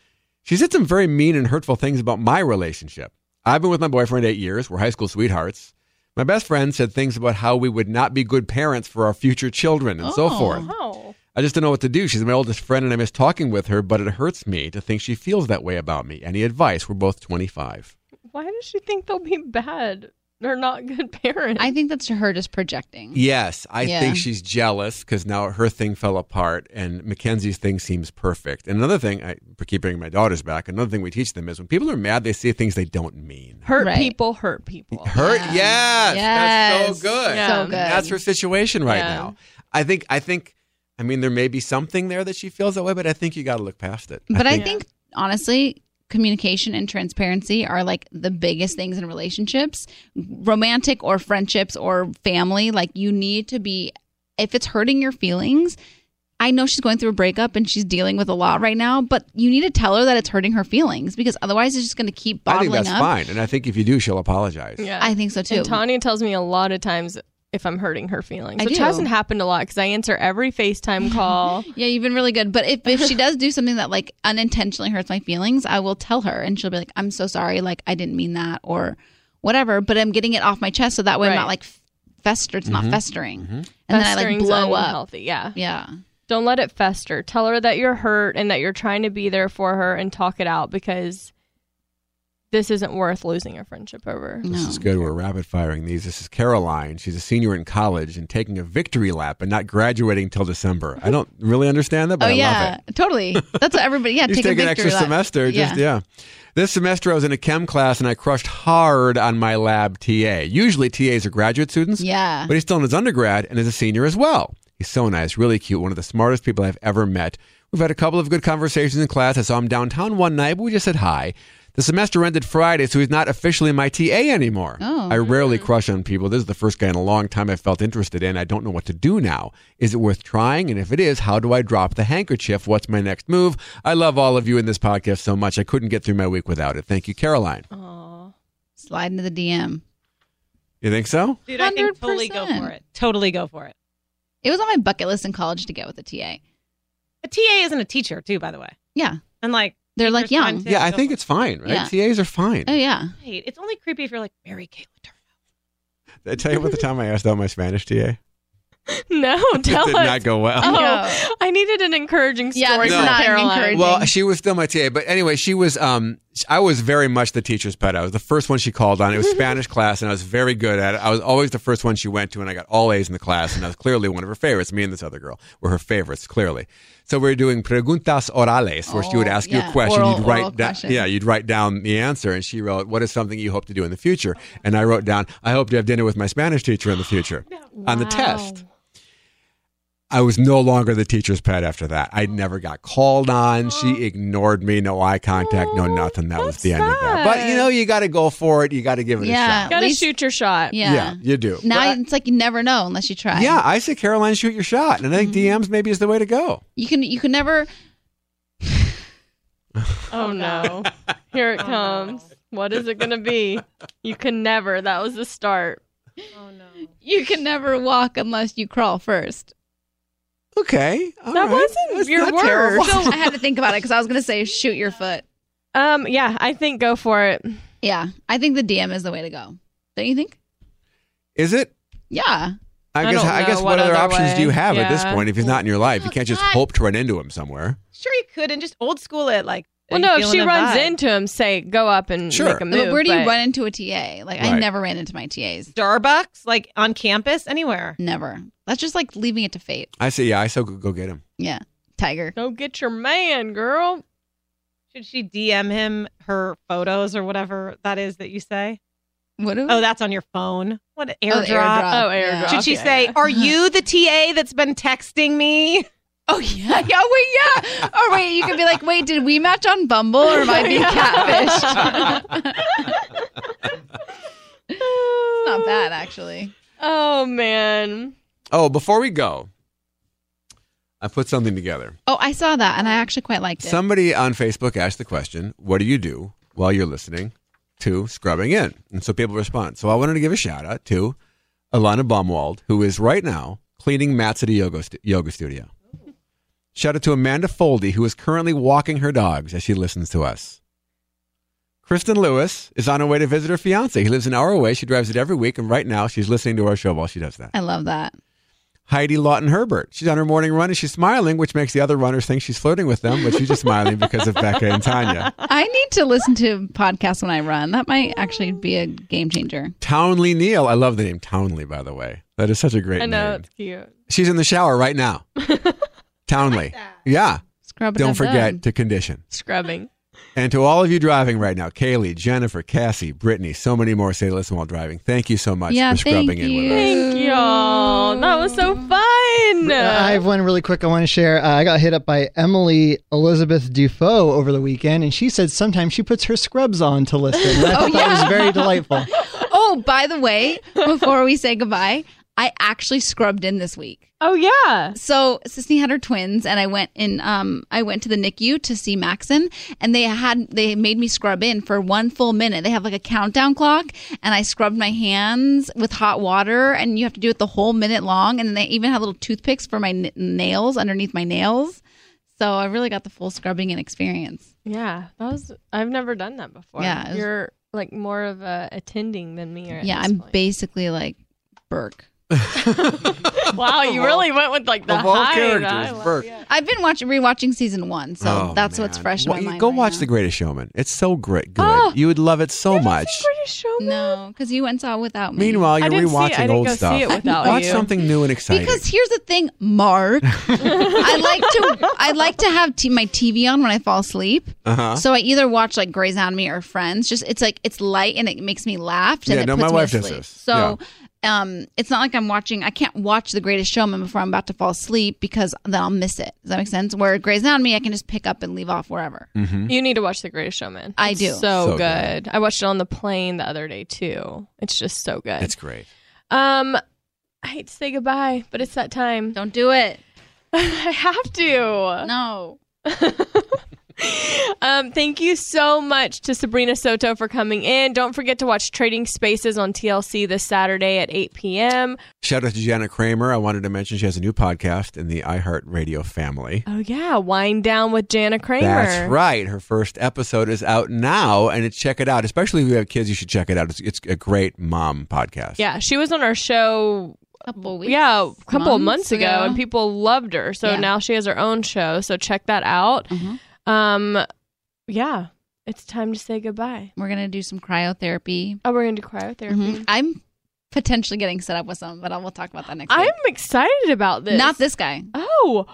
Speaker 2: she said some very mean and hurtful things about my relationship. I've been with my boyfriend eight years. We're high school sweethearts. My best friend said things about how we would not be good parents for our future children and so
Speaker 1: Oh.
Speaker 2: forth.
Speaker 3: Oh,
Speaker 2: I just don't know what to do. She's my oldest friend and I miss talking with her, but it hurts me to think she feels that way about me. Any advice? We're both 25.
Speaker 3: why does she think they'll be bad? They're not good parents.
Speaker 1: I think that's her just projecting.
Speaker 2: Yes, I
Speaker 1: Yeah.
Speaker 2: think she's jealous because now her thing fell apart and Mackenzie's thing seems perfect. And another thing, I for keep bringing my daughters back, another thing we teach them is when people are mad, they say things they don't mean.
Speaker 3: hurt
Speaker 1: Right.
Speaker 3: people hurt people.
Speaker 2: Hurt, yes, that's
Speaker 1: Yes.
Speaker 2: so good.
Speaker 3: Yeah.
Speaker 1: So
Speaker 3: Um,
Speaker 1: good.
Speaker 2: That's her situation right
Speaker 3: Yeah.
Speaker 2: now. I think, I think, I mean, there may be something there that she feels that way, but I think you got to look past it.
Speaker 1: But I think, honestly, communication and transparency are like the biggest things in relationships, romantic or friendships or family. Like you need to be, if it's hurting your feelings. I know she's going through a breakup and she's dealing with a lot right now, but you need to tell her that it's hurting her feelings because otherwise it's just going to keep
Speaker 2: I
Speaker 1: bottling
Speaker 2: think that's
Speaker 1: up.
Speaker 2: fine. And I think if you do, she'll apologize.
Speaker 3: Yeah.
Speaker 1: I think so too.
Speaker 3: And Tanya tells me a lot of times if I'm hurting her feelings,
Speaker 1: I
Speaker 3: which
Speaker 1: do.
Speaker 3: hasn't happened a lot because I answer every FaceTime call.
Speaker 1: Yeah, you've been really good. But if, if she does do something that like unintentionally hurts my feelings, I will tell her and she'll be like, I'm so sorry. Like, I didn't mean that or whatever. But I'm getting it off my chest so that way
Speaker 3: Right.
Speaker 2: Mm-hmm.
Speaker 1: I'm not like fester. It's not festering. And then I like
Speaker 3: Festering's
Speaker 1: blow up.
Speaker 3: unhealthy. Yeah.
Speaker 1: Yeah.
Speaker 3: Don't let it fester. Tell her that you're hurt and that you're trying to be there for her and talk it out because this isn't worth losing a friendship over.
Speaker 1: No.
Speaker 2: This is good. We're rapid firing these. This is Caroline. She's a senior in college and taking a victory lap and not graduating till December. I don't really understand that, but
Speaker 1: Oh
Speaker 2: I love
Speaker 1: yeah,
Speaker 2: it.
Speaker 1: totally. That's what everybody. Yeah, take,
Speaker 2: You just take
Speaker 1: a
Speaker 2: an
Speaker 1: victory
Speaker 2: extra
Speaker 1: lap.
Speaker 2: semester. Just yeah. This semester I was in a chem class and I crushed hard on my lab TA. Usually TAs are graduate students.
Speaker 1: Yeah.
Speaker 2: But he's still in his undergrad and is a senior as well. He's so nice, really cute, one of the smartest people I've ever met. We've had a couple of good conversations in class. I saw him downtown one night, but we just said hi. The semester ended Friday, so he's not officially my TA anymore.
Speaker 1: Oh.
Speaker 2: I rarely crush on people. This is the first guy in a long time I felt interested in. I don't know what to do now. Is it worth trying? And if it is, how do I drop the handkerchief? What's my next move? I love all of you in this podcast so much. I couldn't get through my week without it. Thank you, Caroline.
Speaker 3: Aw.
Speaker 1: Slide into the DM.
Speaker 2: You think so?
Speaker 5: Dude, I think totally go
Speaker 1: 100%.
Speaker 5: for it. Totally go for it.
Speaker 1: It was on my bucket list in college to get with a TA.
Speaker 5: A TA isn't a teacher, too, by the way.
Speaker 1: Yeah,
Speaker 5: And like,
Speaker 1: they're like
Speaker 5: Teachers
Speaker 1: young.
Speaker 5: find- Yeah,
Speaker 2: Yeah, I
Speaker 5: go
Speaker 2: think
Speaker 5: for
Speaker 2: it's fine, right? TAs are fine.
Speaker 1: Oh yeah.
Speaker 5: wait, it's only creepy if you're like Mary Kay Letourneau.
Speaker 2: Did I tell you about the time I asked out my Spanish TA?
Speaker 3: No,
Speaker 2: it
Speaker 3: tell
Speaker 2: did
Speaker 3: us.
Speaker 2: not go well.
Speaker 3: Oh,
Speaker 1: No.
Speaker 3: I needed an encouraging story
Speaker 1: Yeah, this
Speaker 2: is
Speaker 3: from
Speaker 1: not an
Speaker 3: Caroline.
Speaker 1: encouraging-
Speaker 2: Well, she was still my TA, but anyway, she was. Um, I was very much the teacher's pet. I was the first one she called on. It was Spanish class, and I was very good at it. I was always the first one she went to, and I got all A's in the class, and I was clearly one of her favorites. Me and this other girl were her favorites, clearly. So we were doing preguntas orales, where she would
Speaker 1: Oh,
Speaker 2: ask you
Speaker 1: yeah.
Speaker 2: a question,
Speaker 1: Oral-
Speaker 2: you'd
Speaker 1: oral
Speaker 2: write down,
Speaker 1: questions.
Speaker 2: yeah, you'd write down the answer, and she wrote, "What is something you hope to do in the future?" And I wrote down, "I hope to have dinner with my Spanish teacher in the future." On the test. I was no longer the teacher's pet after that. I never got called on. She ignored me, no eye contact, no
Speaker 3: Oh,
Speaker 2: nothing. That was
Speaker 3: that's
Speaker 2: the end of that. But you
Speaker 3: sad.
Speaker 2: know, you got to go for it. You got to give it
Speaker 1: Yeah.
Speaker 2: a shot.
Speaker 3: Gotta
Speaker 1: least-
Speaker 3: shoot your shot.
Speaker 1: Yeah.
Speaker 2: you do.
Speaker 1: Now
Speaker 2: But-
Speaker 1: it's like you never know unless you try.
Speaker 2: yeah, I say Caroline, shoot your shot, and I
Speaker 3: Mm.
Speaker 2: think DMs maybe is the way to go.
Speaker 1: You can you can never
Speaker 3: Oh, no. Here it comes. What is it going to be? You can never. That was the start.
Speaker 5: Oh, no.
Speaker 1: you can never walk unless you crawl first.
Speaker 2: Okay, all
Speaker 3: That
Speaker 2: right.
Speaker 3: wasn't
Speaker 2: That's
Speaker 3: your
Speaker 2: not
Speaker 3: word.
Speaker 2: terrible.
Speaker 1: So Oh, I had to think about it because I was gonna say shoot your foot.
Speaker 3: Um, yeah, I think go for it.
Speaker 1: Yeah, I think the DM is the way to go. Don't you think?
Speaker 2: Is it?
Speaker 1: Yeah,
Speaker 2: I,
Speaker 3: I
Speaker 2: guess.
Speaker 3: don't
Speaker 2: I guess.
Speaker 3: know
Speaker 2: What
Speaker 3: what
Speaker 2: other
Speaker 3: other
Speaker 2: options do
Speaker 3: way.
Speaker 2: you have at this
Speaker 3: Yeah. Oh,
Speaker 2: point? If he's not in your life, you can't just hope to run into him somewhere.
Speaker 5: Sure, you could, and just old school it. Like,
Speaker 3: Well,
Speaker 5: are you
Speaker 3: no, if
Speaker 5: feeling
Speaker 3: she
Speaker 5: the
Speaker 3: runs
Speaker 5: vibe?
Speaker 3: into him, say go up and
Speaker 2: Sure.
Speaker 3: make a move.
Speaker 1: but where do you
Speaker 3: but-
Speaker 1: run into a TA? Like I
Speaker 2: Right.
Speaker 1: never ran into my TAs.
Speaker 5: Starbucks, like on campus, anywhere.
Speaker 1: Never. That's just like leaving it to fate.
Speaker 2: I say, yeah. I say, go, go get him.
Speaker 1: Yeah, tiger.
Speaker 3: Go get your man, girl.
Speaker 5: Should she DM him her photos or whatever that is that you say?
Speaker 1: What? do-
Speaker 5: Oh, that's on your phone. What
Speaker 1: Oh, the
Speaker 5: airdrop.
Speaker 3: Oh,
Speaker 1: Yeah.
Speaker 3: airdrop.
Speaker 5: Should she
Speaker 3: Okay,
Speaker 5: say,
Speaker 3: yeah.
Speaker 5: "Are you the TA that's been texting me?"
Speaker 1: Oh yeah, yeah, wait, yeah. Or wait, you could be like, wait, did we match on Bumble or am I being catfished? it's not bad actually.
Speaker 3: Oh man.
Speaker 2: Oh, before we go, I put something together.
Speaker 1: Oh, I saw that and I actually quite liked it.
Speaker 2: Somebody on Facebook asked the question, "What do you do while you're listening to Scrubbing In?" And so people respond. So I wanted to give a shout out to Alana Baumwald, who is right now cleaning mats at a yoga, stu- yoga studio. Shout out to Amanda Foldy, who is currently walking her dogs as she listens to us. Kristen Lewis is on her way to visit her fiance. He lives an hour away. She drives it every week, and right now she's listening to our show while she does that.
Speaker 1: I love that.
Speaker 2: Heidi Lawton Herbert. She's on her morning run and she's smiling, which makes the other runners think she's flirting with them, but she's just smiling because of Becca and Tanya.
Speaker 1: I need to listen to podcasts when I run. That might actually be a game changer.
Speaker 2: Townley Neal. I love the name Townley, by the way. That is such a great
Speaker 3: I know
Speaker 2: name.
Speaker 3: it's cute.
Speaker 2: She's in the shower right now. Townley. Yeah.
Speaker 1: Scrub. it
Speaker 2: Don't
Speaker 1: up
Speaker 2: forget
Speaker 1: done.
Speaker 2: to condition.
Speaker 3: Scrubbing.
Speaker 2: And to all of you driving right now, Kaylee, Jennifer, Cassie, Brittany, so many more say listen while driving. Thank you so much
Speaker 1: Yeah,
Speaker 2: for
Speaker 1: thank
Speaker 2: scrubbing in with
Speaker 1: you. Oh,
Speaker 2: us.
Speaker 3: Thank y'all. That was so fun.
Speaker 9: Uh, I have one really quick I want to share. Uh, I got hit up by Emily Elizabeth Dufoe over the weekend, and she said sometimes she puts her scrubs on to listen. And I thought that was very delightful.
Speaker 1: Oh, by the way, before we say goodbye, I actually scrubbed in this week.
Speaker 3: oh yeah.
Speaker 1: So Sisney had her twins, and I went in. Um, I went to the NICU to see Maxon, and they had they made me scrub in for one full minute. They have like a countdown clock, and I scrubbed my hands with hot water, and you have to do it the whole minute long. And they even had little toothpicks for my n- nails underneath my nails. So I really got the full scrubbing in experience.
Speaker 3: Yeah. That was I've never done that before.
Speaker 1: Yeah, it was-
Speaker 3: You're like more of a attending than me. Right
Speaker 1: yeah, I'm basically like Burke.
Speaker 3: Wow, you really went with like the
Speaker 2: of all
Speaker 3: high
Speaker 2: characters,
Speaker 3: eyelash.
Speaker 2: Burke.
Speaker 1: I've been watching rewatching season one, so
Speaker 2: Oh,
Speaker 1: that's what's
Speaker 2: man.
Speaker 1: fresh in
Speaker 2: Well,
Speaker 1: my
Speaker 2: you
Speaker 1: mind.
Speaker 2: Go
Speaker 1: right
Speaker 2: watch
Speaker 1: now.
Speaker 2: The Greatest Showman. It's so great. Good.
Speaker 3: Oh,
Speaker 2: you would love it so much.
Speaker 3: British showman.
Speaker 1: No, because you went saw it without me.
Speaker 2: Meanwhile, you're
Speaker 3: I didn't see it. I
Speaker 2: rewatching
Speaker 3: didn't
Speaker 2: old
Speaker 3: go see
Speaker 2: stuff.
Speaker 3: it without
Speaker 2: watch
Speaker 3: you.
Speaker 2: something new and exciting.
Speaker 1: Because here's the thing, Mark. I like to I like to have t- my TV on when I fall asleep.
Speaker 2: uh-huh.
Speaker 1: So I either watch like Grey's Anatomy or Friends. Just it's like it's light and it makes me laugh. And
Speaker 2: Yeah,
Speaker 1: it
Speaker 2: no,
Speaker 1: puts
Speaker 2: my
Speaker 1: me
Speaker 2: wife does
Speaker 1: asleep.
Speaker 2: this.
Speaker 1: So um, it's not like I'm watching. I can't watch The Greatest Showman before I'm about to fall asleep because then I'll miss it. Does that make sense? Where Grey's Anatomy, I can just pick up and leave off wherever.
Speaker 2: Mhm.
Speaker 3: You need to watch The Greatest Showman.
Speaker 1: I
Speaker 3: It's
Speaker 1: do.
Speaker 3: So,
Speaker 2: So
Speaker 3: good. I watched it on the plane the other day too. It's just so good.
Speaker 2: It's great.
Speaker 3: um, I hate to say goodbye, but it's that time.
Speaker 1: Don't do it.
Speaker 3: I have to.
Speaker 1: No.
Speaker 3: Um, thank you so much to Sabrina Soto for coming in. Don't forget to watch Trading Spaces on TLC this Saturday at 8 p.m.
Speaker 2: Shout out to Jana Kramer. I wanted to mention she has a new podcast in the iHeartRadio family.
Speaker 3: Oh yeah, wind down with Jana Kramer.
Speaker 2: That's right. Her first episode is out now, and it's check it out. Especially if you have kids, you should check it out. It's, it's a great mom podcast.
Speaker 3: Yeah, she was on our show
Speaker 1: Couple weeks.
Speaker 3: yeah, a couple of months ago, and people loved her. So
Speaker 1: Yeah.
Speaker 3: now she has her own show. So check that out.
Speaker 1: Mhm.
Speaker 3: Um, yeah, it's time to say goodbye.
Speaker 1: We're gonna do some cryotherapy.
Speaker 3: Oh, we're gonna do cryotherapy.
Speaker 1: Mhm. I'm potentially getting set up with some, but I- we'll talk about that next.
Speaker 3: I'm
Speaker 1: week.
Speaker 3: excited about this.
Speaker 1: not this guy.
Speaker 3: Oh,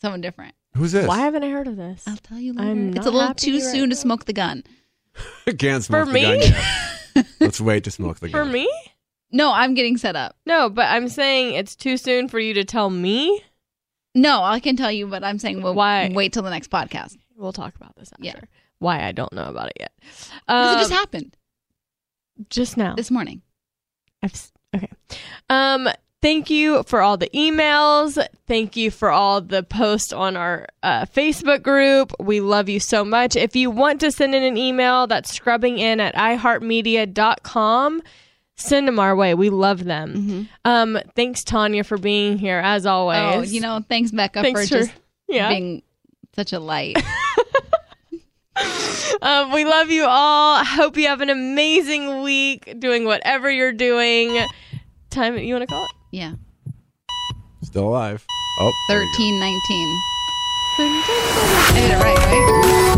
Speaker 1: Someone different.
Speaker 2: Who's this?
Speaker 3: why haven't I heard of this?
Speaker 1: I'll tell you later.
Speaker 3: I'm
Speaker 1: it's
Speaker 3: not
Speaker 1: a little
Speaker 3: happy
Speaker 1: too
Speaker 3: right
Speaker 1: soon to
Speaker 3: now.
Speaker 1: smoke the gun.
Speaker 2: Can't
Speaker 3: For
Speaker 2: smoke the gun
Speaker 3: me?
Speaker 2: yet. Let's wait to smoke the
Speaker 3: For
Speaker 2: gun.
Speaker 3: me?
Speaker 1: No, I'm getting set up.
Speaker 3: No, but I'm saying it's too soon for you to tell me.
Speaker 1: No, I can tell you, but I'm saying we'll
Speaker 3: Why?
Speaker 1: wait till the next podcast.
Speaker 3: We'll talk about this after.
Speaker 1: Yeah.
Speaker 3: Why I don't know about it yet.
Speaker 1: 'Cause
Speaker 3: Um,
Speaker 1: it just happened
Speaker 3: just now.
Speaker 1: this morning.
Speaker 3: I've, s- okay. Um, thank you for all the emails. Thank you for all the posts on our uh, Facebook group. We love you so much. If you want to send in an email, that's scrubbing in at iheartmedia.com. Send them our way. We love them. Um, thanks, Tanya, for being here as always.
Speaker 1: Mm-hmm. Oh, you know, thanks Becca for
Speaker 3: thanks for,
Speaker 1: just
Speaker 3: yeah.
Speaker 1: being such a light.
Speaker 3: Um, we love you all. I hope you have an amazing week doing whatever you're doing. Time you want to call it?
Speaker 1: yeah,
Speaker 2: Still alive. Oh, there you go.
Speaker 1: thirteen nineteen. I did it right, right?